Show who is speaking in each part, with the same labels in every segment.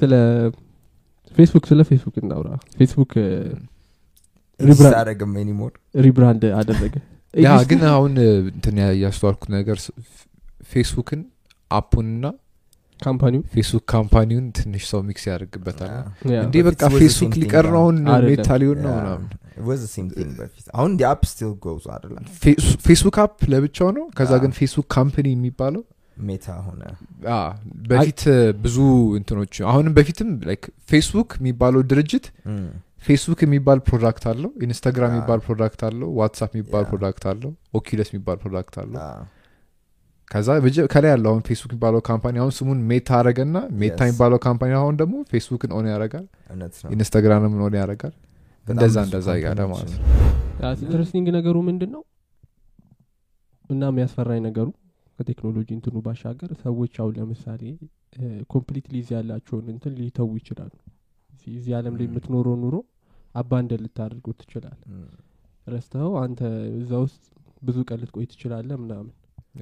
Speaker 1: ስለ ፌስቡክ ስለ ፌስቡክ እናውራ ፌስቡክ
Speaker 2: ሳረግም ኒሞር
Speaker 1: ሪብራንድ አደረገ
Speaker 3: ያ ግን አሁን እንትን ያ- ያስተዋልኩት ነገር ስ- ፌስቡክን አፑንና
Speaker 1: ካምፓኒው
Speaker 3: ፌስቡክ ካምፓኒውን ትንሽ ሰው ሚክስ ያደርግበታል
Speaker 2: ያ።
Speaker 1: ያ፣
Speaker 3: እንዴ
Speaker 2: But
Speaker 3: በቃ
Speaker 2: it's worth the
Speaker 3: ፌስቡክ
Speaker 2: same
Speaker 3: ሊቀር
Speaker 2: thing
Speaker 3: ነው አሁን
Speaker 1: አይደለም።
Speaker 3: ሜታ ሊሆን ነው
Speaker 2: Yeah.
Speaker 3: ምናምን
Speaker 2: It was the same thing በፊት አሁን the app still goes አይደለም
Speaker 3: ፌስ- ፌስቡክ አፕ ለብቻው ነው ከዛ
Speaker 2: ያ።
Speaker 3: ግን ፌስቡክ ካምፕኒ የሚባለው
Speaker 2: ሜታ ሆነ
Speaker 3: አ፣ በፊት ብዙ እንትኖች አሁንም በፊትም ላይክ ፌስቡክ የሚባለው ድርጅት
Speaker 2: Mm.
Speaker 3: ፌስቡክ የሚባል ፕሮዳክት አለው ኢንስታግራም
Speaker 2: ያ።
Speaker 3: የሚባል ፕሮዳክት አለው ዋትሳፕ የሚባል
Speaker 2: ያ።
Speaker 3: ፕሮዳክት አለው ኦኪለስ የሚባል ፕሮዳክት አለው
Speaker 2: አዎ።
Speaker 3: ከዛ በጀ- ከላይ ያለው አሁን ፌስቡክ የሚባለው ካምፓኒ አሁን ስሙን ሜታ አረገና ሜታ
Speaker 2: Yes.
Speaker 3: የሚባለው ካምፓኒ አሁን ደግሞ ፌስቡክን ኦን ያደርጋል
Speaker 2: እውነት ነው
Speaker 3: ኢንስታግራምም ኦን ያደርጋል
Speaker 2: በጣም
Speaker 3: እንደዛ
Speaker 2: ብዙ
Speaker 3: እንደዛ እያለ
Speaker 2: ካምፓኒዎች
Speaker 3: ማለት
Speaker 2: ነው።
Speaker 1: ኢንትረስቲንግ ነገሩ ምንድን ነው እና የሚያስፈራኝ ነገሩ ከቴክኖሎጂ እንትኑ ባሻገር ሰዎች አሁን ለምሳሌ ኮምፕሊት ሊዝ ያላቸውን እንትን ሊተዉ ይችላሉ እዚህ- እዚህ ዓለም ላይ
Speaker 2: Mm.
Speaker 1: የምትኖረው ኑሮ አባንደ ልታደርጉ ትችላል
Speaker 2: Mm.
Speaker 1: ረስተኸው አንተ እዛ ውስጥ ብዙ ቀን ልትቆይ ትችላለህ ምናምን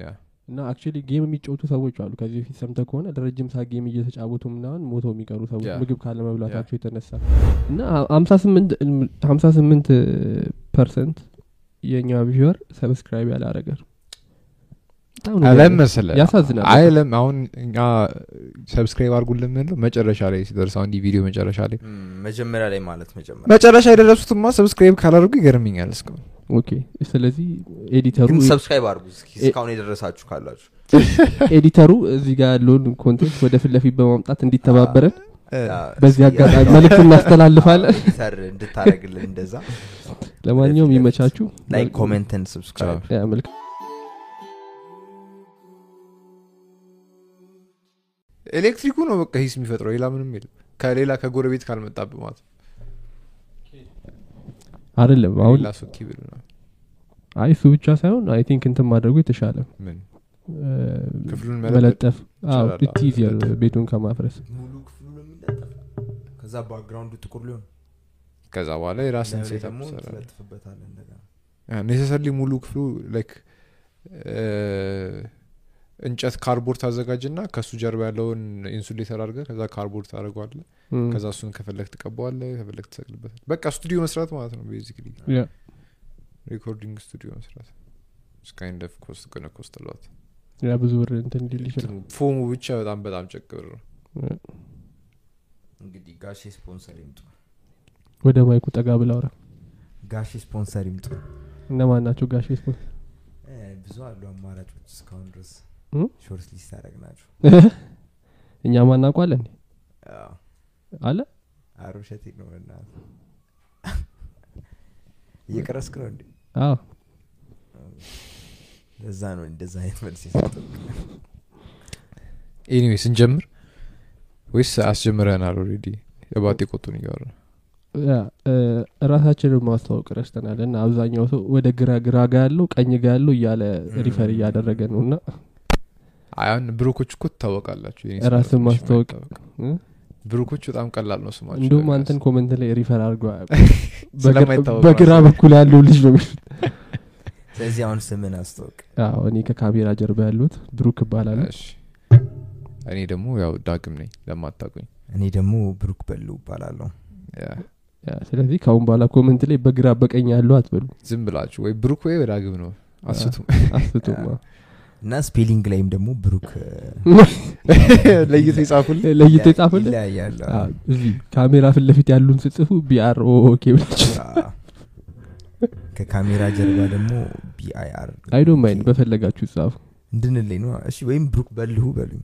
Speaker 3: ያ።
Speaker 1: እና አክቹሊ ጌም የሚጫወቱ ሰዎች አሉ ከዚህ በፊት ሰምተ ከሆነ ለረጅም ሰዓት ጌም እየተጫወቱ ምናምን ሞተው የሚቀሩ ሰዎች
Speaker 3: Yeah.
Speaker 1: ምግብ ካለመብላታቸው የተነሳ እና ሀምሳ ስምንት ሀምሳ ስምንት ፐርሰንት የእኛ ቪዥር ሰብስክራይብ ያላረገ ነው። በጣም ነው
Speaker 3: አለም
Speaker 1: የሚያሳዝነው።
Speaker 3: መሰለ
Speaker 1: ያሳዝናል።
Speaker 3: አይለም አሁን እኛ ሰብስክራይብ አርጉን ለምንለው መጨረሻ ላይ ሲደርስ አሁን ቪዲዮ መጨረሻ ላይ
Speaker 2: Mm. መጀመሪያ ላይ ማለት መጀመሪያ
Speaker 3: መጨረሻ የደረሱትማ ሰብስክራይብ ካላርጉ ይገርምኛል እስካሁን
Speaker 1: ኦኬ ስለዚህ ኤዲተሩ
Speaker 2: ግን ሰብስክራይብ አድርጉ እስኪ
Speaker 1: እ-
Speaker 2: እስካሁን የደረሳችሁ ካላችሁ
Speaker 1: ኤዲተሩ እዚህ ጋር ያለውን ኮንቴንት ወደ ፊት ለፊት በማምጣት እንዲተባበረን
Speaker 2: አዎ፣
Speaker 1: በዚህ
Speaker 2: እስኪ
Speaker 1: አጋጣሚ
Speaker 2: ያለውን-
Speaker 1: መልእክት እናስተላልፋለን
Speaker 2: አዎ፣ ኤዲተር እንድታደረግልን እንደዛ
Speaker 1: ለማንኛውም
Speaker 2: ለፊት
Speaker 1: ይመቻችሁ
Speaker 2: ላይክ ኮሜንትን ሰብስክራይብ
Speaker 3: ቻው።
Speaker 1: ያ፣ መልካም
Speaker 3: ኤሌክትሪኩ ነው በቃ ሂስ የሚፈጥረው ሌላ ምንም የለም ከሌላ ከጎረቤት ካልመጣብ ማለት ነው።
Speaker 1: አይደለም አሁን
Speaker 3: ሌላ ሶኪ ብል ነው።
Speaker 1: አይ እሱ ብቻ ሳይሆን አይ ቲንክ እንትን ማድረጉ የተሻለ
Speaker 3: ምን
Speaker 1: እ፣
Speaker 3: ክፍሉን
Speaker 1: መለጠፍ አዎ፣
Speaker 3: ይቻላል።
Speaker 1: it's easier ቤቱን ከማፍረስ
Speaker 2: ሙሉ ክፍሉ ነው የሚለጠፍ ከዛ ባክግራውንዱ ጥቁር ሊሆን
Speaker 3: ከዛ በኋላ
Speaker 2: ላይ
Speaker 3: የራስን ሴት
Speaker 2: ደግሞ ትለጥፍበታል እንደገና
Speaker 3: ኔሰሰርሊ ሙሉ ክፍሉ ላይክ እንጨት ካርቦርድ ታዘጋጅና ከሱ ጀርባ ያለውን ኢንሱሌተር አድርገ ከዛ ካርቦርድ ታደርገዋለ
Speaker 1: እም፣
Speaker 3: ከዛ እሱን ከፈለግ ትቀባዋለ ከፈለግ ትሰቅልበታል በቃ ስቱዲዮ መስራት ማለት ነው ቤዚክሊ
Speaker 1: ያ፣
Speaker 3: ሪኮርዲንግ ስቱዲዮ መስራት ስካይንድ ኦፍ ኮስት ገነ ኮስት ሏት
Speaker 1: ያ ብዙ ብር እንትን ሊል ይችላል
Speaker 3: ፎሙ ብቻ በጣም በጣም ጨቅ ብር ነው
Speaker 1: ያ።
Speaker 2: እንግዲህ ጋሼ ስፖንሰር ይምጡ
Speaker 1: ወደ ማይኩ ጠጋ ብላውራ
Speaker 2: ጋሼ ስፖንሰር ይምጡ
Speaker 1: እነማን ናቸው ጋሽ ስፖ
Speaker 2: እ፣ ብዙ አሉ አማራጮች እስካሁን ድረስ
Speaker 1: እም?
Speaker 2: ሾርት ሊስት ያደረግ ናቸው
Speaker 1: እኛ ማናቋለን አለ
Speaker 2: አሮሸቴ ነው እና እየቀረስክ ነው እንዴ
Speaker 1: አዎ
Speaker 2: ለዛ ነው እንደዛ አይነት መልስ የሰጠው
Speaker 3: ኤኒዌይስ እንጀምር ወይስ አስጀምረናል ኦልሬዲ የባጤ ቆጡን እያወራ
Speaker 1: ያ፣ እ፣ ራሳችንን ማስተዋወቅ ረስተናል እና አብዛኛው ሰው ወደ ግራ ግራ ጋ ያለው ቀኝ ጋ ያለው እያለ ሪፈር እያደረገ ነው እና
Speaker 3: አሁን ብሩኮች እኮ ትታወቃላችሁ የኔ
Speaker 1: ራስን
Speaker 3: ስማርቶች
Speaker 1: ማስተዋወቅ።
Speaker 3: የማይታወቅ።
Speaker 1: እ?
Speaker 3: ብሩኮች በጣም ቀላል ነው ስማቸው
Speaker 1: እንዲሁም
Speaker 3: ለመያዝ።
Speaker 1: አንተን ኮመንት ላይ ሪፈር አድርገ
Speaker 3: ስለማይታወቅ
Speaker 1: በግራ
Speaker 3: ነው።
Speaker 1: በኩል ያለው ልጅ ነው የሚሉት።
Speaker 2: ስለዚህ አሁን ስምን አስታወቅ
Speaker 1: አዎ እኔ ከካሜራ ጀርባ ያሉት ብሩክ እባላለሁ
Speaker 3: እሺ። እኔ ደግሞ ያው ዳግም ነኝ ለማታቁኝ
Speaker 2: እኔ ደግሞ ብሩክ በሉ እባላለሁ
Speaker 1: ያ፣ ስለዚህ ከአሁን በኋላ ኮመንት ላይ በግራ በቀኝ ያሉ አትበሉ
Speaker 3: ዝም ብላችሁ ወይ ብሩክ ወይ ዳግም ነው አስቱ
Speaker 1: አስቱማ
Speaker 2: እና ስፔሊንግ ላይም ደግሞ ብሩክ
Speaker 3: ለይቶ ይጻፉል
Speaker 1: ለይቶ የጻፈል
Speaker 2: ይለያያል
Speaker 1: እዚህ ካሜራ ፊት ለፊት ያሉን ስጽፉ ቢአርኦኬ ብላችሁ
Speaker 2: ከካሜራ ጀርባ ደግሞ ቢአይአር
Speaker 1: አይዶ ማይን በፈለጋችሁ ጻፉ
Speaker 2: እንድንለኝ ነው እሺ ወይም ብሩክ በልሁ በሉኝ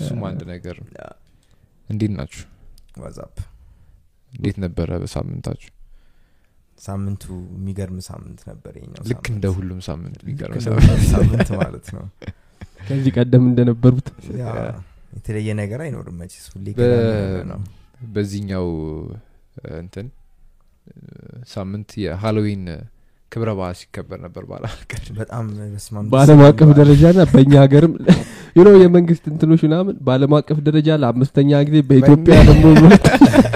Speaker 3: እሱም አንድ ነገር ነው እንዴት ናችሁ
Speaker 2: ዋዛፕ
Speaker 3: እንዴት ነበረ በሳምንታችሁ
Speaker 2: ሳምንቱ የሚገርም ሳምንት ነበር የኛው
Speaker 3: ልክ እንደ ሁሉም ሳምንት የሚቀርብ ሳምንት
Speaker 2: ሁሉም ሳምንት ማለት ነው
Speaker 1: ከዚህ ቀደም እንደነበሩት
Speaker 2: ያ፣ የተለየ ነገር አይኖርም መቼስ ሁሌ
Speaker 3: በ-
Speaker 2: ቅዳሜ ነው
Speaker 3: በዚህኛው እ፣ እንትን እ፣ ሳምንት የሃሎዊን ክብረ በዓል ሲከበር ነበር ባላ
Speaker 2: በጣም በስመ አብ
Speaker 1: በአለም
Speaker 2: ደስ
Speaker 1: አቀፍ
Speaker 2: ይላል።
Speaker 1: ደረጃ ና በእኛ ሀገርም ዩኖ የመንግስት እንትኖች ምናምን በአለም አቀፍ ደረጃ ለአምስተኛ ጊዜ በኢትዮጵያ ደግሞ ሁለት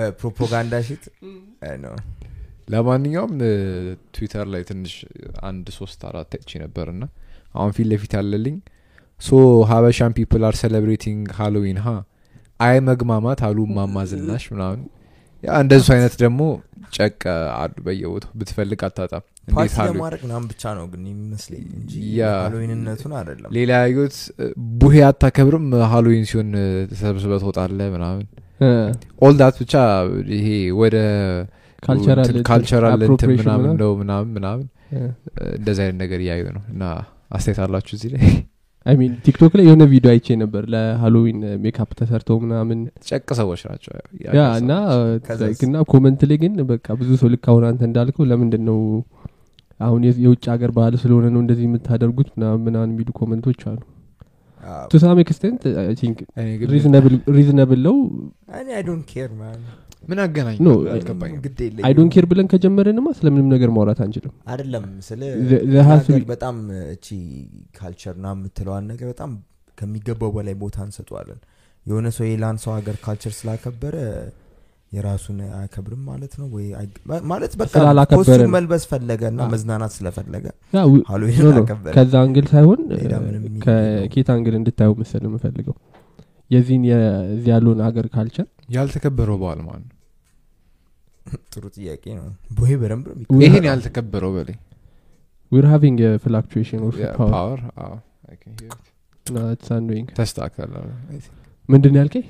Speaker 2: እ፣ ፕሮፓጋንዳ ሽት እ፣ ነው
Speaker 3: ለማንኛውም እ፣ ትዊተር ላይ ትንሽ አንድ ሶስት አራት አይቼ ነበር እና አሁን ፊት ለፊት ያለልኝ ሶ ሀበሻን ፒፕል አር ሴሌብሬቲንግ ሃሎዊን ሀ አይ መግማማት አሉ እማማ ዝናሽ ምናምን ያ እንደሱ አይነት ደግሞ ጨቅ አሉ በየቦታው ብትፈልግ አታጣም እንዴት
Speaker 2: ፓርቲ
Speaker 3: ሃሎዊን
Speaker 2: ለማድረግ ምናምን ብቻ ነው ግን የሚመስለኝ እንጂ
Speaker 3: ያ።
Speaker 2: ሃሎዊንነቱን አይደለም
Speaker 3: ሌላ ያዩት ቡሄ አታከብርም ሃሎዊን ሲሆን ተሰብስበ ትወጣለ ምናምን ኦል ዳት ብቻ ይሄ ወደ
Speaker 1: ካልቸራል
Speaker 3: እንትን ካልቸራል እንትን
Speaker 1: appropriation
Speaker 3: ምናምን
Speaker 1: ምናምን።
Speaker 3: ነው ምናምን ምናምን
Speaker 1: እ።
Speaker 3: እንደዚህ አይነት ነገር እያዩ ነው እና አስተያየት አላችሁ እዚህ ላይ
Speaker 1: አይ ሚን ቲክቶክ ላይ የሆነ ቪዲዮ አይቼ ነበር ለሃሎዊን ሜካፕ ተሰርተው ምናምን
Speaker 3: ጨቅ ሰዎች ናቸው ያዩ
Speaker 1: ያ
Speaker 3: ሰዎች።
Speaker 1: እና
Speaker 2: ከዛስ?
Speaker 1: like እና ኮመንት ላይ ግን በቃ ብዙ ሰው ልክ አሁን አንተ እንዳልከው ለምንድን ነው አሁን የ- የውጭ ሀገር ባህል ስለሆነ ነው እንደዚህ የምታደርጉት ምናምን ምናምን የሚሉ ኮመንቶች አሉ
Speaker 2: አዎ።
Speaker 1: ቱ ሳም ኤክስቴንት አይ ቲንክ
Speaker 3: እኔ ግን
Speaker 1: ሪዝነብል ለው
Speaker 2: እኔ አይ ዶንት ኬር ማን
Speaker 3: ምን አገናኝ
Speaker 1: ኖ፣
Speaker 3: አልገባኝም
Speaker 2: ግድ
Speaker 1: አይ ዶንት
Speaker 2: የለኝም
Speaker 1: ኬር ብለን ከጀመረንማ ስለምንም ነገር ማውራት አንችልም
Speaker 2: አይደለም ስለ
Speaker 1: The- there has to
Speaker 2: ነገር
Speaker 1: be-
Speaker 2: በጣም እቺ ካልቸር ና የምትለዋን ነገር በጣም ከሚገባው በላይ ቦታ እንሰጠዋለን የሆነ ሰው የሌላን ሰው ሀገር ካልቸር ስላከበረ የራሱን አያከብርም ማለት ነው ወይ አይ- ማ- ማለት በቃ
Speaker 1: ስላላከበረ
Speaker 2: ኮስቱም
Speaker 1: ነው።
Speaker 2: መልበስ ፈለገ እና
Speaker 1: አዎ።
Speaker 2: መዝናናት ስለፈለገ
Speaker 1: ያ ዊ- ኖ
Speaker 2: ሀሎዊን
Speaker 1: ኖ
Speaker 2: አከበረ
Speaker 1: ከዛ አንግል ሳይሆን
Speaker 2: ሌላ ምንም የሚል የለውም።
Speaker 1: ከኬት አንግል እንድታየው መሰል የምፈልገው የዚህን የዚህ ያለውን ሀገር ካልቸር
Speaker 3: ያልተከበረው በዓል ማለት ነው
Speaker 2: ጥሩ ጥያቄ ነው ቦይ በደንብ ነው የሚከ-
Speaker 1: We-
Speaker 3: ይሄን ያልተከበረው በላይ
Speaker 1: ዊር ሃቪንግ ፍላክቹዌሽን ኦፍ ፓወር
Speaker 3: ፓወር
Speaker 1: ሳንዶይንግ
Speaker 3: ተስተካከለ
Speaker 1: ምንድን ነው ያልከኝ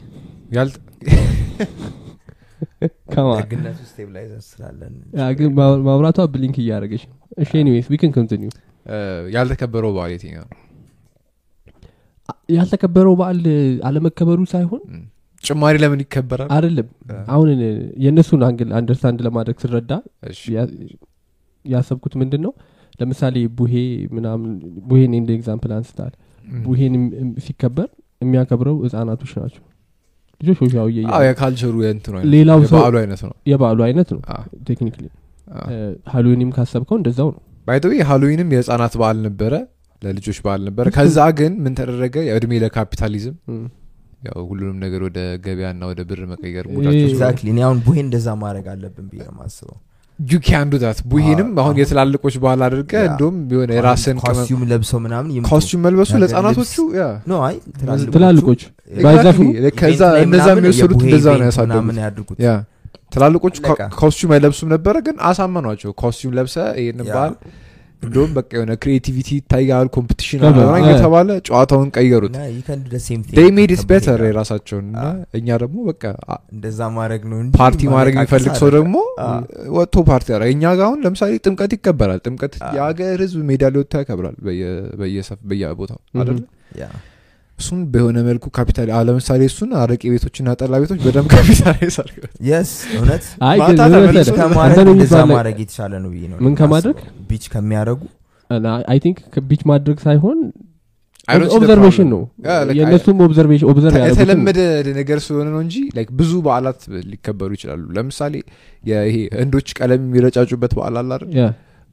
Speaker 3: ያልተ-
Speaker 1: ከማ
Speaker 2: ደግነቱ ስቴብላይዘር ስላለን
Speaker 1: ያ ግን ማው- ማብራቷ ብሊንክ እያደረገች ነው እሺ ኒዌይስ ዊክን ኮንቲኒው
Speaker 3: እ፣ ያልተከበረው በዓል የትኛው ነው
Speaker 1: ያልተከበረው በዓል እ, አለመከበሩ ሳይሆን
Speaker 3: እ። ጭማሪ ለምን ይከበራል
Speaker 1: አይደለም
Speaker 3: እ፣
Speaker 1: አሁን እ፣ የእነሱን አንግል አንደርስታንድ ለማድረግ ስረዳ
Speaker 3: እሺ።
Speaker 1: ያ- ያሰብኩት ምንድን ነው ለምሳሌ ቡሄ ምናምን ቡሄን እንደ ኤግዛምፕል አንስታል
Speaker 3: እ።
Speaker 1: ቡሄን እም- እም- ሲከበር የሚያከብረው ህጻናቶች ናቸው ልጆች ወሻው
Speaker 3: አዎ የካልቸሩ የእንትኑ አይነት
Speaker 1: ሌላው ሰው
Speaker 3: የበዓሉ አይነት ነው
Speaker 1: የበዓሉ አይነት ነው ቴክኒክሊ ሀሎኒም ካሰብከው እንደዛው ነው
Speaker 3: ባይተዊ ሃሎዊንም የህፃናት በዓል ነበረ ለልጆች በዓል ነበረ
Speaker 1: እሱ-
Speaker 3: ከዛ ግን ምን ተደረገ ያው እድሜ ለካፒታሊዝም
Speaker 1: እም።
Speaker 3: ያው ሁሉንም ነገር ወደ ገበያና ወደ ብር መቀየር
Speaker 1: እ-
Speaker 3: ሙዳቸው ስለሆነ
Speaker 2: ኤግዛክትሊ እኔ አሁን ቦይ እንደዛ ማድረግ አለብን ብዬ ነው የማስበው
Speaker 3: ዩኪያንዱ ዳት ቡሄንም
Speaker 2: አዎ።
Speaker 3: አሁን የትላልቆች ባህል አድርገ
Speaker 2: ያ።
Speaker 3: እንዲሁም የሆነ የራስን ቅመም-
Speaker 2: ኮስቲዩም ለብሰው ምናምን ይምጡ።
Speaker 3: ኮስቱም መልበሱ
Speaker 2: ያገር
Speaker 3: ለህጻናቶቹ ያ
Speaker 2: ኖ አይ ትላልቆቹ-
Speaker 1: ትላልቆች ባይዘፍኑ
Speaker 3: Exactly. ከዛ
Speaker 2: ኢቨንት ላይ
Speaker 3: እነዛ
Speaker 2: ምናምን
Speaker 3: የሚወሰዱት
Speaker 2: የቡሄ
Speaker 3: እንደዛ ነው
Speaker 2: ኢቨንት
Speaker 3: ያሳደጉት።
Speaker 2: ምናምን ያድርጉት
Speaker 3: ያ ትላልቆቹ
Speaker 2: በቃ።
Speaker 3: ኮስቱም አይለብሱም ነበረ ግን አሳመኗቸው ኮስቱም ለብሰ ይህን
Speaker 2: ያ።
Speaker 3: በዓል እንዲሁም በቃ የሆነ ክሪኤቲቪቲ ይታያል ኮምፒቲሽን
Speaker 1: ገባ። እ።
Speaker 3: የተባለ ጨዋታውን ቀየሩት
Speaker 2: እና you can do the same thing
Speaker 3: ዴይ ሜድ ኢት
Speaker 2: ከቡሄ
Speaker 3: ቤተር
Speaker 2: ጋር።
Speaker 3: የራሳቸውን እና እኛ ደግሞ በቃ አ-
Speaker 2: እንደዛ ማድረግ ነው እንጂ
Speaker 3: ፓርቲ ማድረግ
Speaker 2: ማለቃቀስ
Speaker 3: የሚፈልግ ሰው
Speaker 2: አይደለም።
Speaker 3: ደግሞ
Speaker 2: አ።
Speaker 3: ወጥቶ ፓርቲ ያደረግ እኛ ጋር አሁን ለምሳሌ ጥምቀት ይከበራል ጥምቀት
Speaker 2: አ።
Speaker 3: የሀገር ህዝብ ሜዳ ሊወታ ያከብራል በየ- በየሰፍ- በየቦታው አይደለ
Speaker 2: ያ።
Speaker 3: እሱን በሆነ መልኩ ካፒታል አ- ለምሳሌ እሱን አረቄ ቤቶችና ጠላ ቤቶች በደንብ ካፒታል
Speaker 2: Yes፣ እውነት
Speaker 1: አይ ግን
Speaker 3: ማታ
Speaker 1: ምን
Speaker 3: ተመልሶ
Speaker 1: መሰለህ፣
Speaker 2: ከማድረግ
Speaker 1: አንተ ነው
Speaker 2: እንደዛ
Speaker 1: የሚባል
Speaker 2: ማድረግ የተሻለ ነው ብዬ ነው
Speaker 1: ምን ከማድረግ?
Speaker 2: ቢች ከሚያደረጉ
Speaker 1: አይ ቲንክ ቢች ማድረግ ሳይሆን ኦብዘርቬሽን ነው
Speaker 3: ያ፣ ልክ
Speaker 1: የእነሱም ኦብዘርቬሽን ኦብዘርቭ ያደረጉት
Speaker 3: የተለመደ ነገር ስለሆነ ነው እንጂ like ብዙ በዓላት ሊከበሩ ይችላሉ ለምሳሌ የ- ይሄ ህንዶች ቀለም የሚረጫጩበት በዓል አለ አይደል?
Speaker 1: ነው። ያ፣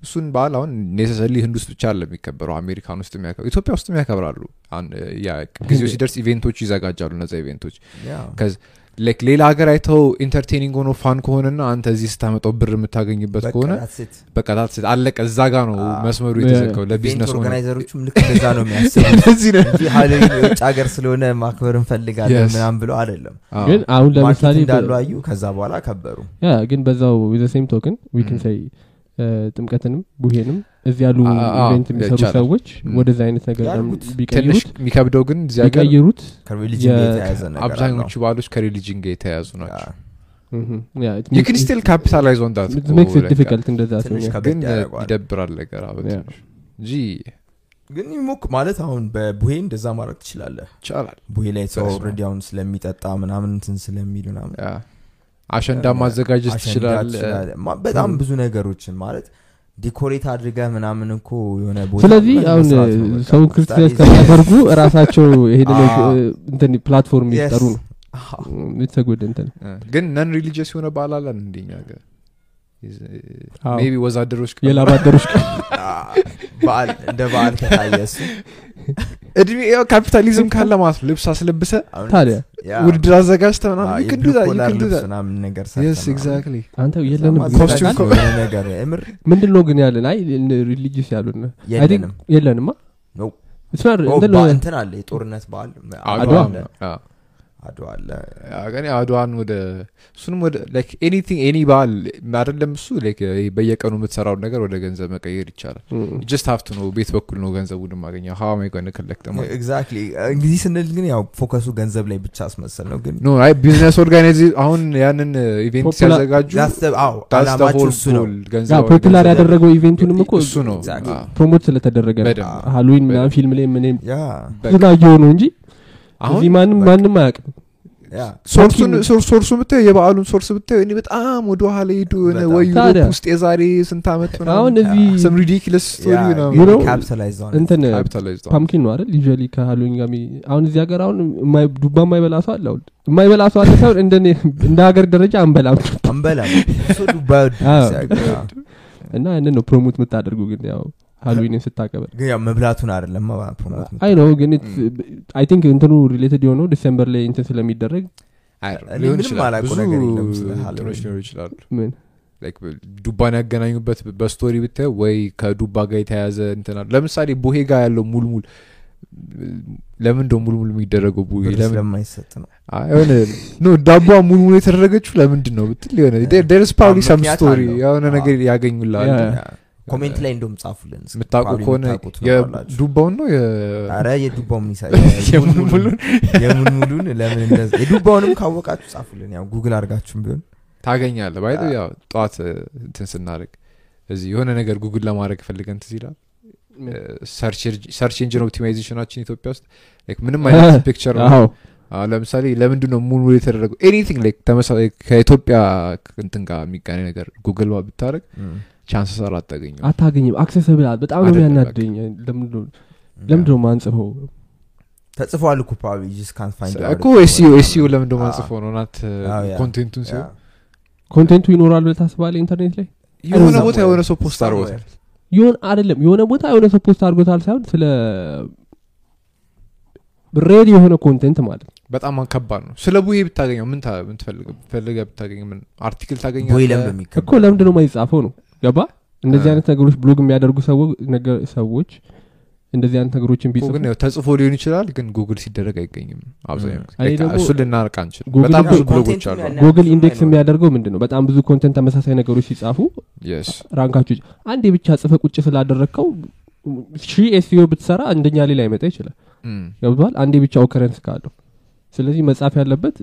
Speaker 3: እሱን በዓል አሁን ኔሰሰሪ ህንድ ውስጥ ብቻ አለ የሚከበረው አሜሪካን ውስጥ የሚያከብሩ ኢትዮጵያ ውስጥ ያከብራሉ አሁን ያ ጊዜው ሲደርስ ኢቬንቶች ይዘጋጃሉ እነዚ ኢቬንቶች
Speaker 2: ያ።
Speaker 3: ላይክ ሌላ ሀገር አይተው ኢንተርቴኒንግ ሆኖ ፋን ከሆነና አንተ እዚህ ስታመጣው ብር የምታገኝበት
Speaker 2: በቃ
Speaker 3: ከሆነ
Speaker 2: that's it።
Speaker 3: በቃ that's it፣ አለቀ እዛ ጋ ነው
Speaker 2: አዎ።
Speaker 3: መስመሩ
Speaker 1: ያ።
Speaker 3: የተዘጋው
Speaker 2: ኢቨንት
Speaker 3: ለቢዝነስ ሆነ
Speaker 2: ኦርጋናይዘሮቹም ልክ እንደዛ ነው የሚያስቡት
Speaker 3: እንደዚህ ነው
Speaker 2: እንጂ ሀሎዊን የውጭ ሀገር ስለሆነ ማክበር እንፈልጋለን
Speaker 3: Yes.
Speaker 2: ምናምን ብለው አይደለም
Speaker 3: አዎ።
Speaker 1: ግን አሁን
Speaker 2: ማርኬት
Speaker 1: ለምሳሌ
Speaker 2: እንዳሉ አዩ ከዛ በኋላ ከበሩ
Speaker 1: ያ ግን በዛው ዘሴም ቶክን ዊክን
Speaker 3: Mm.
Speaker 2: Hmm.
Speaker 1: ሳይ uh, ጥምቀትንም ቡሄንም እዚህ ያሉ
Speaker 2: Ah,
Speaker 3: አ- አ-
Speaker 1: ኢቨንት የሚሰሩ
Speaker 3: ይቻላል።
Speaker 1: ሰዎች
Speaker 3: Mm.
Speaker 2: Hmm.
Speaker 1: ወደዚ አይነት ነገር ለምን
Speaker 2: ያድርጉት።
Speaker 3: ትንሽ
Speaker 1: ቢቀይሩት
Speaker 3: የሚከብደው ግን እዚህ ሀገር
Speaker 1: ቢቀይሩት
Speaker 2: ከሪሊጅን
Speaker 1: የ-
Speaker 2: ጋር የተያያዘ ነገር
Speaker 3: አብዛኞቹ በዓሎች ከሪሊጅን ጋር የተያያዙ ናቸው
Speaker 2: Hmm.
Speaker 1: mhm, ያ, it makes-
Speaker 3: የክሪስቴል ካፒታላይዝ ወንዳት
Speaker 1: it makes it difficult እንደዛ
Speaker 2: Oh, uh, ትንሽ
Speaker 1: ሲሆን ያ።
Speaker 2: ከ-
Speaker 3: ግን
Speaker 2: ከበድ ያደርገዋል።
Speaker 3: ይደብራል ነገር አበት
Speaker 1: ያ።
Speaker 3: እንጂ
Speaker 2: ግን ይሞክ ማለት አሁን በቡሄ እንደዛ ማድረግ ትችላለህ
Speaker 3: ይቻላል
Speaker 2: ቡሄ ላይ ሰው
Speaker 3: በስመ አብ።
Speaker 2: ኦልሬዲ አሁን ስለሚጠጣ ምናምን እንትን ስለሚል ምናምን
Speaker 3: ያ። አሸንዳ ማዘጋጀት
Speaker 2: አሸንዳ
Speaker 3: ትችላል
Speaker 2: ትችላለህ። ማ- በጣም
Speaker 1: ም።
Speaker 2: ብዙ ነገሮችን ማለት ዴኮሬት አድርገህ ምናምን እኮ የሆነ ቦታ
Speaker 1: ስለዚህ
Speaker 2: ላይ
Speaker 1: አሁን
Speaker 2: መስራት ነው በቃ።
Speaker 1: ሰው
Speaker 2: That
Speaker 1: ክርስቲያን
Speaker 2: is-
Speaker 1: ከሚያደርጉ ራሳቸው ይሄንን
Speaker 2: Ah.
Speaker 1: እ, እንትን ፕላትፎርም
Speaker 2: Yes.
Speaker 1: ይጠሩ ነው Mm,
Speaker 2: አዎ።
Speaker 1: የተጎደ እንትን
Speaker 3: እ፣ ግን ነን ሪሊጂየስ የሆነ በዓል አለን እንደኛ ሀገር
Speaker 1: አዎ።
Speaker 3: ቢ ወዛደሮች ቀን-
Speaker 1: የላብ አደሮች
Speaker 2: አዎ። በዓል እንደ በዓል ከታየ እሱ
Speaker 3: እድሜ ያው ካፒታሊዝም ካለ ማለት ነው። ልብስ አስለብሰ
Speaker 2: አሁን
Speaker 1: ታዲያ
Speaker 2: ያ፣
Speaker 3: ውድድር አዘጋጅተ
Speaker 2: አዎ፣
Speaker 3: ምናምን
Speaker 2: የብሉ ኮላር ልብስ ምናምን ነገር ሰርተህ
Speaker 3: ስ
Speaker 2: ምናምን።
Speaker 3: ኤግዛክትሊ
Speaker 1: አንተ
Speaker 2: ከዛ
Speaker 1: የለንም
Speaker 2: ማዘጋጀት
Speaker 1: ብለህ
Speaker 3: ኮስቱም
Speaker 1: ታውቃለህ?
Speaker 2: የሆነ ነገር የምር
Speaker 1: ምንድን ነው ግን ያለን አይ ሪሊጂስ ያሉን I think
Speaker 2: የለንም
Speaker 1: የለንማ
Speaker 2: Nope.
Speaker 1: It's not
Speaker 2: ኦ፣
Speaker 1: እንትን
Speaker 2: በ- እንትን አለ የጦርነት በዓል አድዋ
Speaker 3: አድዋ
Speaker 2: አለ አድዋ አለ
Speaker 3: ግን አድዋን ወደ እሱንም ወደ ኤኒቲንግ ኤኒ በዓል አይደለም እሱ like ይሄ በየቀኑ የምትሰራውን ነገር ወደ ገንዘብ መቀየር ይቻላል ጀስት ሀብት ነው ቤት በኩል ነው ገንዘቡን ማገኘው ሀዋ ማይቆን ክለክተ
Speaker 2: ኤግዛክትሊ እንግዲህ ስንል ግን ያው ፎከሱ ገንዘብ ላይ ብቻ አስመሰል ነው ግን
Speaker 3: ኖ አይ ቢዝነስ ኦርጋናይዝ አሁን ያንን ኢቬንት
Speaker 1: Popular-
Speaker 3: ሲያዘጋጁ
Speaker 2: that's the- አዎ፣
Speaker 3: that's the
Speaker 2: አላማቸው
Speaker 3: whole
Speaker 2: እሱ ነው
Speaker 3: goal። ገንዘብ
Speaker 1: ፖፑላር ያደረገው ኢቬንቱንም እኮ
Speaker 3: እሱ ነው
Speaker 2: Exactly.
Speaker 3: አዎ።
Speaker 1: ፕሮሞት ስለተደረገ ነው
Speaker 3: በደንብ
Speaker 1: ሀሎዊን ምናምን ፊልም ላይ ምንም
Speaker 2: ያ
Speaker 3: በቃ።
Speaker 1: ስላየው ነው እንጂ
Speaker 3: አሁን
Speaker 1: እዚህ ማንም ማንም አያውቅም
Speaker 2: ያ
Speaker 3: ሶርሱን
Speaker 1: ቶኪን-
Speaker 3: ሶር- ሶርሱ ብታየው የበዓሉን ሶርስ ብታየው እኔ በጣም ወደ ኋላ ሄዱ የሆነ
Speaker 2: በጣም።
Speaker 3: ወይ ዩሮፕ
Speaker 1: ታዲያ።
Speaker 3: ውስጥ የዛሬ ስንት ዓመት
Speaker 1: አሁን እዚህ
Speaker 3: ሰም ሪዲክለስ ስቶሪ
Speaker 1: You know-
Speaker 2: ካፒታላይዝ
Speaker 1: እንትን
Speaker 3: ምናምንካፒታላይዝ
Speaker 1: ፓምኪን ነው አይደል ዩዥዋሊ ከሃሎዊን ጋር የሚ- አሁን እዚህ ሀገር አሁን የማይ- ዱባ የማይበላ ሰው አለ አሁን የማይበላ ሰው አለ ሳይሆን እንደ እኔ- እንደ ሀገር ደረጃ አንበላም
Speaker 2: አንበላ እሱ ዱባይ ወድ-
Speaker 1: አዎ።
Speaker 2: ሲያገባ።
Speaker 1: እና ያንን ነው ፕሮሞት የምታደርጉ ግን ያው ሃሎዊንን ስታከበር
Speaker 2: ግን ያው መብላቱን አይደለም ፕሮሞት
Speaker 1: አይ ነው ግን አይ ቲንክ እንትኑ ሪሌትድ የሆነው ዲሴምበር ላይ እንትን ስለሚደረግ
Speaker 2: እኔ ምንም አላውቀው ነገር የለም ስለ Halloween።
Speaker 3: ሊሆኑ ይችላሉ
Speaker 1: ምን
Speaker 3: Like ዱባን ያገናኙበት በስቶሪ ብታየው ወይ ከዱባ ጋር የተያያዘ እንትና ለምሳሌ ቡሄ ጋር ያለው ሙልሙል ለምን እንደ ሙልሙል የሚደረገው ቡሄ
Speaker 2: ብር
Speaker 3: ለምን
Speaker 2: ስለማይሰጥ ነው
Speaker 3: አይ የሆነ ኖ ዳቧ ሙልሙሉ የተደረገችው ለምንድን ነው ብትል የሆነ ደርስ ፓብሊ
Speaker 2: ምክንያት
Speaker 3: ሰም ስቶሪ
Speaker 2: አለው።
Speaker 3: የሆነ ነገር ያገኙላል
Speaker 1: ያ።
Speaker 2: ኮሜንት ላይ እንደውም ጻፉልን እስኪ።
Speaker 3: የምታውቁ
Speaker 2: probably
Speaker 3: ከሆነ
Speaker 2: የምታውቁት ትኖራላችሁ።
Speaker 3: የዱባውን ነው የ-
Speaker 2: ኧረ የዱባው ምን ይሳ-
Speaker 3: የሙልሙሉን
Speaker 2: የሙልሙሉን ለምን እንደዚ- የዱባውንም ካወቃችሁ ጻፉልን ያው ጉግል አድርጋችሁም ቢሆን
Speaker 3: ታገኛለ ባይ
Speaker 2: ያ።
Speaker 3: ያው ጠዋት እ, እንትን ስናደርግ እዚህ የሆነ ነገር ጉግል ለማድረግ ፈልገን ትዝ ይላል እ, ሰርች ኢንጂን ኦፕቲማይዜሽናችን ኢትዮጵያ ውስጥ like ምንም አይነት ፒክቸር ነው
Speaker 1: አዎ
Speaker 3: አሁን ለምሳሌ ለምንድን ነው ሙሉ የተደረገው ኤኒቲንግ ላይክ ተመሳሳይ ከኢትዮጵያ እንትን ጋር የሚገናኝ ነገር ጉግል ባ- ብታደረግ
Speaker 2: እም፣
Speaker 3: ቻንስ ሰር አታገኘ
Speaker 1: አታገኝም አክሰሰብል በጣም ነው
Speaker 3: አይደለም
Speaker 1: የሚያናደኝ ለምንድነው ለምንድነው ማንጽፈው
Speaker 2: ተጽፏል እኮ probably, you just can't find out
Speaker 3: እኮ
Speaker 2: it.
Speaker 3: ኤስዩ ኤስዩ ለምን ደሞ
Speaker 2: አዎ።
Speaker 3: አንጽፎ ነው ናት
Speaker 2: አዎ፣ ያ።
Speaker 3: ኮንቴንቱን
Speaker 2: ያ።
Speaker 3: ሲሆን
Speaker 1: ኮንቴንቱ ይኖራል ብለህ ታስባለህ ኢንተርኔት ላይ
Speaker 3: የሆነ
Speaker 1: እዛው
Speaker 3: ቦታ
Speaker 2: ወይ-
Speaker 3: የሆነ ሰው ፖስት አድርጎታል
Speaker 2: somewhere.
Speaker 1: ይሆን አይደለም የሆነ ቦታ የሆነ ሰው ፖስት አድርጎታል ሳይሆን ስለ ሬድ የሆነ ኮንቴንት ማለት ነው።
Speaker 3: በጣም ከባድ ነው ስለ ቡሄ ብታገኘው ምን ታ- ምን ትፈልገ- ፈልገ ብታገኝ ምን አርቲክል
Speaker 2: ቦይ ለምን
Speaker 3: ታገኛለ
Speaker 2: በሚከብድ?
Speaker 1: እኮ ለምንድን ነው የማይጻፈው ነው ገባ እንደዚህ
Speaker 3: እ።
Speaker 1: አይነት ነገሮች ብሎግ የሚያደርጉ ሰዎ- ነገ- ሰዎች እንደዚህ አይነት ነገሮችን
Speaker 3: እኮ
Speaker 1: ቢጽፉ
Speaker 3: ግን ያው ተጽፎ ሊሆን ይችላል ግን ጉግል ሲደረግ አይገኝም አብዛኛው ጊዜ
Speaker 1: እኔ
Speaker 3: በቃ
Speaker 1: ደግሞ
Speaker 3: እሱን ልናርቅ አንችል
Speaker 1: ጉግል
Speaker 3: በጣም ብዙ
Speaker 2: ያው
Speaker 3: ብሎጎች
Speaker 2: ኮንቴንቱን
Speaker 3: አሉ
Speaker 2: ያን
Speaker 1: ጉግል
Speaker 2: ያክል
Speaker 1: ኢንዴክስ
Speaker 2: አይኖርም።
Speaker 1: የሚያደርገው ምንድን ነው በጣም ብዙ ኮንተንት ተመሳሳይ ነገሮች ሲጻፉ
Speaker 3: Yes.
Speaker 1: ራንካችሁ አንዴ ብቻ ጽፈ ቁጭ ስላደረግከው ሺ ኤስዮ ብትሰራ አንደኛ ሌላ አይመጣ ይችላል
Speaker 3: እም።
Speaker 1: ገብቷል አንዴ ብቻ ኦከረንስ ካለው ስለዚህ መጻፍ ያለበት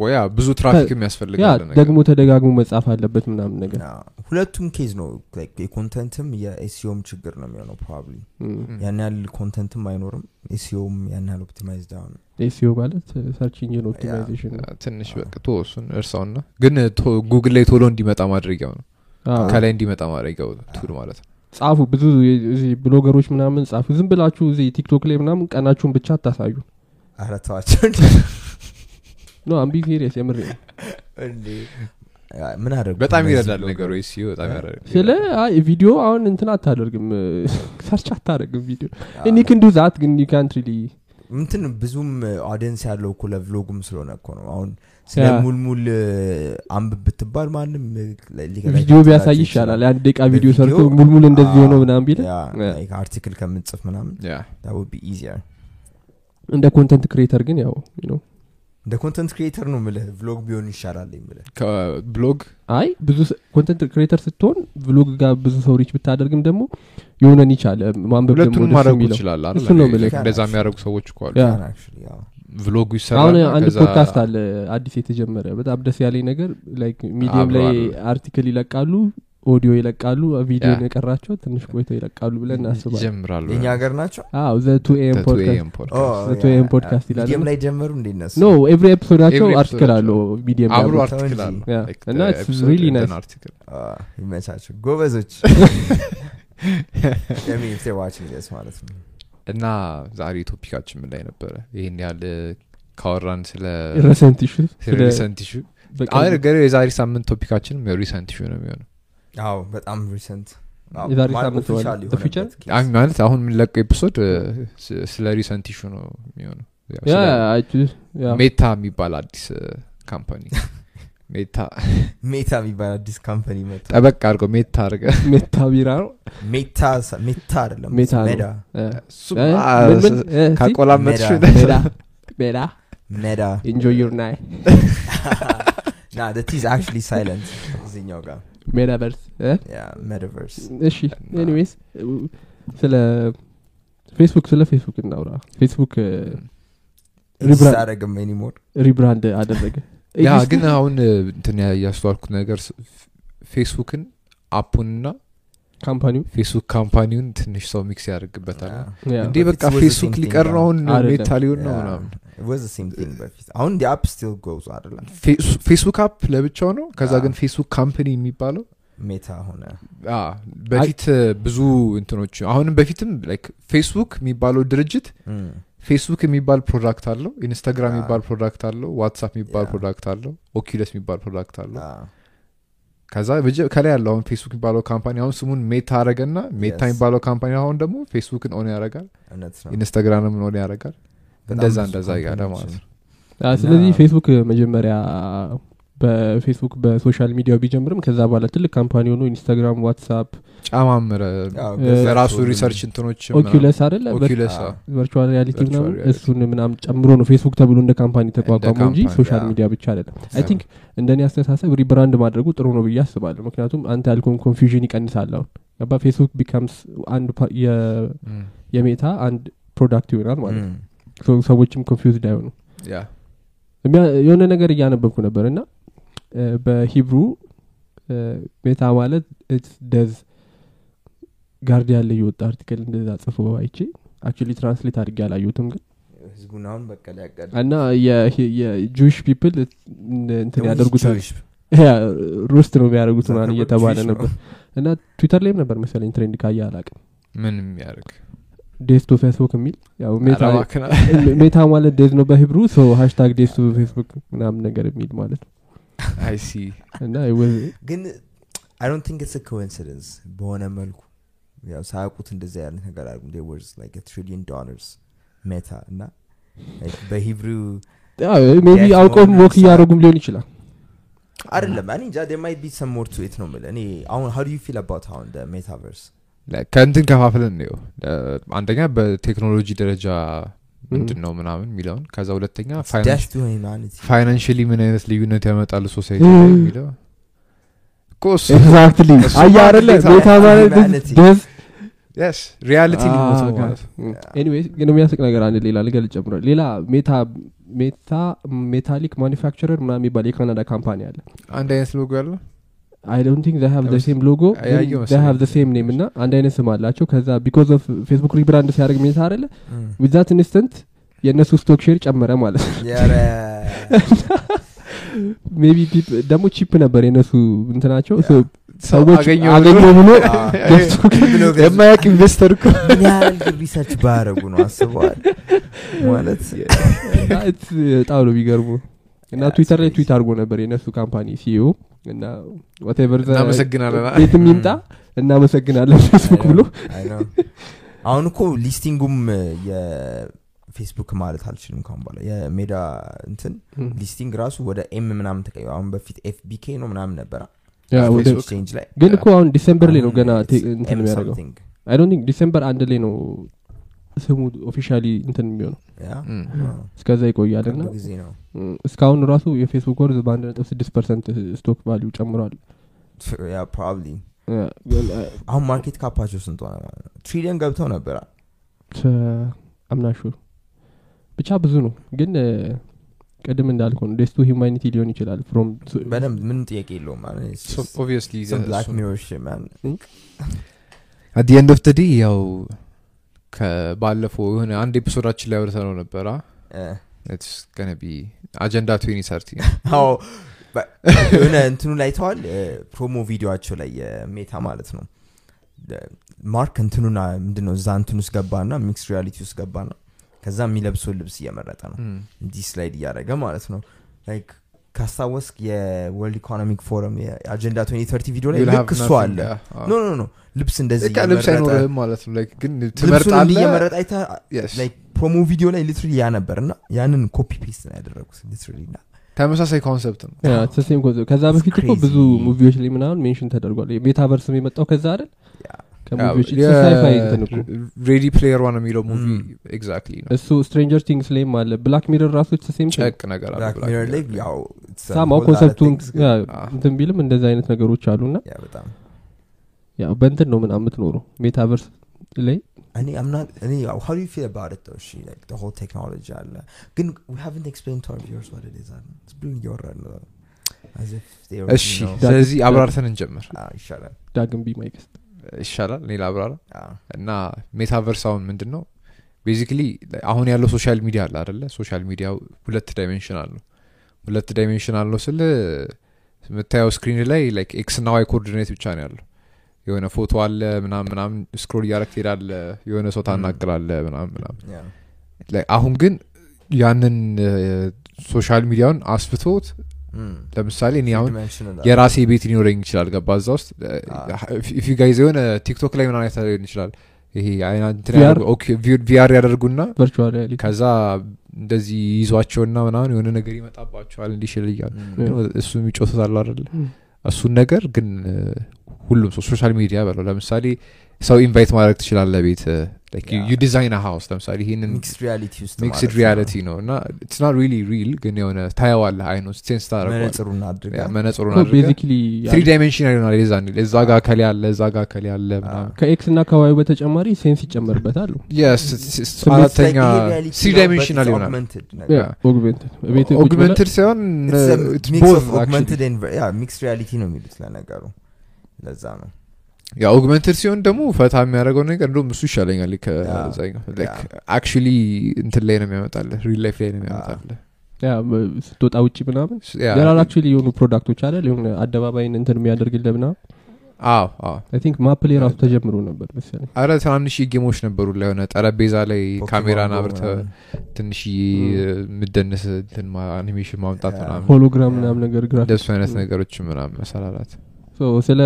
Speaker 3: ወይ ያ ብዙ ትራፊክ
Speaker 1: ያ
Speaker 3: የሚያስፈልጋል ነገር
Speaker 1: ደግሞ ተደጋግሞ መጻፍ አለበት ምናምን ነገር
Speaker 2: ያ። ሁለቱም ኬዝ ነው like የኮንተንትም የኤስዮም ችግር ነው የሚሆነው ፕሮባብሊ
Speaker 1: እም።
Speaker 3: Mm.
Speaker 2: ያን ያህል ኮንተንትም አይኖርም ኤስዮም ያን ያህል ኦፕቲማይዝ ዳውን
Speaker 1: ኤስዮ ማለት ሰርች ኢንጂን ኦፕቲማይዜሽን ነው
Speaker 3: ያ፣ ትንሽ በቅቶ እሱን እርሳውና ግን ቶ- ጉግል ላይ ቶሎ እንዲመጣ ማድረጊያው ነው
Speaker 1: አዎ።
Speaker 3: ከላይ እንዲመጣ ማድረጊያው ቱል ማለት ነው
Speaker 1: ጻፉ ብዙ የ- እዚህ ብሎገሮች ምናምን ጻፉ ዝም ብላችሁ እዚህ ቲክቶክ ላይ ምናምን ቀናችሁን ብቻ አታሳዩ
Speaker 2: ኧረ ተዋቸው
Speaker 1: ኖ አምቢ ሲሪየስ የምር ነው።
Speaker 2: እንዴ። ያ፣ ምን አደረጉ
Speaker 3: በጣም
Speaker 2: እነዚህ
Speaker 3: ይረዳል
Speaker 2: ብሎገሮች?
Speaker 3: ነገሩ ኤስዩ በጣም ያረ-
Speaker 1: ስለ አይ ቪዲዮ አሁን እንትን አታደርግም ሰርች አታደርግም ቪዲዮ
Speaker 2: ያ።
Speaker 1: እኒ ክንዱ ዛት ግን ዩ ካንት ሪሊ
Speaker 2: እንትን ብዙም ኦዲየንስ ያለው እኮ ለቭሎጉም ስለሆነ እኮ ነው አሁን ስለ
Speaker 1: ያ።
Speaker 2: ሙልሙል አንብብ ብትባል ማንም
Speaker 1: ቪዲዮ ቢያሳይ ይሻላል የአንድ ደቂቃ ቪዲዮ ሰርቶ
Speaker 2: በቪዲዮ-
Speaker 1: ሙልሙል እንደዚህ
Speaker 2: አዎ።
Speaker 1: ሆኖ ምናምን ቢለ ያ።
Speaker 2: አርቲክል ከምንጽፍ ምናምን
Speaker 3: ያ
Speaker 2: that would be easier
Speaker 1: እንደ ኮንተንት ክሬተር ግን ያው you know፣
Speaker 2: እንደ ኮንተንት ክሪኤተር ነው ምልህ ቭሎግ ቢሆን ይሻላል ምልህ
Speaker 3: ከብሎግ
Speaker 1: አይ ብዙ ኮንተንት ክሬተር ስትሆን ብሎግ ጋር ብዙ ሰው ሪች ብታደርግም ደግሞ የሆነ ኒች አለ ማንበብ ደግሞ
Speaker 3: ሁለቱንም
Speaker 1: ደስ
Speaker 3: ማድረጉ
Speaker 1: የሚለው።
Speaker 3: ይችላል አይደል?
Speaker 1: እሱን ነው
Speaker 3: Like
Speaker 1: የምልህ።
Speaker 3: እንደዛ የሚያደረጉ ሰዎች እኮ አሉ
Speaker 1: ያ።
Speaker 2: Can actually, ያው።
Speaker 3: ቭሎጉ
Speaker 1: አሁን
Speaker 3: ይሰራል
Speaker 1: አንድ
Speaker 3: ከዛ
Speaker 1: ፖድካስት አለ አዲስ የተጀመረ በጣም ደስ ያለኝ ነገር ላይክ ሚዲየም
Speaker 3: አብሮ
Speaker 1: ላይ
Speaker 3: አለ።
Speaker 1: አርቲክል ይለቃሉ ኦዲዮ ይለቃሉ ቪዲዮ
Speaker 3: ያ።
Speaker 1: የቀራቸው ትንሽ ቆይተው ይለቃሉ ብለን እናስባለን
Speaker 3: ይጀምራሉ
Speaker 2: የእኛ ሀገር ናቸው
Speaker 1: አዎ ዘ ቱ ኤም
Speaker 3: The 2
Speaker 1: ፖድካስት
Speaker 3: AM
Speaker 2: ኦ፣
Speaker 3: podcast።
Speaker 1: The
Speaker 2: ያ፣
Speaker 1: 2 AM
Speaker 2: ያ።
Speaker 1: podcast ይላል
Speaker 2: ሚዲየም
Speaker 1: እና-
Speaker 2: ላይ ጀመሩ እንደ እነሱ
Speaker 1: ኖ ኤቭሪ ኤፒሶዳቸው
Speaker 3: Every
Speaker 1: አርቲክል
Speaker 3: episode
Speaker 1: አለው ሚዲየም
Speaker 3: አብሮ
Speaker 1: ላይ
Speaker 3: አርቲክል አለ
Speaker 1: ያ።
Speaker 3: Like uh,
Speaker 1: እና
Speaker 3: the
Speaker 1: it's
Speaker 3: episode
Speaker 1: really
Speaker 3: and then
Speaker 1: nice.
Speaker 3: article.
Speaker 2: አ፣ ይመቻቸው ጎበዞች I mean, if they're watching this ማለት ነው
Speaker 3: እና ዛሬ ቶፒካችን ምን ላይ ነበረ ይህን ያህል ካወራን ስለ
Speaker 1: ረሰንት ሹ
Speaker 3: ሪሰንት ሹ ገ የዛሬ ሳምንት ቶፒካችንም ሪሰንት ሹ ነው የሚሆነው
Speaker 2: አዎ በጣም ሪሰንት
Speaker 1: የዛሬ ሳምንት ሆነ። The future?
Speaker 3: አይ ማለት አሁን የምንለቀው ኤፒሶድ ስለ ሪሰንት ሹ ነው uh, የሚሆነው ያው ስለ ሜታ የሚባል አዲስ ካምፓኒ ሜታ
Speaker 2: ሜታ የሚባል አዲስ ካምፓኒ መጣ
Speaker 3: ጠበቅ አድርገው ሜታ አድርገ
Speaker 1: ሜታ ቢራ ነው
Speaker 2: ሜታ ሳ- ሜታ አይደለም
Speaker 1: ሜታ ነው።
Speaker 2: ሜዳ
Speaker 1: እ፣ እ፣ ምን ምን? እ፣ ሲ?
Speaker 3: ካቆላመጥሽ
Speaker 2: ሜዳ።
Speaker 1: ሜዳ ሜዳ
Speaker 2: ሜዳ
Speaker 1: ኢንጆይ ዩር ናይ
Speaker 2: ና that is actually silent እዚህኛው ጋር
Speaker 1: ሜዳ በርስ እ?
Speaker 2: Yeah, metaverse
Speaker 1: እሺ ኤኒዌይስ ስለ ፌስቡክ ስለ ፌስቡክ እናውራ ፌስቡክ እ፣ ሪብራንድ-
Speaker 2: ሳረግም anymore
Speaker 1: ሪብራንድ አደረገ
Speaker 3: ያ ግን
Speaker 1: Existing-
Speaker 3: አሁን እንትን ያ- ያስተዋልኩት ነገር ስ- ፌስቡክን አፑንና
Speaker 1: ካምፓኒው
Speaker 3: ፌስቡክ ካምፓኒውን ትንሽ ሰው ሚክስ ያደርግበታል
Speaker 2: Yeah.
Speaker 1: ያ፣
Speaker 3: እንዲህ
Speaker 2: But
Speaker 3: በቃ
Speaker 2: it's worth the
Speaker 3: ፌስቡክ
Speaker 2: same
Speaker 3: ሊቀር
Speaker 2: thing
Speaker 3: ነው አሁን
Speaker 1: አይደለም።
Speaker 3: ሜታ ሊሆን ነው
Speaker 2: Yeah.
Speaker 3: ምናምን
Speaker 2: It was the same thing በፊት አሁን the app still goes አይደለም
Speaker 3: ፌስ- ፌስቡክ አፕ ለብቻው ነው ከዛ
Speaker 2: Yeah.
Speaker 3: ግን ፌስቡክ ካምፓኒ የሚባለው
Speaker 2: ሜታ ሆነ
Speaker 3: አ፣ በፊት ብዙ እንትኖች አሁንም በፊትም ላይክ ፌስቡክ የሚባለው ድርጅት
Speaker 2: Mm.
Speaker 3: ፌስቡክ የሚባል ፕሮዳክት አለው ኢንስታግራም
Speaker 2: Yeah.
Speaker 3: የሚባል ፕሮዳክት አለው ዋትሳፕ የሚባል
Speaker 2: Yeah.
Speaker 3: ፕሮዳክት አለው ኦኪለስ የሚባል ፕሮዳክት አለው
Speaker 2: Ah,
Speaker 3: ከዛ በጀ- ከላይ ያለው አሁን ፌስቡክ የሚባለው ካምፓኒ አሁን ስሙን ሜታ አረገና ሜታ
Speaker 2: Yes.
Speaker 3: የሚባለው ካምፓኒ አሁን ደግሞ ፌስቡክን ኦን ያደርጋል
Speaker 2: እውነት ነው
Speaker 3: ኢንስታግራምን ኦን ያደርጋል
Speaker 2: በጣም
Speaker 3: እንደዛ
Speaker 2: ብዙ
Speaker 3: እንደዛ እያለ ማለት
Speaker 2: Oh,
Speaker 3: ነው
Speaker 1: አ፣ ስለዚህ
Speaker 2: እና-
Speaker 1: ፌስቡክ መጀመሪያ በፌስቡክ በሶሻል ሚዲያው ቢጀምርም ከዛ በኋላ ትልቅ ካምፓኒ ሆኖ ኢንስታግራም ዋትሳፕ
Speaker 3: ጫማምረ
Speaker 2: አዎ፣
Speaker 1: እ፣
Speaker 2: ገዛ
Speaker 3: በራሱ
Speaker 2: ሁሉም
Speaker 3: ሪሰርች እንትኖች
Speaker 1: ኦኪለስ አይደለ
Speaker 3: ኦኪለስ
Speaker 2: አዎ።
Speaker 1: ቨርቹዋል ሪያሊቲ
Speaker 3: Virtual
Speaker 1: ምናምን
Speaker 3: reality።
Speaker 1: እሱን ምናምን ጨምሮ ነው ፌስቡክ ተብሎ እንደ ካምፓኒ ተቋቋመው እንጂ
Speaker 3: ካምፓኒ፣
Speaker 1: ሶሻል
Speaker 2: ያ።
Speaker 1: ሚዲያ ብቻ አይደለም አይ
Speaker 3: Yeah.
Speaker 1: ቲንክ እንደኔ አስተሳሰብ ሪብራንድ ማድረጉ ጥሩ ነው ብዬ አስባለሁ ምክንያቱም አንተ ያልከውን ኮንፊውዥን ይቀንሳል አሁን ገባ ፌስቡክ ቢካምስ አንድ ፓ- የ- የሜታ አንድ ፕሮዳክት ይሆናል ማለት
Speaker 2: Mm.
Speaker 1: ነው So ሰዎችም ኮንፊውዝድ አይሆኑ
Speaker 3: ያ
Speaker 1: የሚያ- የሆነ ነገር እያነበብኩ ነበር እና እ፣ በሂብሩ እ፣ ሜታ ማለት ኢትስ ደዝ ጋርዲያን ላይ የወጣ አርቲክል እንደዛ ጽፎ አይቼ አክቹሊ ትራንስሌት አድርጌ አላየሁትም ግን
Speaker 2: ህዝቡን አሁን በቃ ሊያቀድ
Speaker 1: እና የጁዊሽ ፒፕል እንትን ያደርጉታል ሮስት ነው የሚያደርጉት ምናምን እየተባለ ነበር እና ትዊተር ላይም ነበር መሰለኝ ትሬንድ ካየ አላቅም
Speaker 3: ምን የሚያደርግ
Speaker 1: ዴስቶ ፌስቡክ የሚል ያው ሜታ
Speaker 3: አረባክና
Speaker 1: ሜታ ማለት ዴዝ ነው በሂብሩ ሰው ሃሽታግ ዴስቶ ፌስቡክ ምናምን ነገር የሚል ማለት ነው
Speaker 3: አይሲ
Speaker 1: እና it was-
Speaker 2: ግን አይ ዶንት ቲንክ ኢትስ ኮንሲደንስ በሆነ መልኩ ያው ሳያውቁት እንደዚህ አይነት ነገር አድርጉ they were like a trillion dollars ሜታ እና like በሂብሩ
Speaker 1: ያው ሜቢ
Speaker 2: Yes,
Speaker 1: አውቀውም
Speaker 2: ሆነ
Speaker 1: ወክ እያደረጉም ሊሆን ይችላል
Speaker 2: አይደለም እኔ እንጃ there might be some more to it ነው የምልህ እኔ አሁን how do you feel about አሁን the metaverse
Speaker 3: ከእንትን ከፋፍለን ነው አንደኛ በቴክኖሎጂ ደረጃ ምንድን ነው ምናምን የሚለውን ከዛ ሁለተኛ
Speaker 2: It's death to humanity
Speaker 3: ፋይናንሽሊ ምን አይነት ልዩነት ያመጣል ሶሳይቲ ላይ የሚለው እኮ እሱ
Speaker 1: ኤግዛክትሊ
Speaker 3: እሱ
Speaker 1: አየህ አይደለ
Speaker 3: ማለት
Speaker 1: ሜታ
Speaker 2: ነው።
Speaker 1: ማለት
Speaker 2: Humanity.
Speaker 1: ደዝ
Speaker 3: yes ሪያሊቲ ሊሞት ነው
Speaker 1: Ah,
Speaker 3: ማለት ነው።
Speaker 1: ኤኒዌይስ ግን የሚያስቅ ነገር አንድ ሌላ ልገል ጨምራል ሌላ ሜታ ሜታ ሜታሊክ ማኒፋክቸረር ምናምን የሚባል የካናዳ ካምፓኒ አለ
Speaker 3: አንድ አይነት ሎጎ ያለው
Speaker 1: አይ ዶንት ቲንክ ሀቭ
Speaker 3: Yes.
Speaker 1: ሴም ሎጎ
Speaker 3: ያየው መሰለኝ።
Speaker 1: ሀቭ ሴም ኔም እና አንድ አይነት ስም አላቸው ከዛ ቢኮዝ ኦፍ ፌስቡክ ሪብራንድ ሲያደርግ ሜታ አለ
Speaker 2: Mm.
Speaker 1: ዊዛት ኢንስተንት የእነሱ ስቶክ ሼር ጨመረ ማለት ነው
Speaker 2: ኧረ፣
Speaker 1: ሜቢ ደግሞ ቺፕ ነበር የእነሱ እንትናቸው So
Speaker 3: ሰው
Speaker 1: ሰዎች
Speaker 3: አገኘው
Speaker 1: አገኘ
Speaker 3: ብሎ-
Speaker 1: ብሎ
Speaker 2: አዎ።
Speaker 1: ገዝቶ
Speaker 2: ብሎ ገዛ።
Speaker 3: የማያውቅ ኢንቨስተር እኮ
Speaker 2: ምን ያህል ግን ሪሰርች ባያደረጉ ነው አስበዋል ማለት
Speaker 1: እና it's uh, በጣም ነው የሚገርሙ እና
Speaker 2: Yeah,
Speaker 1: ትዊተር ላይ
Speaker 2: it's
Speaker 1: ትዊት አድርጎ ነበር የእነሱ ካምፓኒ ሲኢኦ እና ወቴቨር
Speaker 3: እናመሰግናለን
Speaker 1: ቤትም ይምጣ እናመሰግናለን ፌስቡክ ብሎ
Speaker 2: I know. አሁን እኮ ሊስቲንጉም የፌስቡክ ማለት አልችልም ካሁን በኋላ የሜዳ እንትን
Speaker 1: Hmm.
Speaker 2: ሊስቲንግ ራሱ ወደ ኤም ምናምን ተቀይሯል አሁን በፊት ኤፍቢኬ ነው ምናምን ነበረ
Speaker 1: ያ ወደ-
Speaker 2: ፌስቡክ ኤክስቼንጅ ላይ
Speaker 1: ግን እኮ አሁን ዲሰምበር ላይ ነው
Speaker 2: አሁን
Speaker 1: ገና
Speaker 2: Um, it's
Speaker 1: ቴ- እንትን
Speaker 2: M
Speaker 1: የሚያደርገው
Speaker 2: something.
Speaker 1: አይ ዶንት ቲንክ ዲሰምበር አንድ ላይ ነው ስሙ ኦፊሻሊ እንትን የሚሆነው
Speaker 2: Yeah?
Speaker 3: Mm.
Speaker 2: አዎ።
Speaker 1: እስከዛ ይቆያል እና
Speaker 2: ቅርብ ጊዜ ነው
Speaker 1: ም፣ እስካሁን ራሱ የፌስቡክ ወርዝ በአንድ ነጥብ ስድስት ፐርሰንት ስቶክ ቫሊዩ ጨምሯል
Speaker 2: Yeah, probably.
Speaker 1: እ፣
Speaker 2: አሁን ማርኬት ካፓቸው ስንት ሆነ ማለት ነው ትሪሊየን ገብተው ነበረ
Speaker 1: ተ- አምናሹ ብቻ ብዙ ነው ግን እ፣ ቅድም እንዳልከው ነው ደስቱ ሂማኒቲ ሊሆን ይችላል ፍሮም
Speaker 2: በደንብ ምንም ጥያቄ የለውም ማለት ነው. It's just some black mirror shit, man.
Speaker 3: አት ዲ ኤንድ ኦፍ ዲ ያው ከባለፈው የሆነ አንድ ኤፒሶዳችን ላይ ወርተ ነው ነበራ
Speaker 2: እ።
Speaker 3: ገነቢ አጀንዳ ትዌኒ ሰርቲ
Speaker 2: አዎ በ- የሆነ እንትኑ ላይ ተዋል ፕሮሞ ቪዲዮቸው ላይ የሜታ ማለት ነው ደ- ማርክ እንትኑና ምንድነው እዛ እንትን ውስጥ ገባና ሚክስ ሪያሊቲ ውስጥ ገባና ከዛ የሚለብሰው ልብስ እየመረጠ ነው እንዲህ ስላይድ እያደረገ ማለት ነው ላይክ ካስታወስክ የወርልድ ኢኮኖሚክ ፎረም የአጀንዳ 2030 ቪዲዮ ላይ ልክ እሱ አለ ኖ ኖ ኖ ልብስ እንደዚህ
Speaker 3: ልብስ
Speaker 2: እየመረጠ
Speaker 3: አይኖርህም ማለት ነው like ግን
Speaker 2: ልብሱን እንዲህ
Speaker 3: ትመርጣለህ
Speaker 2: እየመረጠ አይተህ
Speaker 3: Yes.
Speaker 2: ፕሮሞ ቪዲዮ ላይ ሊትራሊ ያ ነበር እና ያንን ኮፒ ፔስት ነው ያደረጉት ሊትራሊ እና
Speaker 3: ተመሳሳይ ኮንሰፕት ነው
Speaker 1: ሰሴም ከዛ በፊት እኮ
Speaker 2: crazy.
Speaker 1: ብዙ ሙቪዎች ላይ ምናምን ሜንሽን ተደርጓል ሜታቨርስም የመጣው ከዛ አይደል
Speaker 2: Yeah.
Speaker 1: ከሙቪዎች
Speaker 3: የ-
Speaker 1: ሳይፋይ እንትን እኮ
Speaker 3: ሬዲ ፕሌየር ዋን የሚለው ሙቪ
Speaker 2: Mm.
Speaker 3: ኤግዛክትሊ ነው
Speaker 1: እሱ ስትሬንጀር ቲንግስ ላይም አለ ብላክ ሚረር ራሱ ሰሴም
Speaker 3: ጨቅ ነገር አለ
Speaker 2: ብላክ
Speaker 3: Black
Speaker 2: ሚረር ላይ
Speaker 3: Mirror ላይ።
Speaker 2: ያው it's a
Speaker 1: ሳማው
Speaker 2: whole other
Speaker 1: ኮንሰፕቱን
Speaker 2: things Ah. ግን-
Speaker 1: ያ፣ እንትን ቢልም እንደዚህ አይነት ነገሮች አሉና
Speaker 2: ያ በጣም
Speaker 1: ያው በእንትን ነው ምናምን የምትኖረው ሜታቨርስ ላይ
Speaker 2: እኔ I'm not እኔ ያው how do you feel about it though እሺ like the whole technology አለ ግን we haven't explained to our viewers what it is አይደል? It's been እያወራን ነው as if Ah, they already
Speaker 3: እሺ
Speaker 2: know።
Speaker 3: ስለዚህ አብራርተን እንጀምር
Speaker 2: አዎ፣ ይሻላል
Speaker 1: ዳግም ቢ ማይገስት
Speaker 3: ይሻላል ሌላ አብራራ
Speaker 2: አዎ፣
Speaker 3: እና ሜታቨርስ አሁን ምንድን ነው ቤዚክሊ አሁን ያለው ሶሻል ሚዲያ አለ አደለ ሶሻል ሚዲያው ሁለት ዳይሜንሽናል ነው ሁለት ዳይሜንሽናል ነው ስል የምታየው ስክሪን ላይ like ኤክስ ና ዋይ ኮኦርዲኔት ብቻ ነው ያለው የሆነ ፎቶ አለ ምናም ምናም ስክሮል እያረግ ትሄዳለ የሆነ ሰው ታናግራለ ምናም ምናም
Speaker 2: yeah.
Speaker 3: Like አሁን ግን ያንን ሶሻል ሚዲያውን አስፍቶት
Speaker 2: Mm.
Speaker 3: ለምሳሌ እኔ አሁን
Speaker 2: Dimensional አለ።
Speaker 3: የራሴ ቤት ሊኖረኝ ይችላል ገባ እዛ ውስጥ
Speaker 2: አዎ።
Speaker 3: ፊጋይዘ የሆነ ቲክቶክ ላይ ምናምን አይታ ሊሆን ይችላል ይሄ አይና እንትን
Speaker 1: VR?
Speaker 3: ያደርጉ- ኦኬ፣ ቪ- ቪአር ያደርጉና
Speaker 1: ቨርቹዋል ሪያሊቲ
Speaker 3: ከዛ እንደዚህ ይዟቸውና ምናምን የሆነ ነገር ይመጣባቸዋል እንዲሽል እያሉ
Speaker 2: Mm.
Speaker 3: እሱ የሚጮቱት አለ አደለ እሱን ነገር ግን እ፣ ሁሉም ሰው ሶሻል ሚዲያ በለው ለምሳሌ ሰው ኢንቫይት ማድረግ ትችላለ ቤት
Speaker 2: Yeah.
Speaker 3: ዩ ዲዛይን ሀውስ ለምሳሌ ይህንን
Speaker 2: Mixed reality ውስጥ
Speaker 3: ሚክስድ
Speaker 2: ማለት ነው።
Speaker 3: ሪያሊቲ ነው እና ኢትስ ናት ሪሊ ሪል ግን የሆነ ታየዋለ አይኖ ሴንስ ታደረጓል
Speaker 2: መነጽሩን አድርጋ
Speaker 3: መነጽሩን አድርገህ
Speaker 1: ቤዚክሊ
Speaker 3: ትሪ ዳይሜንሽናል ይሆናል የዛን እዛ ጋ ከሌ ያለ እዛ ጋ ከሌ ያለ ምናምን
Speaker 1: ከኤክስ እና ከዋዩ በተጨማሪ ሴንስ ይጨመርበታል
Speaker 3: Yes, it's- it's uh, አራተኛ
Speaker 2: uh,
Speaker 3: ትሪ ዳይሜንሽናል ይሆናል Yeah.
Speaker 1: ኦግሜንትድ ቤት ቁጭ ብለህ
Speaker 3: ኦግመንትድ ሳይሆን
Speaker 2: ሚክስ ሪያሊቲ ነው የሚሉት ለነገሩ ለዛ ነው
Speaker 3: ኦግመንትድ ሲሆን ደግሞ ፈታ የሚያደርገው ነገር እንደም እሱ ይሻለኛል uh, ከዛኛው አክቹሊ እንትን ላይ ነው የሚያመጣለ ሪል ላይፍ ላይ ነው የሚያመጣለ
Speaker 1: ያ፣ በ- ስትወጣ ውጭ ምናምን ሌላ አክቹዋሊ የሆኑ ፕሮዳክቶች አለ የሆነ አደባባይን እንትን የሚያደርግልህ ምናምን
Speaker 3: አዎ አዎ
Speaker 1: አይ ቲንክ ማፕ ላይ ራሱ ተጀምሮ ነበር መሰለኝ
Speaker 3: አረ ትናንሽ ጌሞች ነበሩ ላይ የሆነ ጠረጴዛ ላይ ካሜራን uh, አብርተ ትንሽ የምደንስ አኒሜሽን ማምጣት
Speaker 2: Yeah.
Speaker 3: ምናምን
Speaker 1: ሆሎግራም ምናምን ነገር ግራፊክ
Speaker 3: እንደሱ አይነት ነገሮች ምናምን መሰላላት
Speaker 1: ስለ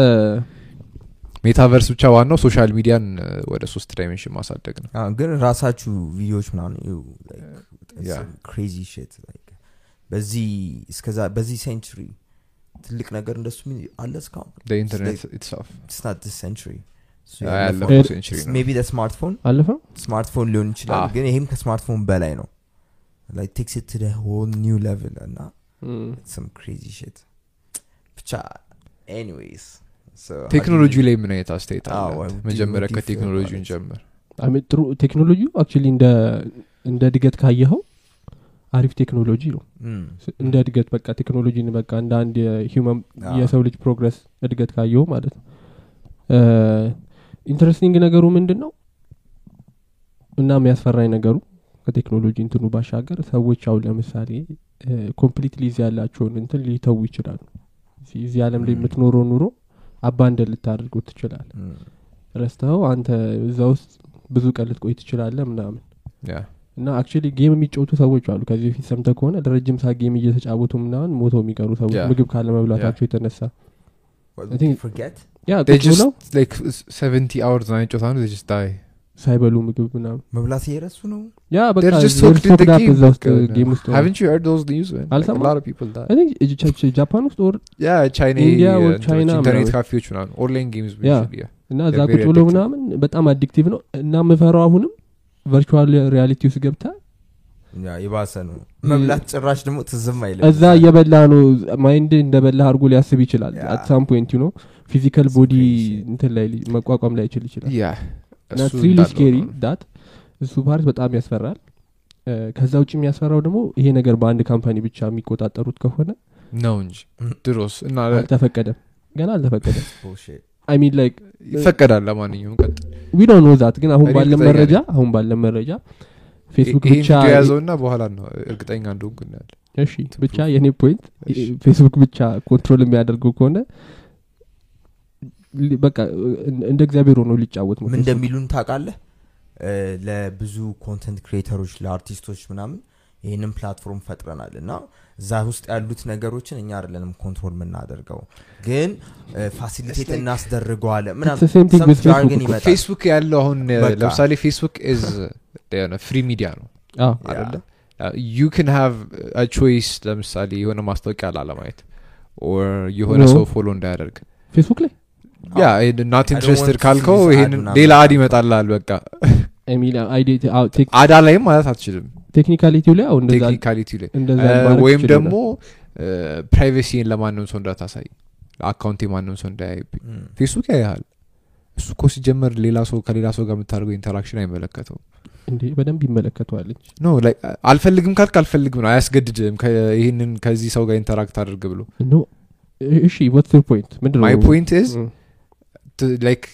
Speaker 3: ሜታቨርስ ብቻ ዋናው ሶሻል ሚዲያን እ፣ ወደ ሶስት ዳይሜንሽን ማሳደግ ነው
Speaker 2: ግን ራሳችሁ ቪዲዮዎች ምናምን
Speaker 3: Yeah.
Speaker 2: ክሬዚ ሽት በዚህ እስከዛ በዚህ ሴንቹሪ ትልቅ ነገር እንደሱ ምን አለ እስካሁን
Speaker 3: ኢንተርኔት ኢትሰልፍ
Speaker 2: ስናት ሴንቹሪ
Speaker 3: ያለፈው
Speaker 1: Yeah.
Speaker 3: ሴንቹሪ ነው
Speaker 2: ሜቢ ስማርትፎን
Speaker 1: አለፈ
Speaker 2: ስማርትፎን ሊሆን ይችላል
Speaker 3: Ah.
Speaker 2: ግን ይሄም ከስማርትፎን በላይ ነው ላይ ቴክስ ት ሆል ኒው ሌቭል እና some crazy shit ብቻ anyways so
Speaker 3: ቴክኖሎጂ
Speaker 2: how
Speaker 3: ላይ ምን አይነት አስተያየት
Speaker 2: አዎ,
Speaker 3: አለ
Speaker 2: I would
Speaker 3: መጀመሪያ
Speaker 2: do
Speaker 3: ከቴክኖሎጂን
Speaker 2: different
Speaker 3: ጀምር
Speaker 1: ጥሩ ቴክኖሎጂ አክቹዋሊ እንደ እንደ እድገት ካየኸው አሪፍ ቴክኖሎጂ ነው
Speaker 2: do you- Mm,
Speaker 1: ስ- እንደ እድገት በቃ ቴክኖሎጂን በቃ እንደ አንድ የሂውማን
Speaker 2: አዎ።
Speaker 1: የሰው ልጅ ፕሮግረስ እድገት ካየው ማለት ነው ኢንትረስቲንግ ነገሩ ምንድን ነው እና የሚያስፈራኝ ነገሩ ከቴክኖሎጂ እንትኑ ባሻገር ሰዎች አሁን ለምሳሌ ኮምፕሊትሊ እዚህ ያላቸውን እንትን ሊተዉ ይችላሉ እዚህ- እዚህ ዓለም ላይ
Speaker 2: Mm.
Speaker 1: የምትኖረው ኑሮ አባንደ ልታደርጉ ትችላል
Speaker 2: mm,
Speaker 1: ረስተኸው አንተ እዛ ውስጥ ብዙ ቀን ልትቆይ ትችላለህ ምናምን
Speaker 3: ያ።
Speaker 1: እና አክቹሊ ጌም የሚጫወቱ ሰዎች አሉ ከዚህ በፊት ሰምተ ከሆነ ለረጅም ሰዓት ጌም እየተጫወቱ ምናምን ሞተው የሚቀሩ ሰዎች
Speaker 3: Yeah.
Speaker 1: ምግብ ካለመብላታቸው የተነሳ
Speaker 2: what,
Speaker 1: I think-
Speaker 2: forget
Speaker 1: ያ
Speaker 3: They
Speaker 1: ቁጭ
Speaker 3: just,
Speaker 1: ብለው
Speaker 3: like, 70 hours ምናምን ይጮታሉ, they just die.
Speaker 1: ሳይበሉ ምግብ ምናምን
Speaker 2: መብላት እየረሱ ነው
Speaker 1: ያ በቃ
Speaker 3: They're just
Speaker 1: they're
Speaker 3: hooked in the
Speaker 1: soaked up
Speaker 3: game,
Speaker 1: እዛ ውስጥ
Speaker 3: በቃ,
Speaker 1: ጌም ውስጥ ሆነው።
Speaker 3: Haven't you heard those news, man? Like, a
Speaker 1: አልሰማም?
Speaker 3: lot of people die.
Speaker 1: I think እጅ- ቻ- ቻ- ጃፓን ውስጥ or-
Speaker 3: Yeah, China, uh,
Speaker 1: India or
Speaker 3: እንትኖች,
Speaker 1: China
Speaker 3: ኢንተርኔት
Speaker 1: ምናምን።
Speaker 3: ካፌዎች ምናምን ኦንላይን ጌምስ
Speaker 1: Yeah. እና እዛ
Speaker 3: They're very
Speaker 1: ቁጭ ብለው
Speaker 3: addictive.
Speaker 1: ምናምን በጣም አዲክቲቭ ነው እና ምፈራው አሁንም ቨርቹዋል ሪያሊቲ ውስጥ ገብታ
Speaker 2: ያ የባሰ ነው መብላት ጭራሽ ደግሞ ትዝም አይልም
Speaker 1: እዛ እየበላ ነው ማይንድ እንደበላ አድርጎ ሊያስብ ይችላል
Speaker 2: ያ።
Speaker 1: አትሳም ፖይንት ነው ፊዚካል ቦዲ
Speaker 2: crazy.
Speaker 1: እንትን ላይ ሊ- መቋቋም ላይ ይችል ይችላል
Speaker 3: ያ
Speaker 1: እና ትሪሊ ስኬሪ ዳት እሱ ፓርት በጣም ያስፈራል እ፣ ከዛ ውጭ የሚያስፈራው ደግሞ ይሄ ነገር በአንድ ካምፓኒ ብቻ የሚቆጣጠሩት ከሆነ
Speaker 3: ነው እንጂ
Speaker 2: Mm.
Speaker 3: ድሮስ እና
Speaker 1: አልተፈቀደም ገና አልተፈቀደም
Speaker 2: Bullshit.
Speaker 1: ሚን ላይክ
Speaker 3: ይፈቀዳል ለማንኛውም ቀጥ
Speaker 1: ዊዶን ወዛት ግን አሁን
Speaker 3: እኔ
Speaker 1: ባለን
Speaker 3: እርግጠኛ
Speaker 1: መረጃ አሁን ባለን መረጃ ፌስቡክ
Speaker 3: ይሄን
Speaker 1: ብቻ
Speaker 3: ቪዲዮ የያዘውና በኋላ ነው እርግጠኛ እንደሆንኩ እናያለን
Speaker 1: እሺ ብቻ የእኔ ፖይንት ፌስቡክ ብቻ ኮንትሮል የሚያደርገው ከሆነ ሊ- በቃ እን- እንደ እግዚአብሔር ሆኖ ሊጫወት ነው
Speaker 2: ምን
Speaker 1: ፌስቡክ።
Speaker 2: እንደሚሉን ታውቃለህ እ፣ ለብዙ ኮንተንት ክሬተሮች ለአርቲስቶች ምናምን ይህንን ፕላትፎርም ፈጥረናል እና እዛ ውስጥ ያሉት ነገሮችን እኛ አይደለንም ኮንትሮል የምናደርገው ግን ፋሲሊቴት እናስደርገዋለን
Speaker 1: It's the same thing with
Speaker 2: ምናምን
Speaker 1: Facebook
Speaker 2: ይመጣል
Speaker 3: ፌስቡክ ያለው አሁን እ,
Speaker 2: በቃ።
Speaker 3: ለምሳሌ ፌስቡክ ኢዝ ፍሪ ሚዲያ ነው
Speaker 1: አዎ።
Speaker 3: አይደለ ዩ ክን ሃቭ ቾይስ ለምሳሌ የሆነ ማስታወቂያ ላለማየት ኦር የሆነ
Speaker 1: No.
Speaker 3: ሰው ፎሎ እንዳያደርግ
Speaker 1: ፌስቡክ ላይ
Speaker 3: ያ ናት
Speaker 2: I don't want
Speaker 3: ኢንትረስትድ
Speaker 2: to
Speaker 3: ካልከው
Speaker 2: see this ad
Speaker 3: ይህንን
Speaker 2: ምናምን
Speaker 3: ሌላ አድ
Speaker 2: ነገር።
Speaker 3: ይመጣልሃል በቃ
Speaker 1: ሚል
Speaker 3: አዳ ላይም ማለት አትችልም
Speaker 1: ቴክኒካሊቲው ላይ አዎ እንደዛ
Speaker 3: ቴክኒካሊቲ ላይ
Speaker 1: እንደዛ
Speaker 3: እ፣
Speaker 1: ማድረግ
Speaker 3: ወይም
Speaker 1: ይችላል።
Speaker 3: ደግሞ ፕራይቬሲን ለማንም ሰው እንዳታሳይ አካውንቴ ማንም ሰው እንዳያይብኝ
Speaker 2: Mm.
Speaker 3: ፌስቡክ ያይሃል እሱ እኮ ሲጀመር ሌላ ሰው ከሌላ ሰው ጋር የምታደርገው ኢንተራክሽን አይመለከተው
Speaker 1: እንዴ በደንብ ይመለከተዋለች
Speaker 3: ኖ like አልፈልግም ካልክ አልፈልግም ነው አያስገድድም ከ- ይህንን ከዚህ ሰው ጋር ኢንተራክት አድርግ ብሎ
Speaker 1: ኖ እሺ ወትስ ዩር ፖይንት ምንድን ነው
Speaker 3: ማይ ፖይንት ዝ
Speaker 1: እም፣
Speaker 3: ላይክ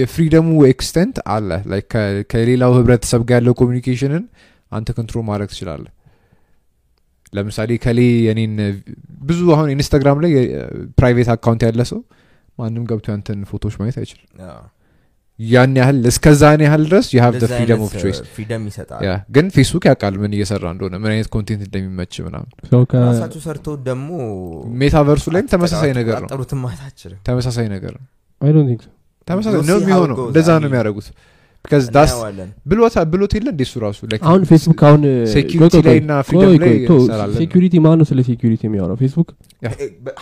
Speaker 3: የፍሪደሙ ኤክስተንት አለ Like ከ- ከሌላው ህብረተሰብ ጋር ያለው ኮሚኒኬሽንን አንተ ኮንትሮል ማድረግ ትችላለህ ለምሳሌ ከሌ የኔን ብዙ አሁን ኢንስታግራም ላይ ፕራይቬት አካውንት ያለ ሰው ማንም ገብቶ ያንተን ፎቶዎች ማየት አይችልም
Speaker 2: አዎ።
Speaker 3: ያን ያህል እስከዛን ያህል ድረስ you have the
Speaker 2: እንደዛ
Speaker 3: freedom
Speaker 2: አይነት,
Speaker 3: of choice
Speaker 2: uh, freedom ይሰጣል
Speaker 3: ያ ግን ፌስቡክ ያውቃል ምን እየሰራ እንደሆነ ምን አይነት ኮንቴንት እንደሚመች ምናምን
Speaker 1: ሰው ከ-
Speaker 2: ራሳቸው ሰርተው ደግሞ
Speaker 3: ሜታቨርሱ ላይም ተመሳሳይ ነገር ነው
Speaker 2: አጠሩትም ማለት አችልም
Speaker 3: ተመሳሳይ ነገር ነው
Speaker 1: I don't think so.
Speaker 3: ተመሳሳይ
Speaker 2: We'll
Speaker 3: ነው
Speaker 2: see how it
Speaker 3: የሚሆነው
Speaker 2: goes,
Speaker 3: እንደዛ
Speaker 2: I
Speaker 3: ነው
Speaker 2: mean.
Speaker 3: የሚያደርጉት ቢካዝ ዳስ
Speaker 2: እናየዋለን
Speaker 3: ብሎታ ብሎት የለ እንዴ እሱ ራሱ Like,
Speaker 1: አሁን ፌስቡክ አሁን እ፣
Speaker 3: ሴኪሪቲ
Speaker 1: ቆይ፣ ቆይ፣
Speaker 3: ላይ እና
Speaker 1: ቆይ፣
Speaker 3: ፍሪደም ላይ
Speaker 1: ቆይ፣ ቶ-
Speaker 3: እንሰራለን።
Speaker 1: ሴኪሪቲ ማን ነው ስለ ሴኪሪቲ የሚያወራው ፌስቡክ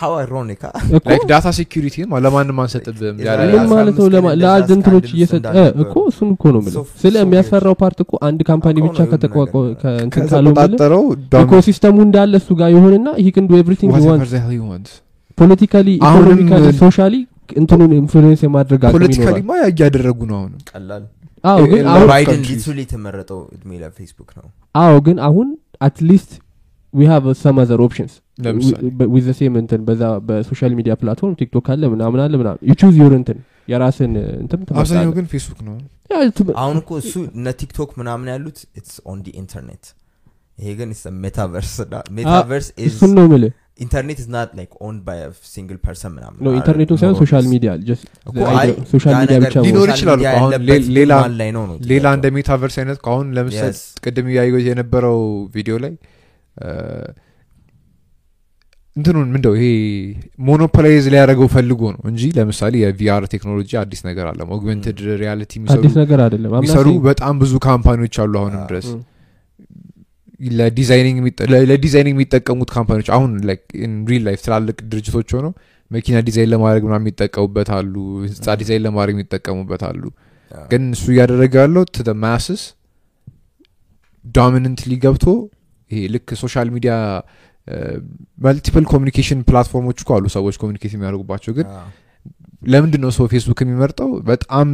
Speaker 2: ሀው አይሮኒካ
Speaker 1: እኮ
Speaker 3: like ዳታ ሴኪሪቲ ለማንም አንሰጥብም ያለ
Speaker 1: ምን ማለት ነው
Speaker 2: አስራ አምስት ቀን
Speaker 1: ለአድ
Speaker 2: እንደዛ
Speaker 1: እንትኖች
Speaker 2: እስከ አንድ
Speaker 1: እየሰጠ
Speaker 2: ልብስ እንዳለ
Speaker 1: እኮ እሱን እኮ ነው ምለው
Speaker 2: ሶፍ-
Speaker 1: ስለ
Speaker 2: ሶፍ
Speaker 1: የሚያስፈራው ፓርት እኮ አንድ ካምፓኒ
Speaker 2: አውቀው
Speaker 1: ብቻ
Speaker 2: ነው የሆነ
Speaker 1: ከተቋቋ
Speaker 2: ነገር።
Speaker 1: ከእንትን ካለው ምልህ
Speaker 3: ከተቆጣጠረው
Speaker 1: ኢኮሲስተሙ እንዳለ እሱ ጋር የሆነና ሂ ክን ዱ ኤቭሪቲንግ ዋን ፖለቲካሊ
Speaker 3: አሁንም-
Speaker 1: ኢኮኖሚካሊ ሶሻሊ እንትኑን ኢንፍሉዌንስ የማድረግ አቅም
Speaker 3: ፖለቲካሊ
Speaker 1: ይኖራል
Speaker 3: ማ እያደረጉ ነው አሁን
Speaker 2: ቀላል
Speaker 1: አዎ ግን
Speaker 3: ላ-
Speaker 1: አሁን
Speaker 2: ባይደን
Speaker 3: countries.
Speaker 2: ሊትራሊ የተመረጠው እድሜ ለፌስቡክ ነው
Speaker 1: አዎ ግን አሁን አትሊስት ዊ ሃቭ ሰም አዘር ኦፕሽንስ
Speaker 3: ለምሳሌ
Speaker 1: ዊዝ ሴም እንትን በዛ በሶሻል ሚዲያ ፕላትፎርም ቲክቶክ አለ ምናምን አለ ምናምን ዩ ቹዝ ዩር እንትን የራስን እንትን
Speaker 3: አብዛኛው
Speaker 1: ትመርጣለህ።
Speaker 3: ግን ፌስቡክ ነው
Speaker 1: ያ ትም-
Speaker 2: አሁን እኮ እሱ እነ ቲክቶክ ምናምን ያሉት ኢትስ ኦን ዲ ኢንተርኔት ይሄ ግን ሜታቨርስ ሜታቨርስ
Speaker 1: እሱን ነው ምልህ
Speaker 2: ኢንተርኔት ኢዝ ናት ላይክ ኦን ባይ ሲንግል ፐርሰን ምናምን
Speaker 1: ነው ኢንተርኔቱን ሳይሆን
Speaker 2: ኖሮ
Speaker 1: ሶሻል ሚዲያ just
Speaker 2: እኮ
Speaker 1: the
Speaker 2: አይ፣
Speaker 1: idea- ሶሻል
Speaker 2: ያ
Speaker 1: ሚዲያ
Speaker 2: ነገር
Speaker 1: ብቻ
Speaker 3: ሊኖር
Speaker 1: መሆን።
Speaker 2: ሶሻል
Speaker 3: ይችላል
Speaker 2: ሚዲያ
Speaker 3: እኮ አሁን
Speaker 2: ያለበት
Speaker 3: ሌ- ሌላ-
Speaker 2: ማን ላይ ነው ነው
Speaker 3: ሌላ
Speaker 2: ጥያቄው።
Speaker 3: እንደ ሜታቨርስ አይነት ከሆነ አሁን ለምሳሌ
Speaker 2: Yes.
Speaker 3: ቅድም እያየሁት የነበረው ቪዲዮ ላይ እ፣ እንትኑን ምንደው ይሄ ሞኖፖላይዝ ሊያደርገው ፈልጎ ነው እንጂ ለምሳሌ የቪአር ቴክኖሎጂ አዲስ ነገር አለ ኦግመንትድ ሪያሊቲ የሚሰሩ
Speaker 1: አዲስ ነገር አይደለም I'm not
Speaker 3: የሚሰሩ
Speaker 1: saying-
Speaker 3: በጣም ብዙ ካምፓኒዎች አሉ አሁንም
Speaker 2: Ah.
Speaker 3: ድረስ
Speaker 1: Mm.
Speaker 3: ለዲዛይኒንግ የሚጠ- ለ- ለዲዛይኒንግ የሚጠቀሙት ካምፓኒዎች አሁን ሪል ላይፍ ትላልቅ ድርጅቶች ሆነው መኪና ዲዛይን ለማድረግ ምናምን የሚጠቀሙበት አሉ ህንፃ ዲዛይን ለማድረግ የሚጠቀሙበት አሉ
Speaker 2: አዎ።
Speaker 3: ግን እሱ እያደረገ ያለው ቱ ማስስ ዶሚነንትሊ ገብቶ ይሄ ልክ uh, ሶሻል ሚዲያ መልቲፕል ኮሚኒኬሽን ፕላትፎርሞች እኮ አሉ ሰዎች ኮሚኒኬት የሚያደርጉባቸው ግን
Speaker 2: አዎ።
Speaker 3: ለምንድን ነው ሰው ፌስቡክ የሚመርጠው በጣም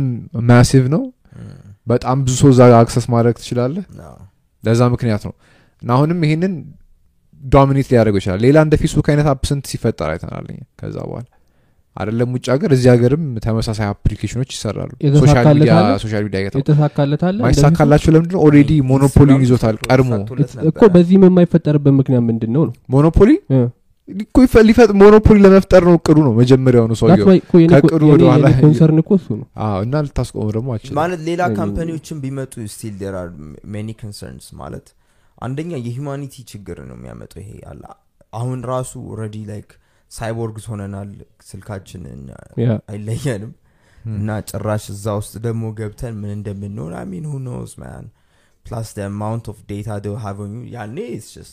Speaker 3: ማሲቭ ነው
Speaker 2: እም፣
Speaker 3: በጣም ብዙ ሰው እዛ አክሰስ ማድረግ ትችላለህ
Speaker 2: አዎ።
Speaker 3: ለዛ ምክንያት ነው እና አሁንም ይሄንን ዶሚኔት ሊያደርገው ይችላል ሌላ እንደ ፌስቡክ አይነት አፕ ስንት ሲፈጠር አይተናል እኛ ከዛ በኋላ አይደለም ውጭ ሀገር እዚህ ሀገርም ተመሳሳይ አፕሊኬሽኖች ይሰራሉ ሶሻል
Speaker 1: የተሳካለት
Speaker 3: ሚዲያ
Speaker 1: አለ?
Speaker 3: ሶሻል ሚዲያ ጌታ
Speaker 1: የተሳካለት አለ እንደዚህ
Speaker 3: ማይሳካላቸው ለምንድነው ኦልሬዲ ሞኖፖሊን
Speaker 2: ስራውን
Speaker 3: ይዞታል
Speaker 2: ሰርቶ-
Speaker 3: ቀድሞ
Speaker 2: ሰርቶለት
Speaker 1: ሰው- እኮ
Speaker 2: ነበረ።
Speaker 1: በዚህም የማይፈጠርበት ምክንያት ምንድን ነው ነው
Speaker 3: ሞኖፖሊ
Speaker 1: እ።
Speaker 3: እኮ ይፈ- ሊፈጥ- ሞኖፖሊ ለመፍጠር ነው እቅዱ ነው መጀመሪያውኑ
Speaker 1: That's
Speaker 3: ሰውየው
Speaker 1: why እኮ የኔ
Speaker 3: ከቅዱ
Speaker 1: የኔ-
Speaker 3: ወደ ኋላ
Speaker 1: የኔ ኮንሰርን እኮ እሱ ነው
Speaker 3: አዎ፣ እና ልታስቆመው ደግሞ አችል
Speaker 2: ማለት ሌላ
Speaker 1: እም፣
Speaker 2: ካምፓኒዎችን ቢመጡ ስቲል ዴር አር ሜኒ ኮንሰርንስ ማለት አንደኛ የሂማኒቲ ችግር ነው የሚያመጣው ይሄ አለ አሁን ራሱ ኦልሬዲ ላይክ ሳይቦርግስ ሆነናል ስልካችን
Speaker 1: ያ
Speaker 2: አይለየንም
Speaker 3: Hmm.
Speaker 2: እና ጭራሽ እዛ ውስጥ ደግሞ ገብተን ምን እንደምንሆን አሚን ሁ ኖስ ማን ፕላስ አማውንት ኦፍ ዴታ ደ ሀቨኙ ያኔ ስስ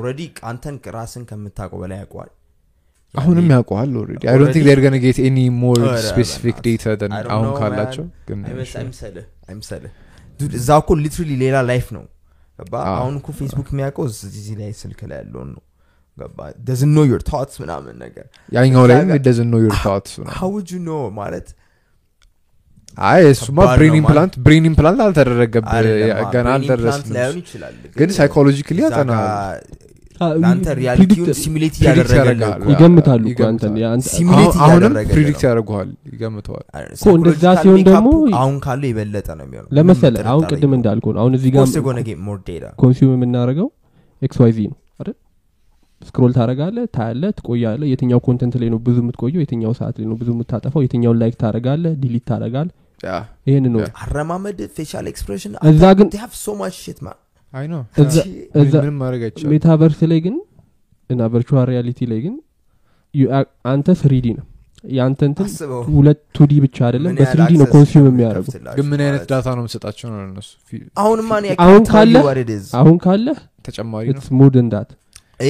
Speaker 2: ኦረዲ አንተን ቅ- ራስን ከምታውቀው በላይ ያውቀዋል ያኔ-
Speaker 3: አሁንም ያውቀዋል ኦልሬዲ አይ ዶንት ቲንክ
Speaker 2: Already-
Speaker 3: ዴር ገነ ጌት ኤኒ ሞር
Speaker 2: ኧረ
Speaker 3: ስፔሲፊክ
Speaker 2: በእናትህ።
Speaker 3: ዴታ
Speaker 2: I don't
Speaker 3: አሁን
Speaker 2: know,
Speaker 3: ካላቸው ግን
Speaker 2: አይመስ-
Speaker 3: sure.
Speaker 2: አይምሰልህ አይምሰልህ ዱድ እዛ እኮ ሊትራሊ ሌላ ላይፍ ነው ገባ
Speaker 3: አዎ።
Speaker 2: አሁን እኮ ፌስቡክ የሚያውቀው እዚህ ላይ ስልክ ላይ ያለውን ነው ገባ ደዝኖ ዮር ታትስ ምናምን ነገር
Speaker 3: ያኛው ላይም
Speaker 2: እዛ ጋ-
Speaker 3: ደዝን ነው ዩር ታትስ
Speaker 2: ሀውጁ ኖ ማለት
Speaker 3: አይ እሱማ
Speaker 2: ከባድ ነው
Speaker 3: ብሬን
Speaker 2: ማለት።
Speaker 3: ኢምፕላንት ብሬን ኢምፕላንት አልተደረገብ
Speaker 2: አይደለማ፣ brain
Speaker 3: ገና
Speaker 2: implant
Speaker 3: አልደረስንም
Speaker 2: ላይሆን ይችላል
Speaker 3: ግን ሳይኮሎጂካሊ
Speaker 2: እዛ ጋ
Speaker 3: ያጠናል
Speaker 2: ለአንተ ሪያሊቲውን ሲሙሌት
Speaker 3: predict
Speaker 2: እያደረገ
Speaker 3: ያደርጋል።
Speaker 1: ይገምታሉ እኮ
Speaker 3: ይገምታል።
Speaker 1: አንተን የአንተ-
Speaker 2: ሲሙሌት
Speaker 3: አሁን- አሁንም ፕሪዲክት ያደርገዋል ይገምተዋል
Speaker 1: እኮ እንደዛ ሲሆን ደግሞ
Speaker 2: አሁን ካለው የበለጠ ነው የሚሆነው
Speaker 1: ለመሰለ አሁን ቅድም እንዳልኩ ነው አሁን እዚህ ጋር
Speaker 2: ሞር ዴታ
Speaker 1: ኮንሱም የምናደርገው ኤክስዋይዚ ነው አይደል ስክሮል ታረጋለ ታያለ ትቆያለ የትኛው ኮንተንት ላይ ነው ብዙ የምትቆየው የትኛው ሰዓት ላይ ነው ብዙ የምታጠፋው የትኛውን ላይክ ታረጋለ ዲሊት ታረጋለ ይህን ነው
Speaker 2: አረማመድ ፌሻል ኤክስፕሬሽን
Speaker 1: እዛ ግን
Speaker 2: ሀቭ ሶ ማች ሽት ማ
Speaker 3: አይ ነው
Speaker 1: እዛ እዛ
Speaker 3: ምንም ማድረግ አይቻል
Speaker 1: ሜታቨርስ ላይ ግን እና ቨርቹዋል ሪያሊቲ ላይ ግን you are- አንተ ስሪዲ ነው የአንተ እንትን
Speaker 2: አስበው
Speaker 1: ሁለት ቱዲ ብቻ አይደለም
Speaker 2: ምን ያህል
Speaker 1: በስሪዲ ነው
Speaker 2: access
Speaker 1: ኮንሱም የሚያደርጉ
Speaker 2: እንደምትከፍትላቸው
Speaker 3: ግን ምን አይነት
Speaker 2: ማለት ነው።
Speaker 3: ዳታ ነው የምሰጣቸው ነው ለነሱ ፊ-
Speaker 2: አሁንማ እኔ I
Speaker 1: አሁን
Speaker 2: can tell you
Speaker 1: ካለ-
Speaker 2: what it is።
Speaker 1: አሁን ካለ
Speaker 3: ተጨማሪ ነው
Speaker 1: ኢትስ ሞር ደን ዳት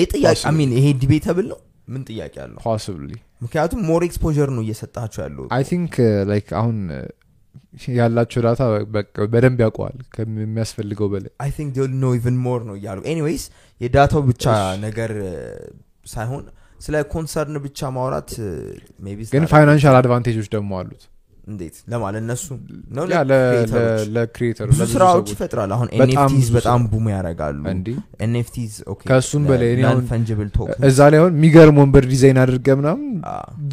Speaker 2: ይህ ጥያቄ
Speaker 3: possible.
Speaker 2: ሚን ይሄ ዲቤተብል ነው ምን ጥያቄ አለው
Speaker 3: ፖስብሊ
Speaker 2: ምክንያቱም ሞር ኤክስፖር ነው እየሰጣቸው ያለው
Speaker 3: አይ ቲንክ ላይክ አሁን uh, ያላቸው ዳታ በቃ በደንብ ያውቀዋል ከሚያስፈልገው በላይ
Speaker 2: አይ ቲንክ ዴል ኖ ኢቨን ሞር ነው እያሉ ኤኒዌይስ የዳታው ብቻ ነገር እ፣ ሳይሆን ስለ ኮንሰርን ብቻ ማውራት uh, ሜቢ
Speaker 3: ግን ፋይናንሻል አድቫንቴጆች ደግሞ አሉት
Speaker 2: እንዴት ለማለት እነሱ ነው
Speaker 3: ያ
Speaker 2: ለክሪኤተሮች?
Speaker 3: ለክሪኤተር
Speaker 2: ብዙ ስራዎች ይፈጥራል አሁን
Speaker 3: በጣም
Speaker 2: ኤንኤፍቲዝ
Speaker 3: ብዙ
Speaker 2: በጣም ቡም ያደርጋሉ
Speaker 3: እንዲህ
Speaker 2: ኤንኤፍቲዝ
Speaker 3: ከእሱም በላይ እኔ አሁን
Speaker 2: ፈንጅብል ቶክ
Speaker 3: እዛ ላይ አሁን የሚገርም ወንበር ዲዛይን አድርገ ምናምን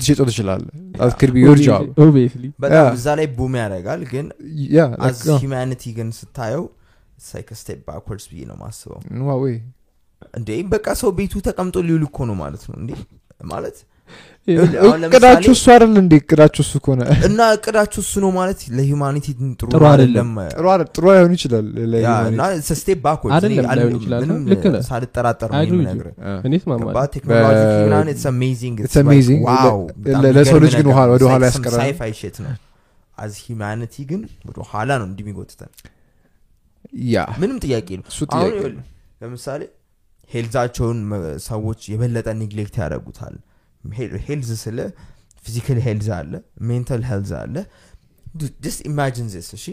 Speaker 3: ሸጦ ትችላለ አትክድ ቢዮር ጃብ
Speaker 1: ኦብቪስሊ
Speaker 2: በጣም
Speaker 3: ያ።
Speaker 2: እዛ ላይ ቡም ያደርጋል ግን
Speaker 3: ያ
Speaker 2: አዝ
Speaker 1: oh.
Speaker 2: ሂውማኒቲ ግን ስታየው ሳይክ ስቴፕ ባክወርድስ ብዬ ነው ማስበው
Speaker 3: ወይ
Speaker 2: እንዴ በቃ ሰው ቤቱ ተቀምጦ ሊውል እኮ ነው ማለት ነው እንዴ ማለት አሁን ለምሳሌ-
Speaker 3: እቅዳችሁ እሱ አይደል እንዴ እቅዳችሁ እሱ ከሆነ
Speaker 2: እና እቅዳችሁ እሱ ነው ማለት ለሂውማኒቲ ጥሩ
Speaker 1: ጥሩ
Speaker 2: ነው
Speaker 1: አይደለም።
Speaker 2: አይደለም።
Speaker 3: ጥሩ አይደል- ጥሩ ላይሆን ይችላል ለ-
Speaker 2: ያ፣ እና ስቴፕ ባክወርድ
Speaker 1: አይደለም ላይሆን ይችላል። ልክ ነህ።
Speaker 2: ሳልጠራጠር ነው
Speaker 1: I agree with you.
Speaker 2: የምነግርህ።
Speaker 3: አ።
Speaker 1: እኔ ስማማለሁ
Speaker 2: ገባህ? ቴክኖሎጂ
Speaker 3: በ-
Speaker 2: ምናምን it's amazing, it's
Speaker 3: it's
Speaker 2: like,
Speaker 3: amazing።
Speaker 2: wow፣
Speaker 3: ለ-
Speaker 2: በጣም
Speaker 3: ለ- ለሰው
Speaker 2: የሚገርም
Speaker 3: ልጅ ግን
Speaker 2: ነገር
Speaker 3: ውሃ-
Speaker 2: ነው።
Speaker 3: ወደ ኋላ
Speaker 2: It's like some
Speaker 3: ያስቀራል።
Speaker 2: sci-fi shit ነው አዝ ሂውማኒቲ ግን ወደ ኋላ ነው እንዲህ የሚጎትተን
Speaker 3: ያ
Speaker 2: ምንም ጥያቄ ነው
Speaker 3: እሱ
Speaker 2: አሁን
Speaker 3: ጥያቄ ነው።
Speaker 2: ይኸውልህ፣ ለምሳሌ ሄልዛቸውን መ- ሰዎች የበለጠ ኒግሌክት ያደርጉታል ሄልዝ ስለ ፊዚካል ሄልዝ አለ ሜንታል ሄልዝ አለ ስ ኢማጂን ዚስ እሺ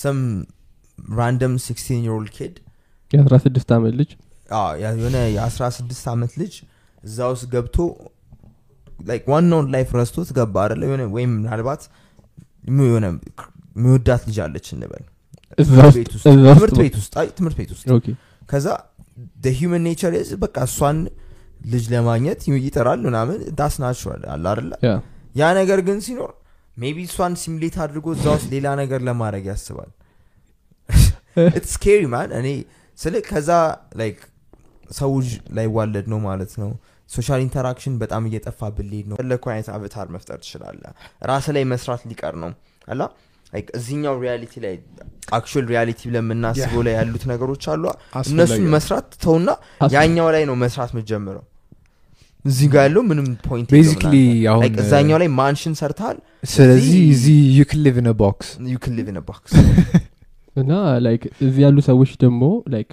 Speaker 2: ሰም ራንደም 16 year old kid
Speaker 1: የአስራ ስድስት ዓመት ልጅ
Speaker 2: አዎ፣ ያ የሆነ የ16 ዓመት ልጅ እዛ ውስጥ ገብቶ like ዋናውን ላይፍ ረስቶት ገባ አደለ የሆነ ወይም ምናልባት የሚ- የሆነ የሚወዳት ልጅ አለች እንበል
Speaker 1: እዛ
Speaker 2: ትምህርት
Speaker 1: ውስጥ
Speaker 2: ቤት ውስጥ-
Speaker 1: እዛ
Speaker 2: ትምህርት
Speaker 1: ውስጥ
Speaker 2: ቤት ውስጥ አይ፣ ትምህርት ቤት ውስጥ
Speaker 1: ኦኬ
Speaker 2: ከዛ ሂማን ኔቸር ዝ በቃ እሷን ልጅ ለማግኘት ይጠራል ምናምን ዳስ ናቹራል አለ አደለ
Speaker 1: ያ
Speaker 2: ያ ነገር ግን ሲኖር ሜቢ እሷን ሲሙሌት አድርጎ እዛ ውስጥ ሌላ ነገር ለማድረግ ያስባል ስኬሪ ማን እኔ ስለ ከዛ ላይክ ሰው ላይዋለድ ነው ማለት ነው ሶሻል ኢንተራክሽን በጣም እየጠፋብን ሊሄድ ነው ለኩ አይነት አብታር መፍጠር ትችላለ ራስ ላይ መስራት ሊቀር ነው አላ like እዚህኛው ሪያሊቲ ላይ አክቹዋል ሪያሊቲ ብለን የምናስበው ላይ ያሉት ነገሮች አሉ እነሱን
Speaker 3: አስፈላጊ ነው።
Speaker 2: መስራት ተውና
Speaker 1: አስ-
Speaker 2: ያኛው ላይ ነው መስራት ምጀምረው እዚህ ጋር ያለው ምንም ፖይንት
Speaker 3: ቤዚክሊ አሁን uh,
Speaker 2: like እዛኛው ላይ ማንሽን ሰርተሃል
Speaker 3: ስለዚህ
Speaker 2: እዚህ-
Speaker 3: እዚህ ዩ ክን ሊቭ ነ ቦክስ
Speaker 2: you can live in a box
Speaker 1: እና ላይክ እዚህ ያሉ ሰዎች ደግሞ ላይክ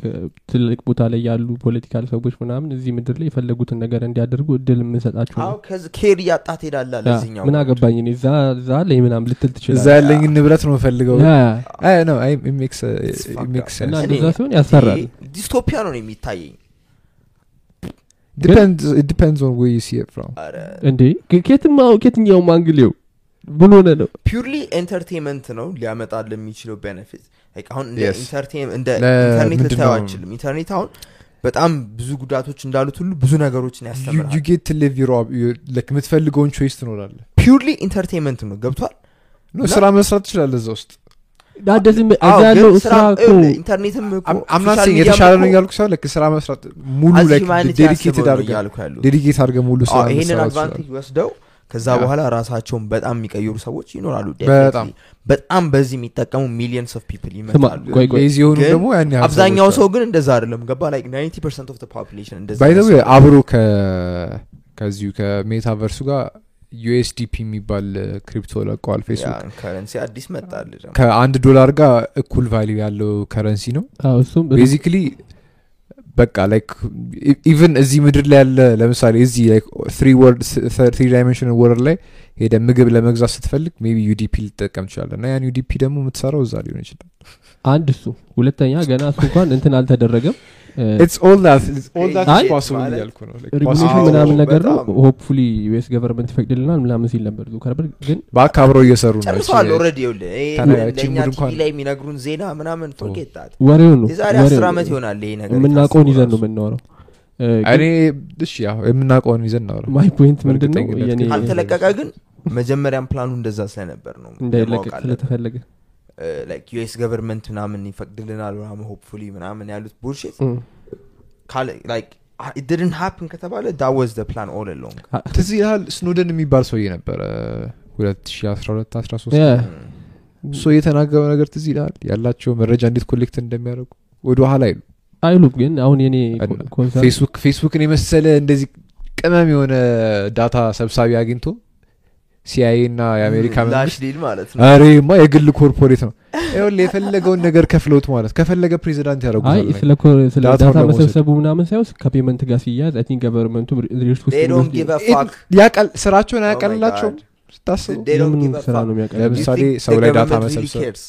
Speaker 1: ትልቅ ቦታ ላይ ያሉ ፖለቲካል ሰዎች ምናምን እዚህ ምድር ላይ የፈለጉትን ነገር እንዲያደርጉ እድል የምንሰጣቸው ነው።
Speaker 2: አዎ ከዚ ኬር እያጣ ትሄዳላ
Speaker 1: ያ፣
Speaker 2: ለዚኛው
Speaker 1: ምን አገባኝ እኔ እዛ እዛ ላይ ምናምን ልትል
Speaker 3: እዛ
Speaker 1: ትችላል
Speaker 3: ያለኝ ንብረት ነው ፈልገው
Speaker 1: ያ፣
Speaker 3: uh,
Speaker 2: It's fucked up.
Speaker 1: እና
Speaker 2: እኔ-
Speaker 1: እንደዛ ሲሆን ያሰራል
Speaker 2: ዲስቶፒያ ነው የሚታየኝ
Speaker 3: ዲፔንድስ ኦን ወይ ሲ ፍሮም
Speaker 1: እንዴ ግ- ከየትም አው- ከየትኛውም አንግሌው ምን ሆነ ነው
Speaker 2: ፒርሊ ኤንተርቴንመንት ነው ሊያመጣ ለሚችለው ቤኔፊት አሁን እንደ
Speaker 3: Yes.
Speaker 2: entertain- እንደ
Speaker 3: ለ-
Speaker 2: ኢንተርኔት
Speaker 3: ምንድን
Speaker 2: ልታየው
Speaker 3: ነው?
Speaker 2: አችልም ኢንተርኔት አሁን በጣም ብዙ ጉዳቶች እንዳሉት ሁሉ ብዙ ነገሮችን
Speaker 3: ዩ
Speaker 2: ያስተምራል
Speaker 3: ጌት ሊቭ የምትፈልገውን ቾይስ ትኖራለ
Speaker 2: ፒርሊ ኢንተርቴንመንት ነው ገብቷል
Speaker 3: ኖ ስራ መስራት ትችላለ እዛ ውስጥ
Speaker 1: ዳደዝም
Speaker 2: አዎ፣
Speaker 1: እዛ
Speaker 2: ግን
Speaker 1: ያለው
Speaker 2: ስራ
Speaker 1: ስራ እኮ
Speaker 2: ይኸውልህ፣ ኢንተርኔትም እኮ
Speaker 3: አም- I'm not
Speaker 2: ሶሻል
Speaker 3: saying
Speaker 2: ሚዲያም
Speaker 3: የተሻለ
Speaker 2: እኮ
Speaker 3: ነው እያልኩ ሳይሆን like ስራ መስራት ሙሉ
Speaker 2: as
Speaker 3: like
Speaker 2: humanity
Speaker 3: dedicated
Speaker 2: አስበው ነው
Speaker 3: አድርገህ
Speaker 2: እያልኩ ያሉት።
Speaker 3: ዴዲኬት አድርገህ ሙሉ ስራ
Speaker 2: አዎ፣ ይሄንን
Speaker 3: መስራት
Speaker 2: አድቫንቴጅ
Speaker 3: ትችላለህ።
Speaker 2: ወስደው ከዛ
Speaker 3: Yeah.
Speaker 2: በኋላ ራሳቸውን በጣም የሚቀይሩ ሰዎች ይኖራሉ
Speaker 3: በጣም።
Speaker 2: definitely። በጣም በዚህ የሚጠቀሙ ሚሊየንስ ኦፍ ፒፕል
Speaker 1: ስማ
Speaker 2: ይመጣሉ
Speaker 1: ቆይ ቆይ
Speaker 3: Lazy የሆኑ
Speaker 2: ግን
Speaker 3: ደግሞ ያን ያህል
Speaker 2: አብዛኛው
Speaker 3: ሰዎች
Speaker 2: ሰው ግን እንደዛ አይደለም ገባ ላይክ 90 ፐርሰንት ኦፍ ፖፕሌሽን
Speaker 3: አሉ።
Speaker 2: እንደዛ
Speaker 3: By the way
Speaker 2: ይመስላል።
Speaker 3: አብሮ ከ- ከዚሁ ከሜታቨርሱ ጋር ዩኤስዲፒ የሚባል ክሪፕቶ ለቀዋል
Speaker 2: ያ፣
Speaker 3: ፌስቡክ
Speaker 2: ከረንሲ አዲስ መጣል ደግሞ
Speaker 3: ከአንድ ዶላር ጋር እኩል ቫሊዩ ያለው ከረንሲ ነው
Speaker 1: አዎ፣ እሱም
Speaker 3: ቤዚክሊ በቃ ላይክ ኢቨን እዚህ ምድር ላይ ያለ ለምሳሌ እዚህ ትሪ ዳይሜንሽን ወርልድ ላይ ሄደ ምግብ ለመግዛት ስትፈልግ ሜቢ ዩዲፒ ልጠቀም ትችላለ እና ያን ዩዲፒ ደግሞ የምትሰራው እዛ ሊሆን ይችላል
Speaker 1: አንድ እሱ ሁለተኛ ገና እሱ እንኳን እንትን አልተደረገም
Speaker 3: It's all that- it's all that is
Speaker 1: አይ፣
Speaker 3: possible
Speaker 2: ማለት
Speaker 3: እያልኩ ነው። Like
Speaker 1: ሪጉሌሽን
Speaker 3: possible-
Speaker 1: ምናምን ነገር ነው
Speaker 2: በጣም።
Speaker 1: ሆፕፉሊ ዩኤስ ገቨርንመንት ይፈቅድልናል ምናምን ሲል ነበር ዙከርበርግ ግን
Speaker 3: ባክ አብረው እየሰሩ ነው
Speaker 2: ጨርሰዋል
Speaker 3: Actually,
Speaker 2: ኦልሬዲ ይኸውልህ ይሄ
Speaker 3: ታዲያ ያቺ
Speaker 2: እንደኛ
Speaker 3: ሙድ
Speaker 2: ቲቪ
Speaker 3: እንኳን-
Speaker 2: ላይ የሚነግሩን ዜና ምናምን ፎርጌት ታት
Speaker 1: ወሬው ነው
Speaker 2: የዛሬ
Speaker 1: ወሬው
Speaker 2: አስር
Speaker 1: ነው።
Speaker 2: ዓመት ይሆናል ይሄ ነገር
Speaker 1: የምናውቀውን
Speaker 2: የታሰበው
Speaker 1: ይዘን ነው
Speaker 2: ራሱ።
Speaker 1: የምንኖረው
Speaker 3: እኔ እሺ ያው የምናውቀውን ይዘን ነው
Speaker 1: ማይ ፖይንት ምንድን ነው
Speaker 3: በእርግጠኝነት
Speaker 1: የኔ
Speaker 2: ካልተለቀቀ ግን መጀመሪያም ፕላኑ እንደዛ ስለነበር ነው
Speaker 1: እንዳይለቀቅ
Speaker 2: ማወቅ አለብን።
Speaker 1: ስለተፈለገ
Speaker 2: ላይክ ዩኤስ ገቨርንመንት ምናምን ይፈቅድልናል ምናምን ሆፕፉሊ ምናምን ያሉት ቡልሽት
Speaker 1: እም።
Speaker 2: ድድን ሀፕን ከተባለ ዳ ዋዝ ደ ፕላን ኦል ሎንግ
Speaker 3: ትዝ ይልሃል ስኖደን የሚባል ሰውዬ ነበረ 2012
Speaker 1: ያ፣
Speaker 3: 13
Speaker 2: Mm.
Speaker 3: እሱ የተናገረው ነገር ትዝ ይልሃል ያላቸው መረጃ እንዴት ኮሌክት እንደሚያደርጉ ወደ ኋላ አይሉ
Speaker 1: አይሉም ግን አሁን የኔ
Speaker 3: እና
Speaker 1: ኮንሰርን
Speaker 3: ፌስቡክ ፌስቡክን የመሰለ እንደዚህ ቅመም የሆነ ዳታ ሰብሳቢ አግኝቶ ሲአይኤ እና የአሜሪካ መንግስት Uh,
Speaker 2: ላሽሊል ማለት ነው
Speaker 3: አሬማ የግል ኮርፖሬት ነው ይኸውልህ የፈለገውን ነገር ከፍለውት ማለት ከፈለገ ፕሬዚዳንት
Speaker 1: አይ
Speaker 3: ያደረጉታል
Speaker 1: ስለ ኮ- ስለ
Speaker 3: ዳታውን
Speaker 1: ዳታ
Speaker 3: ለመውሰድ።
Speaker 1: መሰብሰቡ ምናምን ሳይሆን ከፔመንት ጋር ሲያያዝ አይ ቲንክ ገቨርንመንቱ
Speaker 2: they don't give a fuck Oh
Speaker 3: ያቀል ስራቸውን
Speaker 2: my
Speaker 3: አያቀልላቸውም
Speaker 2: God.
Speaker 3: ስታስቡ
Speaker 2: They don't
Speaker 1: የምን
Speaker 2: give a
Speaker 1: ስራ
Speaker 2: fuck.
Speaker 1: ነው
Speaker 2: Do
Speaker 1: የሚያቀርብ
Speaker 2: you
Speaker 3: ለምሳሌ
Speaker 2: think
Speaker 3: ሰው
Speaker 2: the
Speaker 3: ላይ ዳታ
Speaker 2: government really
Speaker 3: መሰብሰብ-
Speaker 2: cares?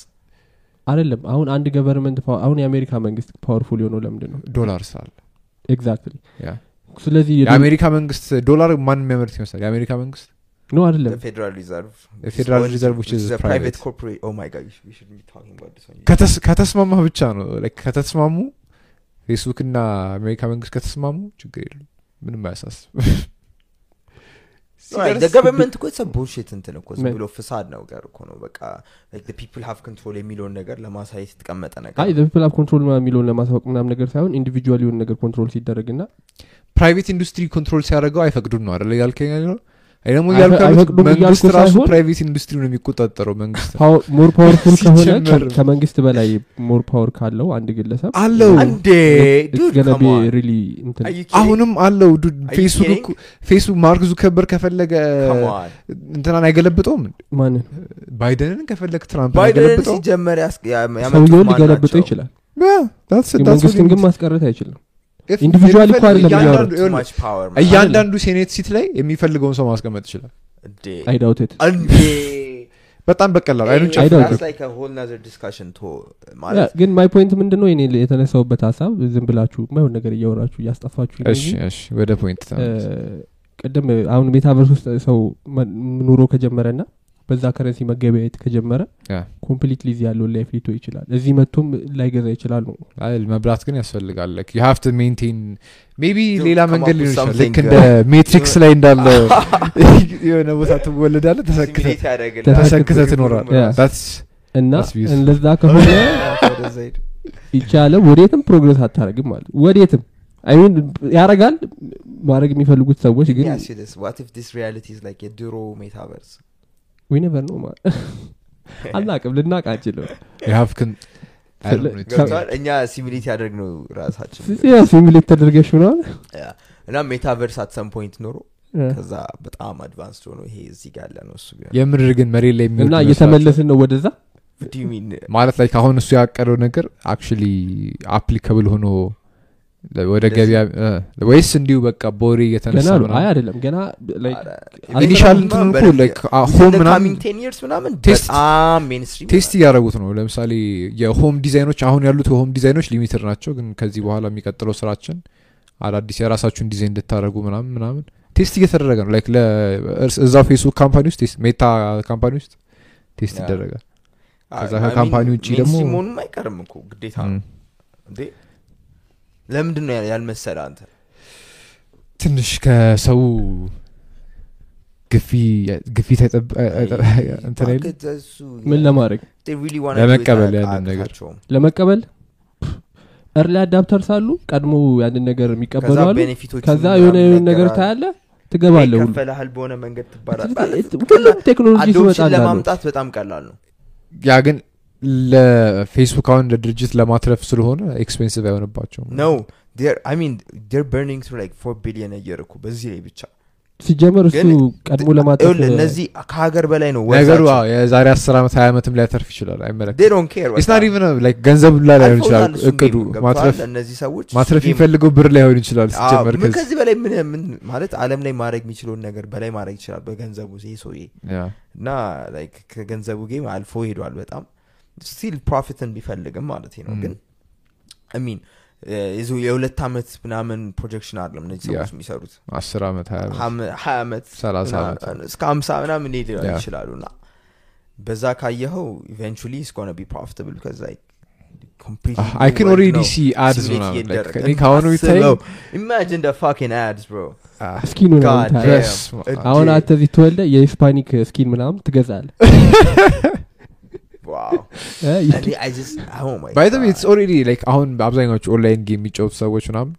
Speaker 1: አይደለም አሁን አንድ ገቨርንመንት አሁን የአሜሪካ መንግስት ፓወርፉል የሆነው ለምንድን ነው
Speaker 3: ዶላር ስላለ
Speaker 1: ኤግዛክትሊ
Speaker 3: ያ።
Speaker 1: ስለዚህ
Speaker 3: የአሜሪካ መንግስት ዶላር ማን የሚያመርት ይመስላል የአሜሪካ መንግስት
Speaker 1: ነው አይደለም
Speaker 2: The Federal Reserve.
Speaker 3: The Federal
Speaker 2: Which is-
Speaker 3: Reserve, which is
Speaker 2: a
Speaker 3: private.
Speaker 2: private corporate. Oh my god, we should- we shouldn't be talking about this one.
Speaker 3: ከተስ- ከተስማማ ብቻ ነው like ከተስማሙ ፌስቡክና አሜሪካ መንግስት ከተስማሙ ችግር የለም ምንም አያሳስብ
Speaker 2: Right, the government እኮ it's a bullshit እንትን እኮ ዝም
Speaker 1: ምን?
Speaker 2: ብሎ ፍሳድ ነገር እኮ ነው በቃ uh, like the people have control የሚለውን ነገር ለማሳየት የተቀመጠ ነገር
Speaker 1: አይ ዘ ፒፕል አፕ ኮንትሮል የሚለውን ለማሳወቅ ምናምን ነገር ሳይሆን ኢንዲቪጁዋል የሆነ ነገር ኮንትሮል ሲደረግና
Speaker 3: ፕራይቬት ኢንዱስትሪ ኮንትሮል ሲያደርገው አይፈቅዱም ነው አደለ ያልከኝ ያለው? እኔ ደግሞ
Speaker 1: አይፈ-
Speaker 3: እያልኩ ያለሁት
Speaker 1: አይፈቅዱም
Speaker 3: መንግስት
Speaker 1: እያልኩ
Speaker 3: ራሱ
Speaker 1: ሳይሆን-
Speaker 3: ፕራይቬት ኢንዱስትሪ ነው የሚቆጣጠረው መንግስት
Speaker 1: ሞር ፓወርፉል ከሆነ ከ-
Speaker 3: ሲጀመር-
Speaker 1: ከመንግስት በላይ ሞር ፓወር ካለው አንድ ግለሰብ
Speaker 3: አለው
Speaker 2: አንዴ
Speaker 1: it's
Speaker 2: dude,
Speaker 1: gonna
Speaker 2: come
Speaker 1: be
Speaker 2: on.
Speaker 1: really እንትን
Speaker 2: Are you kidding?
Speaker 3: አሁንም አለው ዱ-
Speaker 2: Are you
Speaker 3: ፌስቡክ
Speaker 2: kidding?
Speaker 3: እኮ- ፌስቡክ ማርክ ዙከበር ከፈለገ
Speaker 2: Come on.
Speaker 3: እንትናን አይገለብጠውም
Speaker 1: ማንን
Speaker 3: ባይደንን ከፈለግ ትራምፕ
Speaker 2: ባይደንን
Speaker 3: አይገለብጠውም
Speaker 2: ሲጀምር ያስ- ያ- ያመጡት
Speaker 1: ሰውየውን
Speaker 2: ማን
Speaker 1: ሊገለብጠው
Speaker 2: ናቸው?
Speaker 1: ይችላል
Speaker 3: Yeah, that's it, that's what
Speaker 1: የመንግስትን
Speaker 3: it
Speaker 1: ግን
Speaker 3: is.
Speaker 1: ማስቀረት አይችልም
Speaker 3: If-
Speaker 1: individual እኮ አይደለም
Speaker 3: እያንዳንዱ-
Speaker 1: እያወራን።
Speaker 2: Too
Speaker 3: ይኸውልህ፣
Speaker 2: much power, man.
Speaker 3: እያንዳንዱ ሴኔት ሲት ላይ የሚፈልገውን ሰው ማስቀመጥ ይችላል
Speaker 2: እንዴ
Speaker 1: አይዳውትት
Speaker 2: እንዴ
Speaker 3: በጣም በቀላሉ አይኑን
Speaker 1: I
Speaker 3: ጨፍ-
Speaker 1: don't
Speaker 2: That's
Speaker 1: know.
Speaker 2: like a whole nother discussion to ማለት
Speaker 1: ግን ማይ ፖይንት ምንድን ነው የኔ የተነሳውበት ሀሳብ ዝም ብላችሁ ማይሆን ነገር እያወራችሁ እያስጠፋችሁ ነው
Speaker 3: እሺ
Speaker 1: እንጂ
Speaker 3: እሺ ወደ ፖይንት ተመለስ።
Speaker 1: ቅድም አሁን ሜታቨርስ ውስጥ ሰው መ- ኑሮ ከጀመረና በዛ ከረንሲ መገበያየት ከጀመረ
Speaker 3: ያ።
Speaker 1: ኮምፕሊትሊ ዚ ያለውን ላይፍ ሊቶ ይችላል እዚህ መጥቶም ላይገዛ ይችላል ነው
Speaker 3: አይ መብላት ግን ያስፈልጋል ላይክ ዩ ሃቭ ቱ ሜንቴን ሜቢ
Speaker 2: You
Speaker 3: ሌላ
Speaker 2: come up
Speaker 3: መንገድ
Speaker 2: with
Speaker 3: ሊሆን ይችላል ልክ
Speaker 2: something,
Speaker 3: እንደ ሜትሪክስ ላይ እንዳለ የሆነ ቦታ ትወለዳለ ተሰክተ
Speaker 2: ሲሚሌት ያደርግልሃል።
Speaker 3: ተሰክተ
Speaker 2: ቡድን
Speaker 3: ትኖራል
Speaker 2: ቡድን
Speaker 1: Yeah.
Speaker 3: That's-
Speaker 1: እና
Speaker 3: That's beautiful.
Speaker 1: እንደዛ ከሆነ
Speaker 2: ወደ ዘይድ።
Speaker 1: ይቻለ ወዴትም ፕሮግረስ አታረግም ማለት ወዴትም አይሚን ያረጋል ማድረግ የሚፈልጉት ሰዎች
Speaker 2: Let me
Speaker 1: ግን
Speaker 2: ask you this. What if this reality is like a Duro metaverse?
Speaker 1: ዊነቨር ነው ማለት አናቅም ልናቅ አንችልም
Speaker 3: you have con- I don't know, it's
Speaker 2: ገብተዋል እኛ ሲሚሊት ያደርግ ነው ራሳችን
Speaker 1: ሲሚሌት ተደርገሽ ምናል
Speaker 2: Yeah. እና ሜታቨርስ አትሰም ፖይንት ኖሮ ከዛ በጣም አድቫንስ ሆኖ ይሄ እዚህ ጋር ያለ ነው እሱ ቢሆን
Speaker 3: የምድር ግን መሬት ላይ የሚወርድ
Speaker 1: እና
Speaker 3: ይመስላል።
Speaker 1: እየተመለስን ነው ወደዛ
Speaker 2: What do you mean?
Speaker 3: ማለት ላይ አሁን እሱ ያቀደው ነገር አክቹሊ አፕሊካብል ሆኖ ለ- ወደ
Speaker 2: እንደዚህ?
Speaker 3: ገበያ እ፣ ወይስ እንዲሁ በቃ ቦሪ
Speaker 1: ገና ነው አይ
Speaker 3: የተነሳ
Speaker 1: አይደለም ገና like
Speaker 2: አረ፣
Speaker 1: አይ፣
Speaker 3: ኢኒሻል
Speaker 2: በጣም
Speaker 3: እንትን እኮ
Speaker 2: በደንብ
Speaker 3: like
Speaker 2: ያ-
Speaker 3: አ-
Speaker 2: within
Speaker 3: ሆም
Speaker 2: the
Speaker 3: ምናምን
Speaker 2: coming 10 years ምናምን
Speaker 3: ቴስት-
Speaker 2: በጣም mainstream
Speaker 3: ቴስት
Speaker 2: ይሆናል።
Speaker 3: እያደረጉት ነው ለምሳሌ የሆም ዲዛይኖች አሁን ያሉት የሆም ዲዛይኖች ሊሚትድ ናቸው ግን ከዚህ በኋላ የሚቀጥለው ስራችን አዳዲስ የራሳችሁን ዲዛይን እንድታደረጉ ምናምን ምናምን ቴስት እየተደረገ ነው ላይክ እዛው ፌስቡክ ካምፓኒ ውስጥ ቴስት- ሜታ ካምፓኒ ውስጥ ቴስት
Speaker 2: Yeah.
Speaker 3: ይደረጋል ከዛ
Speaker 2: I mean,
Speaker 3: ከካምፓኒ ውጪ ደግሞ- Hmm.
Speaker 2: mainstream መሆኑም አይቀርም እኮ ግዴታ ነው
Speaker 3: ም።
Speaker 2: እንዴ ለምንድን ነው ያልመሰለ አንተ
Speaker 3: ትንሽ ከሰው ግፊ ግፊት አይጠብ- አይጠብ- እንትን አይልም?
Speaker 2: እባክህ እሱ
Speaker 1: ምን ለማድረግ
Speaker 2: they really wanna
Speaker 3: ለመቀበል
Speaker 2: do it
Speaker 3: ያንን ነገር።
Speaker 2: አያቅታቸውም።
Speaker 1: ለመቀበል እርሊ አዳፕተር ሳሉ ቀድሞ ያንን ነገር የሚቀበሉ
Speaker 2: ከዛ
Speaker 1: አሉ
Speaker 2: ቤኔፊቶቹ
Speaker 1: ከዛ
Speaker 2: ምናምን
Speaker 1: የሆነ የሆነ ነገር
Speaker 2: ይነገራል።
Speaker 1: ታያለ ትገባለ ሁሉ
Speaker 2: ይከፈልሃል በሆነ መንገድ ትባላል
Speaker 1: ሁሉም ቴክኖሎጂ
Speaker 2: አዶፕሽን
Speaker 1: ሲመጣ
Speaker 2: ለማምጣት በጣም ቀላል ነው
Speaker 3: ያ ግን ለፌስቡክ አሁን ለድርጅት ለማትረፍ ስለሆነ ኤክስፔንሲቭ አይሆንባቸውም
Speaker 2: ነው they're- I mean, they're burning through like 4 billion a year እኮ በዚህ ላይ ብቻ
Speaker 1: ሲጀመር እሱ
Speaker 2: ግን
Speaker 1: ቀድሞ ለማጠፍ
Speaker 2: ይኸውልህ፣ እነዚህ ከሀገር በላይ ነው
Speaker 3: ነገሩ
Speaker 2: ወዛቸው።
Speaker 3: አዎ፣ የዛሬ አስር ዓመት ሀያ ዓመትም ሊያተርፍ ይችላል
Speaker 2: They
Speaker 3: አይመለከት
Speaker 2: don't care በቃ።
Speaker 3: ኢስናር ኢቨን ላይክ ገንዘብ ላይ ላይሆን
Speaker 2: አልፈውታል
Speaker 3: ይችላል
Speaker 2: እሱን
Speaker 3: እቅዱ
Speaker 2: game፣ ገብቶሃል?
Speaker 3: ማትረፍ
Speaker 2: እነዚህ ሰዎች
Speaker 3: ማትረፍ
Speaker 2: game-
Speaker 3: የሚፈልገው ብር ላይሆን ይችላል
Speaker 2: አዎ፣
Speaker 3: ሲጀመር
Speaker 2: ምን
Speaker 3: ከዚህ
Speaker 2: ከዚህ በላይ ምን ምን ማለት አለም ላይ ማድረግ የሚችለውን ነገር በላይ ማድረግ ይችላል በገንዘቡ ይሄ ሰውዬ
Speaker 3: ያ።
Speaker 2: እና like ከገንዘቡ ጌም አልፎ ሄዷል በጣም ስቲል ፕሮፊትን ቢፈልግም ማለት ነው
Speaker 3: Mm.
Speaker 2: ግን ሚን ይዞ የሁለት ዓመት ምናምን ፕሮጀክሽን አለም እነዚህ
Speaker 3: Yeah.
Speaker 2: ሰዎች የሚሰሩት
Speaker 3: አስር ዓመት ሀያ ዓመት
Speaker 2: ሀም- ሀያ ዓመት
Speaker 3: ሰላሳ
Speaker 2: ምናምን
Speaker 3: ዓመት
Speaker 2: እስከ ሀምሳ ምናምን ሄድ
Speaker 3: Yeah.
Speaker 2: ይችላሉ እና በዛ ካየኸው ኢቨንቹሊ እስከሆነ ቢ ፕሮፊታብል ከዛ
Speaker 3: አይ ካን ኦልሬዲ ሲ አድስ ምናምን like እኔ ከአሁኑ ይታይ
Speaker 2: ኢማጂን ፋኪን አድስ ብሮ
Speaker 1: ስኪኑ ነው
Speaker 2: God
Speaker 1: የምታየው።
Speaker 3: ድረስ
Speaker 1: አሁን አንተ እዚህ ትወልደ የሂስፓኒክ ስኪን ምናምን ትገዛል
Speaker 2: oh
Speaker 3: ባይዘ ኢትስ ኦልሬዲ ላይክ አሁን አብዛኛዎቹ ኦንላይን ጌም የሚጫወቱ ሰዎች ምናምን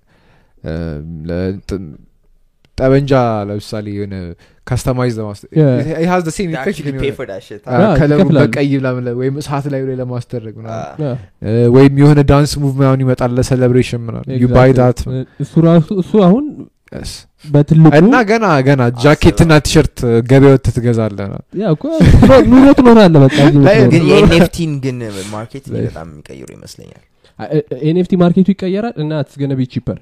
Speaker 3: እም፣ ለእንትን ጠበንጃ ለምሳሌ የሆነ ካስተማይዝ
Speaker 1: Yeah.
Speaker 3: ለማስጠ ሴም ኢፌክት ግን የሆነ
Speaker 1: Yeah,
Speaker 3: ከለሩ
Speaker 1: ይከፍላሉ።
Speaker 3: በቀይ ምናምን ላይ ወይም እሳት ላይ ላይ ለማስደረግ
Speaker 2: Ah.
Speaker 3: ምናምን
Speaker 2: Uh,
Speaker 3: እ፣ ወይም የሆነ ዳንስ ሙቭ ምናምን ይመጣል ለሴሌብሬሽን ምናምን ዩ ባይ ዳት
Speaker 1: እሱ ራሱ እሱ አሁን በትልቁ
Speaker 3: እና ገና ገና ጃኬትና ቲሸርት ገበያ ወጥተህ ትገዛለህ
Speaker 1: ያ እኮ ኑሮ- ኑሮ ትኖራለህ በቃ እዚህ
Speaker 3: ላይ
Speaker 1: የምትኖረው።
Speaker 2: ግን የኤንኤፍቲን ግን ማርኬት እኔ በጣም የሚቀይሩ ይመስለኛል
Speaker 1: ኤንኤፍቲ ማርኬቱ ይቀየራል እና ትስገነቢ ቺፐር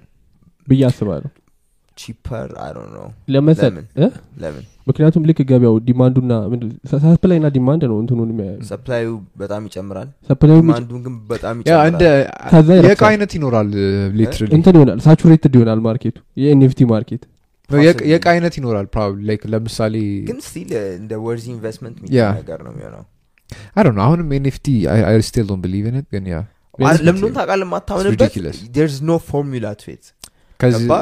Speaker 1: ብዬ አስባለሁ
Speaker 2: ቺፐር አይ ዶንት ኖ
Speaker 1: ለመሰል
Speaker 2: ለምን?
Speaker 1: እ?
Speaker 2: ለምን
Speaker 1: ምክንያቱም ልክ ገበያው ዲማንዱና ሰፕላይ ና ዲማንድ ነው እንትኑን የሚያ-
Speaker 2: ሰፕላዩ በጣም ይጨምራል
Speaker 1: ሰፕላዩ የሚጭ-
Speaker 2: ማንዱን ግን በጣም
Speaker 3: ያ እንደ
Speaker 2: ይጨምራል
Speaker 1: ከዛ ይረክሳል።
Speaker 3: uh, የእቃ አይነት ይኖራል uh, ሊትራሊ
Speaker 1: እንትን ይሆናል ሳቹሬትድ ይሆናል ማርኬቱ የኤንኤፍቲ ማርኬት
Speaker 3: የእቃ አይነት ይኖራል ፕሮባብሊ ላይክ ለምሳሌ
Speaker 2: ግን ስቲል እንደ ወርዝ ኢንቨስትመንት
Speaker 3: ያ።
Speaker 2: የሚባል ነገር ነው የሚሆነው
Speaker 3: አይ ነው አሁንም ኤንኤፍቲ ስቲል ዶን ቢሊቭ ን ግን ያ
Speaker 1: Basically.
Speaker 2: ለምንድን ታውቃለህ የማታምንበት
Speaker 3: ridiculous.
Speaker 2: ርዝ ኖ ፎርሙላ ቱ ኢት
Speaker 3: ከዚህ
Speaker 2: ገባ?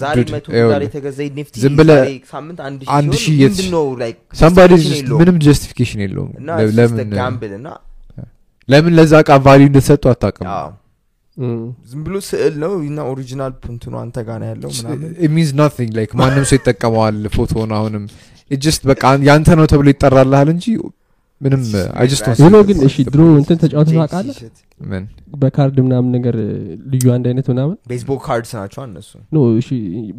Speaker 2: ዛሬ
Speaker 3: Dude,
Speaker 2: መቶ
Speaker 3: ይኸውልህ፣
Speaker 2: ዛሬ የተገዛ ኔፍቲ
Speaker 3: ዝም ብለህ
Speaker 2: ሳምንት አንድ
Speaker 3: አንድ
Speaker 2: ሺህ
Speaker 3: ሺህ
Speaker 2: ሲሆን
Speaker 3: የት-
Speaker 2: ምንድን ነው like
Speaker 3: ሳምባዲ
Speaker 2: justification የለውም።
Speaker 3: ምንም ጀስቲፊኬሽን የለውም
Speaker 2: እና
Speaker 3: ለ-
Speaker 2: it's just a
Speaker 3: ለምን uh,
Speaker 2: gamble እና
Speaker 3: ለምን ለዛ እቃ ቫሊዩ እንደተሰጡ አታውቅም
Speaker 2: አዎ፣ ዝም ብሎ ስዕል ነው እና ኦሪጂናል ፕንትኑ አንተ ጋር ነው ያለው ምናምን
Speaker 3: ሚንስ ናቲንግ ላይክ ማንም ሰው ይጠቀመዋል ፎቶን አሁንም ጀስት በቃ ያንተ ነው ተብሎ ይጠራልሃል እንጂ ምንም uh, አይ ጀስት
Speaker 1: ይህ ነው ግን እሺ ድሮ እንትን ተጫወተ
Speaker 2: ጄምስ
Speaker 1: ታውቃለህ
Speaker 2: ይሸት።
Speaker 3: ምን
Speaker 1: በካርድ ምናምን ነገር እ, ልዩ አንድ አይነት ምናምን
Speaker 2: ቤስቦል ካርድስ ናቸው እነሱ
Speaker 1: ኖ እሺ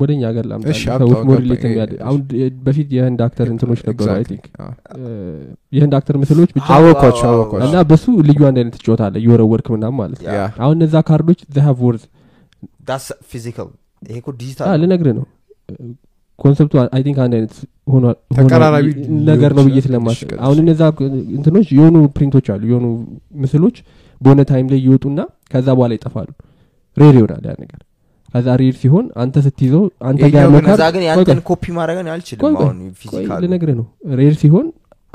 Speaker 1: ወደ እኛ ሀገር ላምጣ
Speaker 3: እሺ፣
Speaker 1: ሰዎች
Speaker 3: አምጣው፣
Speaker 1: ሞር
Speaker 3: አምጣው።
Speaker 1: ሪሌት የሚያድ
Speaker 3: እሺ።
Speaker 1: አሁን እ, በፊት የህንድ አክተር እንትኖች ነበሩ አይ ቲንክ
Speaker 3: አዎ።
Speaker 1: የህንድ አክተር ምስሎች ብቻ
Speaker 3: አወኳቸው
Speaker 2: አዎ፣
Speaker 3: አወኳቸው
Speaker 1: እና በሱ ልዩ አንድ አይነት ትጫወታለ የወረወርክ ምናምን ማለት ነው
Speaker 2: ያ።
Speaker 3: ያ
Speaker 1: አሁን እነዛ ካርዶች ዘሀቭ ወርዝ
Speaker 2: ዳስ ፊዚካል ይሄ እኮ
Speaker 3: Ah,
Speaker 1: አ፣
Speaker 2: ዲጂታል
Speaker 1: ልነግርህ ነው ኮንሰፕቱ አይ ቲንክ አንድ አይነት ሆኗል-
Speaker 3: ተቀራራቢ
Speaker 1: ሆኗል ይ- ነገር ነው ብዬ
Speaker 3: ሊሆን
Speaker 1: ስለማስብ
Speaker 3: ይችላል።
Speaker 1: አሁን እነዛ ክ- እንትኖች የሆኑ ፕሪንቶች አሉ የሆኑ ምስሎች በሆነ ታይም ላይ ይወጡና ከዛ በኋላ ይጠፋሉ ሬር ይሆናል ያ ነገር ከዛ ሬር ሲሆን አንተ ስትይዘው አንተ ጋር
Speaker 3: ይሄኛው
Speaker 1: ያለው
Speaker 3: ግን
Speaker 1: ካርድ
Speaker 2: እዛ ግን
Speaker 1: ቆይ
Speaker 2: ያንተን
Speaker 1: ቆይ፣
Speaker 2: ኮፒ ማድረግ እኔ
Speaker 1: ቆይ
Speaker 2: አልችልም
Speaker 1: ቆይ፣
Speaker 2: አሁን
Speaker 1: ቆይ
Speaker 2: ፊዚካል
Speaker 1: ልነግርህ ነው ሬር ሲሆን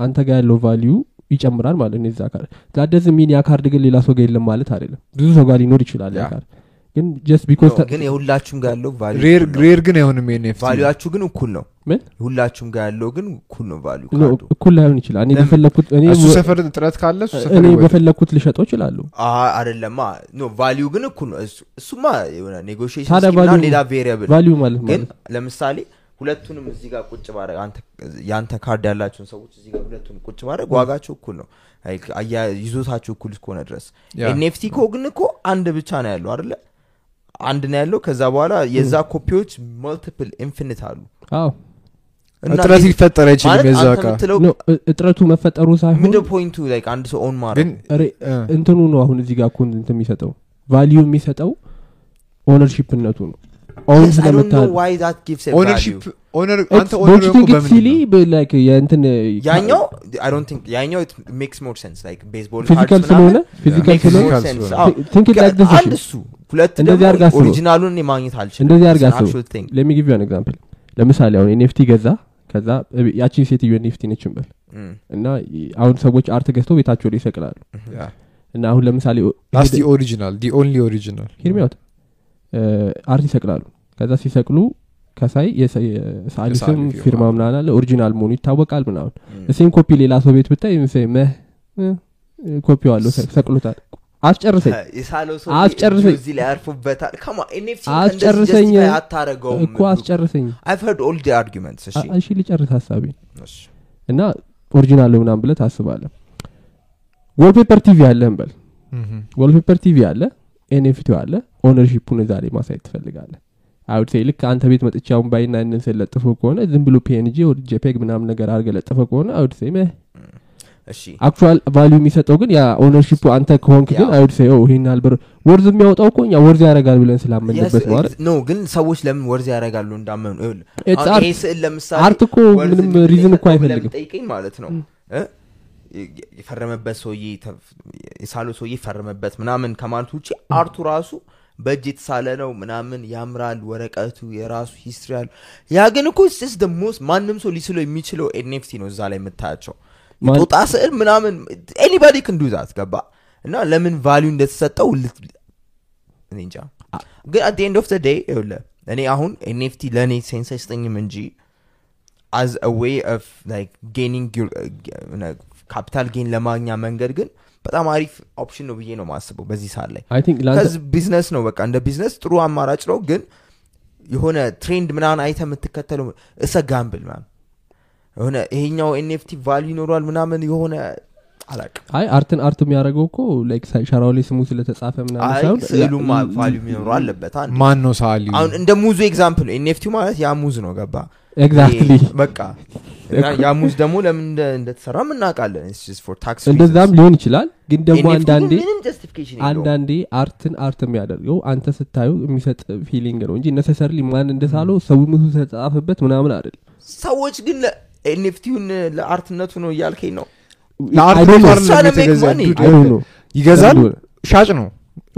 Speaker 1: አንተ ጋር ያለው ቫሊዩ ይጨምራል ማለት ነው የዛ ካርድ ዛደዝ ሚን ያ ካርድ ግን ሌላ ሰው ጋር የለም ማለት አይደለም ብዙ ሰው ጋር ሊኖር ይችላል ያ
Speaker 3: ያ።
Speaker 1: ካርድ ግን ጀስት ቢኮዝ
Speaker 2: ግን የሁላችሁም ጋር ያለው value
Speaker 3: ሬር
Speaker 2: እኩል ነው።
Speaker 3: ሬር ግን አይሆንም ኤንኤፍቲ
Speaker 2: ቫሊያችሁ ግን እኩል ነው
Speaker 1: ምን?
Speaker 2: ሁላችሁም ጋር ያለው ግን እኩል ነው ቫሊዩ
Speaker 1: ኖ፣
Speaker 2: ካርዱ
Speaker 1: እኩል ላይሆን ይችላል እኔ
Speaker 2: ለምን?
Speaker 1: በፈለግኩት እኔ
Speaker 3: እሱ
Speaker 1: ወ-
Speaker 3: ሰፈር ጥረት ካለ እሱ ሰፈር
Speaker 1: እኔ
Speaker 3: ይወጣል።
Speaker 1: በፈለግኩት ልሸጠው እችላለሁ
Speaker 2: አ- አይደለማ ኖ ቫሊዩ ግን እኩል ነው እሱ- እሱማ የሆነ ኔጎሽዬሽን
Speaker 1: ታዲያ
Speaker 2: ስኪምና
Speaker 1: value-
Speaker 2: ሌላ ቬሪያብል
Speaker 1: ቫሊዩ ማለት
Speaker 2: ግን
Speaker 1: ማለት
Speaker 2: ለምሳሌ ሁለቱንም እዚህ ጋር ቁጭ ማድረግ አንተ- የአንተ ካርድ ያላቸውን ሰዎች እዚህ ጋር ሁለቱን ቁጭ ማድረግ ዋጋቸው እኩል ነው አይ- አያ- ይዞታቸው እኩል እስከሆነ ድረስ
Speaker 3: ያ።
Speaker 2: ኤንኤፍቲ ኮ ግን እኮ አንድ ብቻ ነው ያለው አይደለ አንድ ነው ያለው ከዛ በኋላ የዛ ኮፒዎች መልቲፕል ኢንፊኒት አሉ
Speaker 1: አዎ
Speaker 2: እና
Speaker 3: እጥረት
Speaker 2: እንዴት-
Speaker 3: ሊፈጠር
Speaker 2: ማለት
Speaker 3: አይችልም የዛ
Speaker 2: አንተ
Speaker 3: እቃ
Speaker 2: የምትለው
Speaker 1: ኖ፣ እ- እጥረቱ መፈጠሩ ሳይሆን
Speaker 2: ምንድን ነው ፖይንቱ like አንድ ሰው ኦን
Speaker 3: ግን uh,
Speaker 2: ማድረግ
Speaker 1: ሬ-
Speaker 3: እ፣
Speaker 1: እንትኑ ነው አሁን እዚህ ጋር እኮ እንትን የሚሰጠው ቫሊዩ የሚሰጠው ኦነርሺፕነቱ ነው አሁን
Speaker 2: Yes, I don't know
Speaker 1: ስለምታል
Speaker 2: why that gives a
Speaker 3: ownership-
Speaker 2: value.
Speaker 3: owner- አንተ owner የሆንኩ
Speaker 1: ቦችቲንግ
Speaker 3: በምንድን
Speaker 1: ሲሊ
Speaker 3: ነው?
Speaker 1: ላይክ የእንትን
Speaker 2: ያኛው I don't think- ያኛው it makes more sense, like baseball
Speaker 1: ፊዚካል
Speaker 2: cards
Speaker 1: ስለሆነ
Speaker 2: ምናምን
Speaker 1: ፊዚካል
Speaker 2: makes
Speaker 1: ስለሆነ
Speaker 2: more
Speaker 3: physical
Speaker 2: sense.
Speaker 3: ስለሆነ።
Speaker 2: አዎ።
Speaker 1: ቲንክ ላይክ ዲስ
Speaker 2: አንድ እሱ ሁለት
Speaker 1: እንደዚህ
Speaker 2: ደግሞ
Speaker 1: አድርጋ አስበው።
Speaker 2: ኦሪጂናሉን እኔ ማግኘት አልችልም
Speaker 1: እንደዚህ አድርጋ
Speaker 2: It's an
Speaker 1: አስበው።
Speaker 2: actual thing.
Speaker 1: ለሚጊቭ ያን ኤግዛምፕል ለምሳሌ አሁን ኤንኤፍቲ ገዛ ከዛ እቤ- ያቺን ሴትዮ ኤንኤፍቲ ነች እንበል
Speaker 2: Mm.
Speaker 1: እና አሁን ሰዎች አርት ገዝተው ቤታቸው ላይ ይሰቅላሉ
Speaker 3: ያ።
Speaker 1: እና አሁን ለምሳሌ
Speaker 3: That's the original, the only original.
Speaker 1: ሂርሚ አውት አርት ይሰቅላሉ ከዛ ሲሰቅሉ ከሳይ የሰ- የሰዓሊ
Speaker 3: የሰዓሊ
Speaker 1: ስም
Speaker 3: ፊርማ
Speaker 1: ፊርማ ምናምን አለ ኦሪጂናል መሆኑ ይታወቃል ምናምን
Speaker 2: Mm.
Speaker 1: እሴም ኮፒ ሌላ ሰው ቤት ብታይ ምሴ መህ ኮፒ አለሁ ሰቅሎታል አስጨርሰኝ
Speaker 2: የሳለው ሰው
Speaker 1: አስጨርሰኝ።
Speaker 2: እዚህ ላይ ያርፉበታል Come on, NFC እንደዚህ
Speaker 1: አስጨርሰኝ
Speaker 2: justify አታረገውም
Speaker 1: እኮ አስጨርሰኝ
Speaker 2: I've heard all the arguments እሺ
Speaker 1: አ- እሺ ልጨርስ ሀሳቢ
Speaker 2: እሺ።
Speaker 1: እና ኦሪጂናል ምናምን ብለ ታስባለ ወልፔፐር ቲቪ አለህም በል
Speaker 3: Mhm.
Speaker 1: ወልፔፐር ቲቪ አለ ኤንኤፍቲ አለ ኦነርሺፑን እዛ ላይ ማሳየት ትፈልጋለ አውድ ሴ ልክ አንተ ቤት መጥቼ አሁን ባይና ያንን ስለጥፎ ከሆነ ዝም ብሎ ፒኤንጂ ወደ ጄፔግ ምናምን ነገር አድርገ ለጥፈ ከሆነ አውድ ሴ
Speaker 2: እሺ
Speaker 1: አክቹዋል ቫሊዩ የሚሰጠው ግን ያ ኦነርሺፑ አንተ ከሆንክ ግን
Speaker 2: ያ።
Speaker 1: አውድ ሴ ይህን አልበር ወርዝ የሚያወጣው እኮ እኛ ወርዝ ያደርጋል ብለን ስላመንበት ማለት
Speaker 2: ኖ ግን ሰዎች ለምን ወርዝ ያደርጋሉ እንዳመኑ ይኸውልህ፣
Speaker 1: It's
Speaker 2: አሁን
Speaker 1: art.
Speaker 2: ይሄ ስዕል ለምሳሌ
Speaker 1: አርት እኮ
Speaker 2: ወርዝ
Speaker 1: ምንም
Speaker 2: የሚል
Speaker 1: ሪዝን እኮ
Speaker 2: የሰጠው ብለህ
Speaker 1: አይፈልግም
Speaker 2: ብትጠይቀኝ ማለት ነው እ? የ- የፈረመበት ሰውዬ ተፍ- የሳለው ሰውዬ ፈረመበት ምናምን ከማለት ውጭ አርቱ ራሱ በእጅ የተሳለ ነው ምናምን ያምራል ወረቀቱ የራሱ ሂስትሪ አለ ያ ግን እኮ ስ ደሞስ ማንም ሰው ሊስለው የሚችለው ኤንኤፍቲ ነው እዛ ላይ የምታያቸው
Speaker 1: ማን-
Speaker 2: የጦጣ ስዕል ምናምን ኤኒባዲ ክንዱ ዛት ገባ እና ለምን ቫሊዩ እንደተሰጠው ልት- እኔ እንጃ ግን አት ኤንድ ኦፍ ደ ይኸውልህ እኔ አሁን ኤንኤፍቲ ለእኔ ሴንስ አይስጠኝም እንጂ አዝ ዌ ኦፍ ጌኒንግ uh, ካፒታል ጌን ለማግኛ መንገድ ግን በጣም አሪፍ ኦፕሽን ነው ብዬ ነው ማስበው በዚህ ሰዓት ላይ
Speaker 1: አይ ቲንክ ለአንተ
Speaker 2: ከዚ ቢዝነስ ነው በቃ እንደ ቢዝነስ ጥሩ አማራጭ ነው ግን የሆነ ትሬንድ ምናምን አይተ የምትከተለው እሰ ጋምብል ምናምን የሆነ ይሄኛው ኤንኤፍቲ ቫሉ ይኖሯል ምናምን የሆነ አላቅም
Speaker 1: አይ አርትን አርት የሚያደርገው እኮ ላይክ ሸራው ላይ ስሙ ስለተጻፈ ምናምን
Speaker 2: አይ
Speaker 1: ሳይሆን
Speaker 2: ስዕሉም ቫሉ የሚኖረው አለበት አንድ
Speaker 3: ማን ነው ሰዓሊ
Speaker 2: አሁን እንደ ሙዙ ኤግዛምፕል ኤንኤፍቲ ማለት ያ ሙዝ ነው ገባ
Speaker 1: ኤግዛክትሊ
Speaker 2: ይሄ በቃ እና ያ ሙዝ ደግሞ ለምን እንደ- እንደተሰራ እናውቃለን It's just for tax reasons.
Speaker 1: እንደዛም ሊሆን ይችላል ግን ደግሞ
Speaker 2: NFT ግን
Speaker 1: አንዳንዴ
Speaker 2: ምንም justification የለውም።
Speaker 1: አንዳንዴ አርትን አርት የሚያደርገው አንተ ስታዩ የሚሰጥ ፊሊንግ ነው እንጂ ነሰሰርሊ ማን እንደሳለው ሰው ምሱ ስለተጻፈበት ምናምን አይደል
Speaker 2: ሰዎች ግን ኤንኤፍቲውን ለአርትነቱ ነው እያልከኝ ነው
Speaker 3: ለአርት
Speaker 1: I don't know.
Speaker 2: ነው።
Speaker 3: ፓርላማ
Speaker 2: Trying to make money.
Speaker 3: የተገዛ ዱድ
Speaker 1: I don't know. I
Speaker 3: ይገዛል
Speaker 1: don't know.
Speaker 3: ሻጭ ነው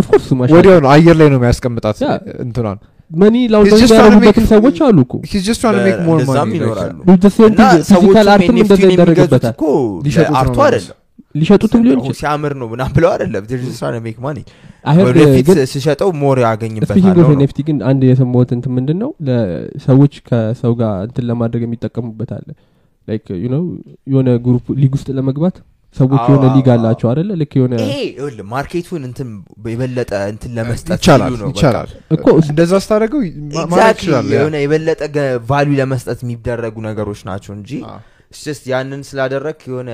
Speaker 1: Of course ማሻ-
Speaker 3: ወዲያው ነው አየር ላይ ነው የሚያስቀምጣት
Speaker 1: Yeah.
Speaker 3: እንትኗን
Speaker 1: መኒ ላውደር
Speaker 3: He's just trying to
Speaker 1: ያደረጉበትም
Speaker 3: make-
Speaker 1: ሰዎች አሉ እኮ
Speaker 3: ሂስ ጀስት ትራይንግ ሜክ ሞር
Speaker 2: እንደዛም
Speaker 3: ማኒ
Speaker 2: ይኖራሉ
Speaker 1: ሴም
Speaker 2: እና
Speaker 1: ፊዚካል
Speaker 2: ሰዎቹም
Speaker 1: አርትም እንደዛ
Speaker 2: ኤንኤፍቲውን የሚገዙት
Speaker 1: ይደረግበታል
Speaker 2: እኮ
Speaker 3: ሊሸጡት ነው
Speaker 2: አርቱ
Speaker 3: ማለት ነው።
Speaker 2: አይደለም
Speaker 1: ሊሸጡትም ሊሆን ይችላል
Speaker 2: ሲያምር ነው ምናምን ብለው አይደለም They're just trying to make money.
Speaker 1: I heard, uh,
Speaker 2: ወደፊት
Speaker 1: ግን
Speaker 2: ስሸጠው ሞር
Speaker 1: ስፒኪንግ
Speaker 2: ያገኝበታለሁ
Speaker 1: ኦፍ
Speaker 2: ነው።
Speaker 1: ኤንኤፍቲ ግን አንድ የሰማሁት እንትን ምንድን ነው ለሰዎች ከሰው ጋር እንትን ለማድረግ የሚጠቀሙበት አለ ላይክ ዩ ኖ የሆነ ግሩፕ ሊግ ውስጥ ለመግባት ሰዎች
Speaker 2: አዎ፣
Speaker 1: የሆነ
Speaker 2: አዎ፣
Speaker 1: ሊግ
Speaker 2: አዎ።
Speaker 1: አላቸው አይደለ ልክ የሆነ
Speaker 2: ይሄ ይኸውልህ ማርኬቱን እንትን የበለጠ እንትን ለመስጠት
Speaker 3: ይቻላል
Speaker 2: ሲሉ ነው በቃ።
Speaker 3: ይቻላል
Speaker 1: እኮ
Speaker 3: እንደዛ ስታደረገው ማለት
Speaker 2: Exactly.
Speaker 3: ይችላል
Speaker 2: የሆነ የበለጠ ቫሉ ለመስጠት የሚደረጉ ነገሮች ናቸው እንጂ
Speaker 3: አዎ።
Speaker 2: ስስ ያንን ስላደረግ የሆነ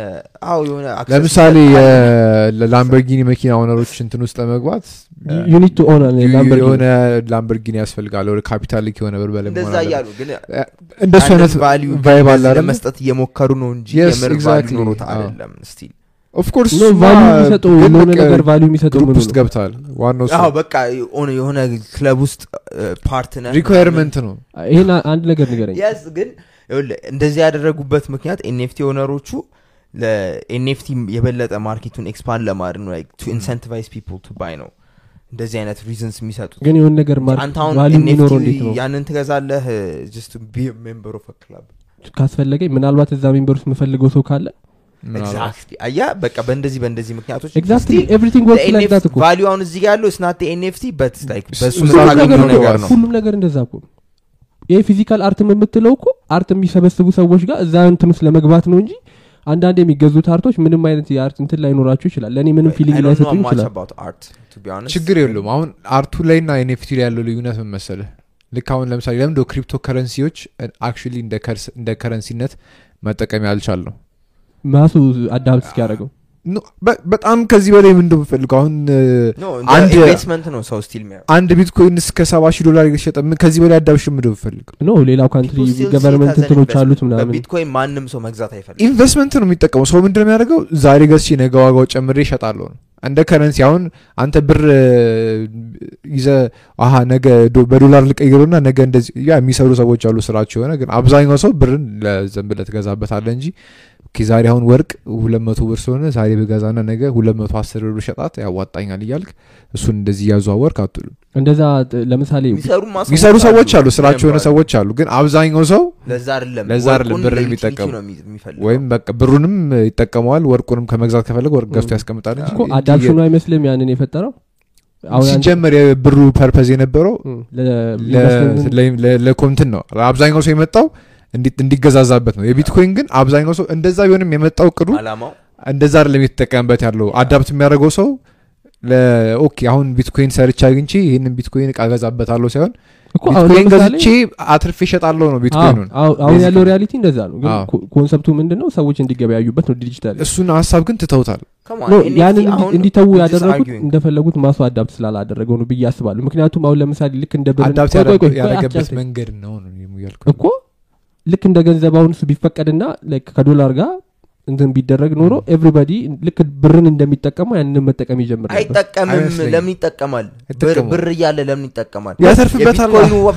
Speaker 2: አዎ የሆነ access
Speaker 3: ለምሳሌ
Speaker 2: ይሰጣል።
Speaker 3: ላምበርጊኒ መኪና ኦነሮች እንትን ውስጥ ለመግባት
Speaker 1: ዩኒት ቱ ኦን
Speaker 3: የሆነ ላምበርጊኒ ያስፈልጋል ወደ ካፒታሊክ የሆነ ብር በላይ መሆን
Speaker 2: እንደዛ
Speaker 3: አለበት።
Speaker 2: እያሉ ግን
Speaker 3: እንደሱ አይነት
Speaker 2: ቫሉ
Speaker 3: ቫይብ አለ አይደል?
Speaker 2: ለመስጠት እየሞከሩ ነው እንጂ
Speaker 3: Yes,
Speaker 2: የምር
Speaker 3: exactly.
Speaker 2: ቫሉ ኖሮት
Speaker 3: አዎ።
Speaker 2: አይደለም ስቲል
Speaker 3: ኦፍኮርስ
Speaker 1: ቫሉ የሚሰጡ የሆነ ነገር ቫሉ የሚሰጡ
Speaker 3: ግሩፕ
Speaker 1: ምኑ
Speaker 3: ውስጥ
Speaker 1: ነው
Speaker 3: ገብታል ዋናው እሱ
Speaker 2: አዎ በቃ የሆነ- የሆነ ክለብ ውስጥ ፓርትነር
Speaker 3: ሪኳየርመንት ነው
Speaker 1: ይሄን አ- አንድ ነገር ንገረኝ
Speaker 2: የስ ግን ይኸውልህ እንደዚህ ያደረጉበት ምክንያት ኤንኤፍቲ ኦነሮቹ ለኤንኤፍቲ የበለጠ ማርኬቱን ኤክስፓንድ ለማድረግ ነው ቱ ኢንሰንቲቫይዝ ፒፕል ቱ ባይ ነው እንደዚህ አይነት ሪዝንስ የሚሰጡት
Speaker 1: ግን የሆነ ነገር
Speaker 2: አንተ
Speaker 1: ማርኬት
Speaker 2: አሁን
Speaker 1: ቫሉ የሚኖረው
Speaker 2: NFT
Speaker 1: እንዴት ነው
Speaker 2: ያንን ትገዛለህ ጀስት ቢ ሜምበር ኦፍ ክለብ
Speaker 1: ካስፈለገኝ ምናልባት እዛ ሜምበር ውስጥ የምፈልገው ሰው ካለ
Speaker 3: ምናልባት።
Speaker 2: አያ በቃ በእንደዚህ በእንደዚህ ምክንያቶች
Speaker 1: ኤግዛክትሊ
Speaker 2: still
Speaker 1: ኤቭሪቲንግ ወርክ ላይ ዳት እኮ
Speaker 2: ቫሊዩ አሁን እዚህ ጋር ያለው ስናት ኤንኤፍቲ በት ላይክ በሱ
Speaker 3: እሱ
Speaker 1: ሁሉም
Speaker 3: የምታገኘው
Speaker 1: ነገር
Speaker 2: የምታገኘው ነገር
Speaker 1: እኮ-
Speaker 2: ነው
Speaker 1: ሁሉም ነገር እንደዛ እኮ ነው። ይህ ፊዚካል አርት የምትለው እኮ አርት የሚሰበስቡ ሰዎች ጋር እዛ እንትን ውስጥ ለመግባት ነው እንጂ አንዳንድ የሚገዙት አርቶች ምንም አይነት የአርት እንትን ላይኖራቸው ይችላል ለእኔ ምንም ፊሊንግ
Speaker 2: I don't know
Speaker 1: ላይሰጡ
Speaker 2: much
Speaker 1: ይችላል
Speaker 2: about art, to be honest.
Speaker 3: ችግር የለውም አሁን አርቱ ላይ ና ኤንኤፍቲ ላይ ያለው ልዩነት ምን መሰለህ ልክ አሁን ለምሳሌ ለምንደ ክሪፕቶ ከረንሲዎች አክቹሊ እንደ ከረንሲነት መጠቀም ያልቻል ነው
Speaker 1: ማሱ አዳምት እስኪያደረገው
Speaker 3: ኖ፣ በ- በጣም ከዚህ በላይ ምን እንደምፈልገው አሁን እ፣
Speaker 2: No, እንደ
Speaker 3: አንድ-
Speaker 2: investment ነው ሰው still የሚያየው።
Speaker 3: አንድ ቢትኮይን እስከ ሰባ ሺህ ዶላር የተሸጠ ምን ከዚህ በላይ አዳብሽ ምንደምፈልገው
Speaker 1: ኖ ሌላው ካንትሪ
Speaker 2: People still see it
Speaker 1: ገቨርንመንት
Speaker 2: as an
Speaker 1: እንትኖች
Speaker 2: investment.
Speaker 1: አሉት ምናምን
Speaker 2: በቢትኮይን ማንም ሰው መግዛት አይፈልግም
Speaker 3: ኢንቨስትመንት ነው የሚጠቀመው ሰው ምንድን ነው የሚያደርገው ዛሬ ገዝቼ ነገ ዋጋው ጨምሬ ይሸጣለሁ ነው እንደ ከረንሲ አሁን አንተ ብር እ፣ ይዘ አሀ ነገ ዶ- በዶላር ልቀይረና ነገ እንደዚህ ያ የሚሰሩ ሰዎች አሉ ስራቸው የሆነ ግን አብዛኛው ሰው ብርን ለዘን ብለህ ትገዛበታለህ እንጂ ኦኬ፣ ዛሬ አሁን ወርቅ ሁለት መቶ ብር ስለሆነ ዛሬ በገዛና ነገ ሁለት መቶ አስር ብር ሸጣት ያዋጣኛል እያልክ እሱን እንደዚህ እያዘዋወርክ አትሉም
Speaker 1: እንደዛ ጥ- ለምሳሌ
Speaker 2: የሚሰሩማ ሰዎች
Speaker 3: የሚሰሩ ሰዎች አሉ
Speaker 2: በደንብ
Speaker 3: ስራቸው የሆነ
Speaker 2: አሉ።
Speaker 3: ሰዎች አሉ ግን አብዛኛው ሰው
Speaker 2: ለዛ አይደለም
Speaker 3: ለዛ አይደለም
Speaker 2: ወርቁን
Speaker 3: ብር
Speaker 2: ለዩቲሊቲ
Speaker 3: የሚጠቀሙ።
Speaker 2: ነው የሚ- የሚፈልገው።
Speaker 3: ወይም በቃ ብሩንም ይጠቀመዋል ወርቁንም ከመግዛት ከፈለግ ወርቅ ገዝቶ
Speaker 1: ም።
Speaker 3: ያስቀምጣል እንጂ
Speaker 1: እኮ
Speaker 3: እንዲህ
Speaker 1: አዳፕሽኑ አይመስልም ያንን የፈጠረው አሁን አንተ-
Speaker 3: ሲጀመር የብሩ ፐርፐዝ የነበረው
Speaker 1: እም፣
Speaker 3: ለ-
Speaker 1: ለኢንቨስትመንት
Speaker 3: ለ- ለ- ለኮምትን ነው አብዛኛው ሰው የመጣው እንዲ- እንዲገዛዛበት ነው የቢትኮይን ግን አብዛኛው ሰው እንደዛ ቢሆንም የመጣው ቅዱ
Speaker 2: አላማው
Speaker 3: እንደዛ አይደለም የተጠቀምበት ያለው አዳፕት የሚያደርገው ሰው ለ- ኦኬ አሁን ቢትኮይን ሰርቻ አግኝቼ ይህንን ቢትኮይን እቃ ገዛበታለሁ ሳይሆን
Speaker 1: እኮ አሁን
Speaker 3: ቢትኮይን
Speaker 1: ለምሳሌ
Speaker 3: ገዝቼ አትርፌ እሸጣለሁ ነው ቢትኮይኑን
Speaker 1: አዎ፣ አዎ፣ አሁን ያለው
Speaker 3: basically።
Speaker 1: ሪያሊቲ እንደዛ ነው ግን
Speaker 3: አዎ።
Speaker 1: ኮ- ኮንሰፕቱ ምንድን ነው ሰዎች እንዲገበያዩበት ነው ዲጂታል
Speaker 3: እሱን ሀሳብ ግን ትተውታል
Speaker 2: Come
Speaker 1: ኖ
Speaker 2: on, NFT
Speaker 1: ያንን እንዲ-
Speaker 2: አሁን
Speaker 1: እንዲተዉ
Speaker 2: we're just
Speaker 1: ያደረጉት
Speaker 2: arguing.
Speaker 1: እንደፈለጉት ማሱ አዳፕት ስላላደረገው ነው ብዬ አስባለሁ ምክንያቱም አሁን ለምሳሌ ልክ እንደ ብር
Speaker 3: አዳፕት
Speaker 1: ቆይ፣ ቆይ፣ ቆይ፣ ቆይ፣
Speaker 3: ያደረገበት
Speaker 1: አጫውተኝ።
Speaker 3: መንገድ ነው ነው ያልኩት።
Speaker 1: እኮ ልክ እንደ ገንዘብ አሁን እሱ ቢፈቀድና like ከዶላር ጋር እንትን ቢደረግ ኖሮ ኤቭሪባዲ ልክ ብርን እንደሚጠቀመው ያንን መጠቀም ይጀምራል ነበር።
Speaker 2: አይጠቀምም
Speaker 3: አይመስለኝም።
Speaker 2: ለምን ይጠቀማል ብር
Speaker 3: አይጠቀመውም።
Speaker 2: ብር እያለ ለምን ይጠቀማል
Speaker 3: ያተርፍበታል።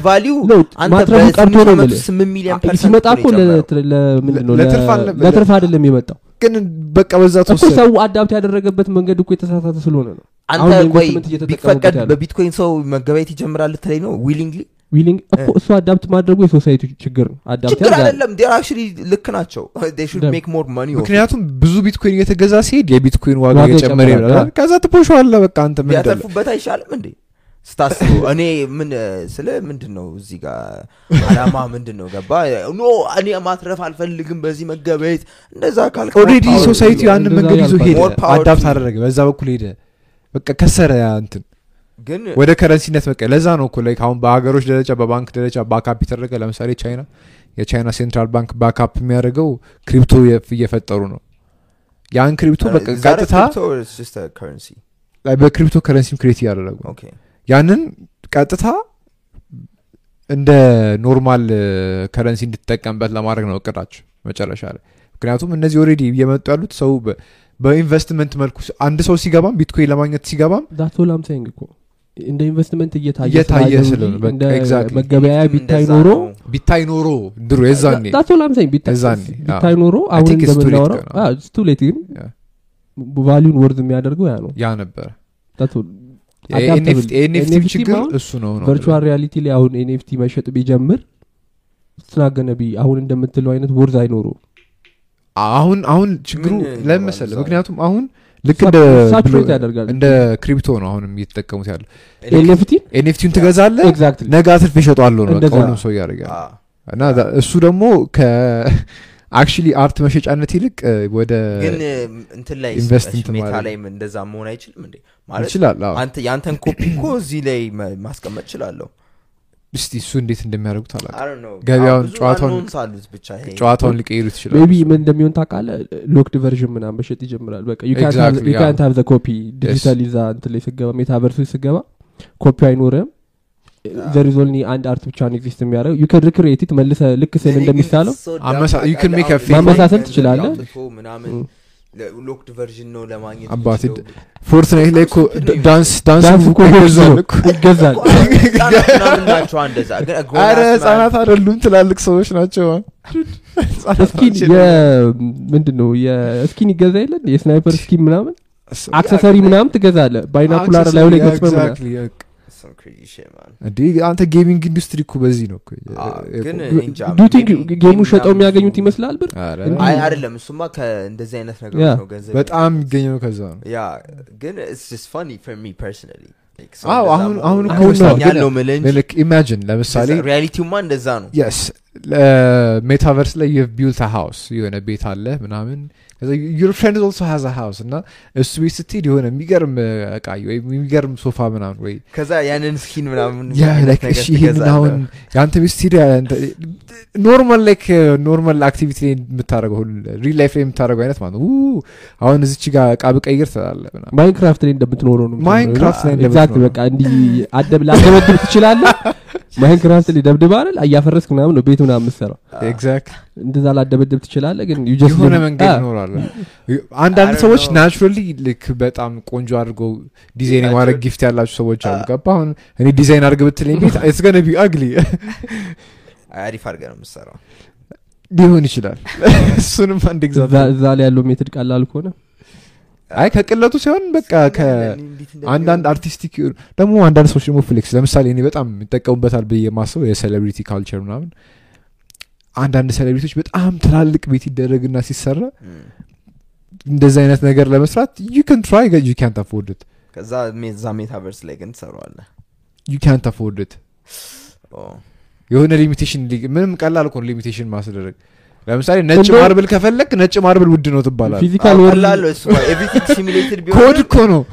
Speaker 2: ቫሊዩ
Speaker 1: No,
Speaker 2: አንተ
Speaker 1: ማትረፉ ቀርቶ ነው የምልህ።
Speaker 2: ስምንት ሚሊዮን ፐርሰንት
Speaker 1: ሲመጣ እኮ
Speaker 2: ነው የጨመረው።
Speaker 1: ለ- ለምንድን ነው?
Speaker 3: ለትርፍ
Speaker 1: ለ-
Speaker 3: አልነበረ-
Speaker 1: ለትርፍ አይደለም የመጣው
Speaker 3: ግን በቃ በዛ
Speaker 1: እኮ
Speaker 3: ተወሰደ
Speaker 1: ሰው አዳፕት ያደረገበት መንገድ እኮ የተሳሳተ ስለሆነ ነው አሁን
Speaker 2: አንተ ቆይ
Speaker 1: ኢንቨስትመንት እየተጠቀሙበት
Speaker 2: ቢፈቀድ
Speaker 1: ያለው።
Speaker 2: በቢትኮይን ሰው መገበያየት ይጀምራል ልትለኝ ነው ዊሊንግሊ
Speaker 1: ዊሊንግ እኮ እሱ አዳፕት ማድረጉ የሶሳይቲ ችግር ነው አዳፕት
Speaker 2: ችግር
Speaker 1: ያደርጋል።
Speaker 2: አይደለም ዴር አክቹሊ ልክ ናቸው they should
Speaker 1: ደም-
Speaker 2: make more money off it.
Speaker 3: ምክንያቱም ብዙ ቢትኮይን እየተገዛ ሲሄድ የቢትኮይን ዋጋ
Speaker 1: ዋጋ
Speaker 3: እየጨመረ
Speaker 1: ይጨምራል።
Speaker 3: ይላል ከዛ ትፖሸዋለ በቃ አንተ ምን እንዳለ
Speaker 2: ቢያተርፉበት አይሻልም እንዴ ስታስቡ እኔ ምን ስለ ምንድን ነው እዚህ ጋር አላማ ምንድን ነው ገባ ኖ እኔ ማትረፍ አልፈልግም በዚህ መገበየት እንደዛ ካልክ
Speaker 3: ኦልሬዲ
Speaker 1: ፓወር
Speaker 3: ሶሳይቲ
Speaker 1: ነው።
Speaker 3: ያንን
Speaker 1: እንደዛ
Speaker 3: መንገድ ይዞ
Speaker 1: ያልኳት።
Speaker 3: ሄደ
Speaker 2: More power
Speaker 3: አዳፕት
Speaker 2: to-
Speaker 3: አደረገ በዛ በኩል ሄደ በቃ ከሰረ ያ እንትን
Speaker 2: ግን
Speaker 3: ወደ ከረንሲነት በቃ ለዛ ነው እኮ ላይ አሁን በሀገሮች ደረጃ በባንክ ደረጃ ባካፕ የተደረገ ለምሳሌ ቻይና የቻይና ሴንትራል ባንክ ባካፕ የሚያደርገው ክሪፕቶ የፍ- እየፈጠሩ ነው ያን ክሪፕቶ በቃ
Speaker 2: Is that a
Speaker 3: ቀጥታ
Speaker 2: crypto or it's just a currency?
Speaker 3: ላይ በክሪፕቶ ከረንሲም ክሬት እያደረጉ ነው።
Speaker 2: Okay.
Speaker 3: ያንን ቀጥታ እንደ ኖርማል ከረንሲ እንድትጠቀምበት ለማድረግ ነው እቅዳቸው መጨረሻ ላይ ምክንያቱም እነዚህ ኦሬዲ እየመጡ ያሉት ሰው በ- በኢንቨስትመንት መልኩ ሲ- አንድ ሰው ሲገባም ቢትኮይን ለማግኘት ሲገባም
Speaker 1: ዳት ኦል አም ሳይንግ እኮ እንደ ኢንቨስትመንት እየታየ
Speaker 3: እየታየ
Speaker 1: ስላለ
Speaker 3: ስለሆነ
Speaker 1: እንጂ
Speaker 3: በቃ
Speaker 1: እንደ
Speaker 3: exactly።
Speaker 1: መገበያያ
Speaker 2: Ethereum
Speaker 1: ቢታይ
Speaker 2: እንደዛ
Speaker 1: ኖሮ
Speaker 2: ነው።
Speaker 3: ቢታይ ኖሮ ድሮ የዛኔ
Speaker 1: ዳት ኦል አም ሳይንግ
Speaker 3: እዛኔ፣
Speaker 1: ቢታይ
Speaker 3: አዎ።
Speaker 1: ኖሮ
Speaker 3: I
Speaker 1: አሁን
Speaker 3: think it's too late
Speaker 1: እንደምናወራው
Speaker 3: ገና።
Speaker 1: ስቱሌት ግን
Speaker 3: Yeah.
Speaker 1: ቫሊዩን ወርዝ የሚያደርገው ያ ነው
Speaker 3: ያ ነበር
Speaker 1: That's all. Adaptable.
Speaker 3: ኤንኤፍቲ
Speaker 1: NFT
Speaker 3: ችግር
Speaker 1: አሁን
Speaker 3: እሱ ነው ነው
Speaker 1: ቨርቹዋል ሪያሊቲ ላይ አሁን ኤንኤፍቲ መሸጥ ቢጀምር ስናገነቢ አሁን እንደምትለው አይነት ወርዝ አይኖረው
Speaker 3: አሁን አሁን ችግሩ
Speaker 2: ምን
Speaker 3: ለምን መሰለህ
Speaker 2: ይኖራል?
Speaker 3: ምክንያቱም አሁን ልክ እንደ
Speaker 1: ሳቹሬት ያደርጋል
Speaker 3: እንደ ክሪፕቶ ነው አሁንም እየተጠቀሙት ያለው
Speaker 1: ኤንኤፍቲ
Speaker 3: ኤንኤፍቲውን ትገዛለህ
Speaker 1: ኤግዛክትሊ
Speaker 3: ነገ አትርፍ ይሸጧለሁ ነው
Speaker 1: እንደዛ።
Speaker 3: ቀውንም ሰው እያደረገ
Speaker 2: Ah.
Speaker 3: እና ዛ- እሱ ደግሞ ከአክቹሊ አርት መሸጫነት ይልቅ እ፣ ወደ
Speaker 2: ግን እ፣
Speaker 3: uh,
Speaker 2: እንትን ላይ
Speaker 3: ኢንቨስት
Speaker 2: ስጠሽ
Speaker 3: እንትን
Speaker 2: ሜታ
Speaker 3: ማድረግ።
Speaker 2: ላይ እንደዛ መሆን አይችልም እንዴ ማለት
Speaker 3: ይችላል አዎ።
Speaker 2: አንተ የአንተን ኮፒ እኮ እዚህ ላይ መ- ማስቀመጥ ችላለሁ
Speaker 3: እስቲ እሱ እንዴት እንደሚያደርጉት አላ ገበያውን፣ ጨዋታውን-
Speaker 2: ሳሉት ብቻ ይሄ
Speaker 3: ጨዋታውን ሊቀይሩ ይችላል
Speaker 1: ሜቢ ምን እንደሚሆን ታውቃለ ሎክድ ቨርዥን ምናም መሸጥ ይጀምራል በቃ
Speaker 3: Exactly, yeah.
Speaker 1: ዩካንት ሀብ ኮፒ ዲጂታል ይዛ እንትን ላይ ስገባ ሜታቨርስ ስገባ ኮፒ አይኖርም ዘሪዞልኒ አንድ አርት ብቻ ነው ኤግዚስት የሚያደርገው ዩ ከን ሪክሬቲት መልሰ ልክ ስል እንደሚሳለው
Speaker 3: አመሳ- you can make a fake-
Speaker 1: ማመሳሰል ትችላለህ። Mm.
Speaker 2: ሎክድ ቨርዥን ነው ለማግኘት
Speaker 3: አባቴ
Speaker 2: የምችለው።
Speaker 3: ፎርትናይት ላይ እኮ
Speaker 2: ስንት ነው
Speaker 3: ዳንስ ዳንስ
Speaker 1: ዳንስ
Speaker 3: ሙቭ
Speaker 1: እኮ ጎበዝ ነው
Speaker 3: ይገዛል እኮ።
Speaker 1: ይገዛል
Speaker 2: እኮ ህጻናት ምናምን ናቸው እንደዛ። ግን a grown
Speaker 3: አረ
Speaker 2: ass man-
Speaker 3: ህጻናት አይደሉም ትላልቅ ሰዎች ናቸው ህጻናት
Speaker 1: ስኪን
Speaker 3: ናቸው።
Speaker 1: ምንድን ነው የስኪን ይገዛ የለን የስናይፐር ስኪን ምናምን
Speaker 3: እሱ-
Speaker 1: አክሰሰሪ ምናምን ትገዛለ ባይናኩላር ላይ ላይ ገጽመ ምናምን
Speaker 3: Exactly, በቃ።
Speaker 2: Some crazy shit, man.
Speaker 3: እንዴ አንተ ጌሚንግ ኢንዱስትሪ እኮ በዚህ ነው እኮ።
Speaker 2: አዎ፣ ግን
Speaker 3: እ-
Speaker 2: እንጃ፣
Speaker 1: ዱቲንግ
Speaker 2: maybe-
Speaker 1: ጌሙ
Speaker 2: maybe
Speaker 1: ሸጠው
Speaker 2: ምናምን
Speaker 1: የሚያገኙት
Speaker 2: እሱ-
Speaker 1: ይመስላል ብር
Speaker 3: አረ፣
Speaker 1: እንዲህ-
Speaker 2: አይ አይደለም እሱማ ከእንደዚህ አይነት ነገሮች
Speaker 1: Yeah.
Speaker 2: ነው ገንዘብ
Speaker 3: በጣም የሚገኘው ከዛ ነው
Speaker 2: ያ ግን it's just funny for me personally Like, ሰው
Speaker 3: አዎ
Speaker 2: እንደዛ
Speaker 3: አሁን
Speaker 2: መሆኑ
Speaker 3: አሁን
Speaker 1: አሁን
Speaker 3: እኮ
Speaker 1: ነው።
Speaker 2: ያስደስተኛል ነው የምልህ እንጂ
Speaker 3: ኢማጂን ለምሳሌ
Speaker 2: እንደዛ- ሪያሊቲውማ እንደዛ ነው
Speaker 3: የስ ሜታቨርስ ላይ ዩቭ ቢልት ሃውስ የሆነ ቤት አለ ምናምን ዩር ፍሬንድ ኦልሶ ሃዝ ሃውስ እና እሱ ቤት ስትሄድ የሆነ የሚገርም እ፣ እቃ ወይም የሚገርም ሶፋ ምናምን ወይ
Speaker 2: ከዛ ያንን ስኪን ምናምን
Speaker 3: ያ
Speaker 2: አይነት
Speaker 3: ላይክ
Speaker 2: ነገር
Speaker 3: እሺ ይሄንን
Speaker 2: ትገዛለህ።
Speaker 3: አሁን የአንተ ቤት ስትሄድ ኖርማል ላይክ ኖርማል አክቲቪቲ ላይ የምታደረገው ሪል ላይፍ ላይ የምታደረገው አይነት ማለት ነው ኡ፣ አሁን እዚች ጋር እቃ ብቀይር ትላለ ምናምን
Speaker 1: ማይንክራፍት ላይ እንደምትኖረው ነው
Speaker 3: ማይንክራፍት ላይ
Speaker 1: የምትኖረው።
Speaker 3: እንደምትኖረው።
Speaker 1: Exactly፣ በቃ እንዲህ አደብ ላደበድብ ትችላለህ ማይንክራፍት ላይ ደብድብ አይደል እያፈረስክ ምናምን ነው ቤት ምናምን የምትሰራው
Speaker 3: ኤግዛክት
Speaker 1: እንደዛ ላደበድብ ትችላለህ ግን you just
Speaker 3: የሆነ
Speaker 1: don't-
Speaker 3: መንገድ
Speaker 1: Ah,
Speaker 3: ይኖራል አንዳንድ
Speaker 2: I don't
Speaker 3: ሰዎች
Speaker 2: know.
Speaker 3: ናቹራሊ ልክ በጣም ቆንጆ አድርገው ዲዛይን
Speaker 2: ናቸው።
Speaker 3: የማድረግ ጊፍት ያላቸው ሰዎች አሉ
Speaker 2: አዎ።
Speaker 3: ገባ አሁን እኔ ዲዛይን አድርግ ብትለኝ ቤት it's gonna be ugly
Speaker 2: አሪፍ አድርገህ ነው የምትሰራው
Speaker 3: ሊሆን ይችላል እሱንም አንድ ግዛት
Speaker 1: እዛ- እዛ ላይ ያለው ሜትድ ቀላል ከሆነ
Speaker 3: አይ ከቅለቱ ሳይሆን በቃ ከ-
Speaker 2: እንዴት እንደሚሆን
Speaker 3: አንዳንድ አርቲስቲክ የሆኑ- ደግሞ አንዳንድ ሰዎች ደግሞ ፍሌክስ ለምሳሌ እኔ በጣም ይጠቀሙበታል ብዬ የማስበው የሴሌብሪቲ ካልቸር ምናምን አንዳንድ ሴሌብሪቲዎች በጣም ትላልቅ ቤት ይደረግና ሲሰራ
Speaker 2: እም።
Speaker 3: እንደዚህ አይነት ነገር ለመስራት ዩ ካን ትራይ ዩ ካንት አፎርድ ት
Speaker 2: ከዛ ሜ- እዛ ሜታቨርስ ላይ ግን ትሰራዋለህ
Speaker 3: ዩ ካንት አፎርድ ት
Speaker 2: ኦ፣
Speaker 3: የሆነ ሊሚቴሽን ሊ- ምንም ቀላል እኮ ነው ሊሚቴሽን ማስደረግ ለምሳሌ ነጭ
Speaker 1: እንደውም-
Speaker 3: ማርብል ከፈለግ ነጭ ማርብል ውድ ነው ትባላል
Speaker 1: ፊዚካል
Speaker 2: አዎ፣
Speaker 1: ወርልድ
Speaker 2: ቀላል ነው እሱ ኤቭሪቲንግ ሲሚሌትድ ቢሆን
Speaker 3: ኮድ እኮ ነው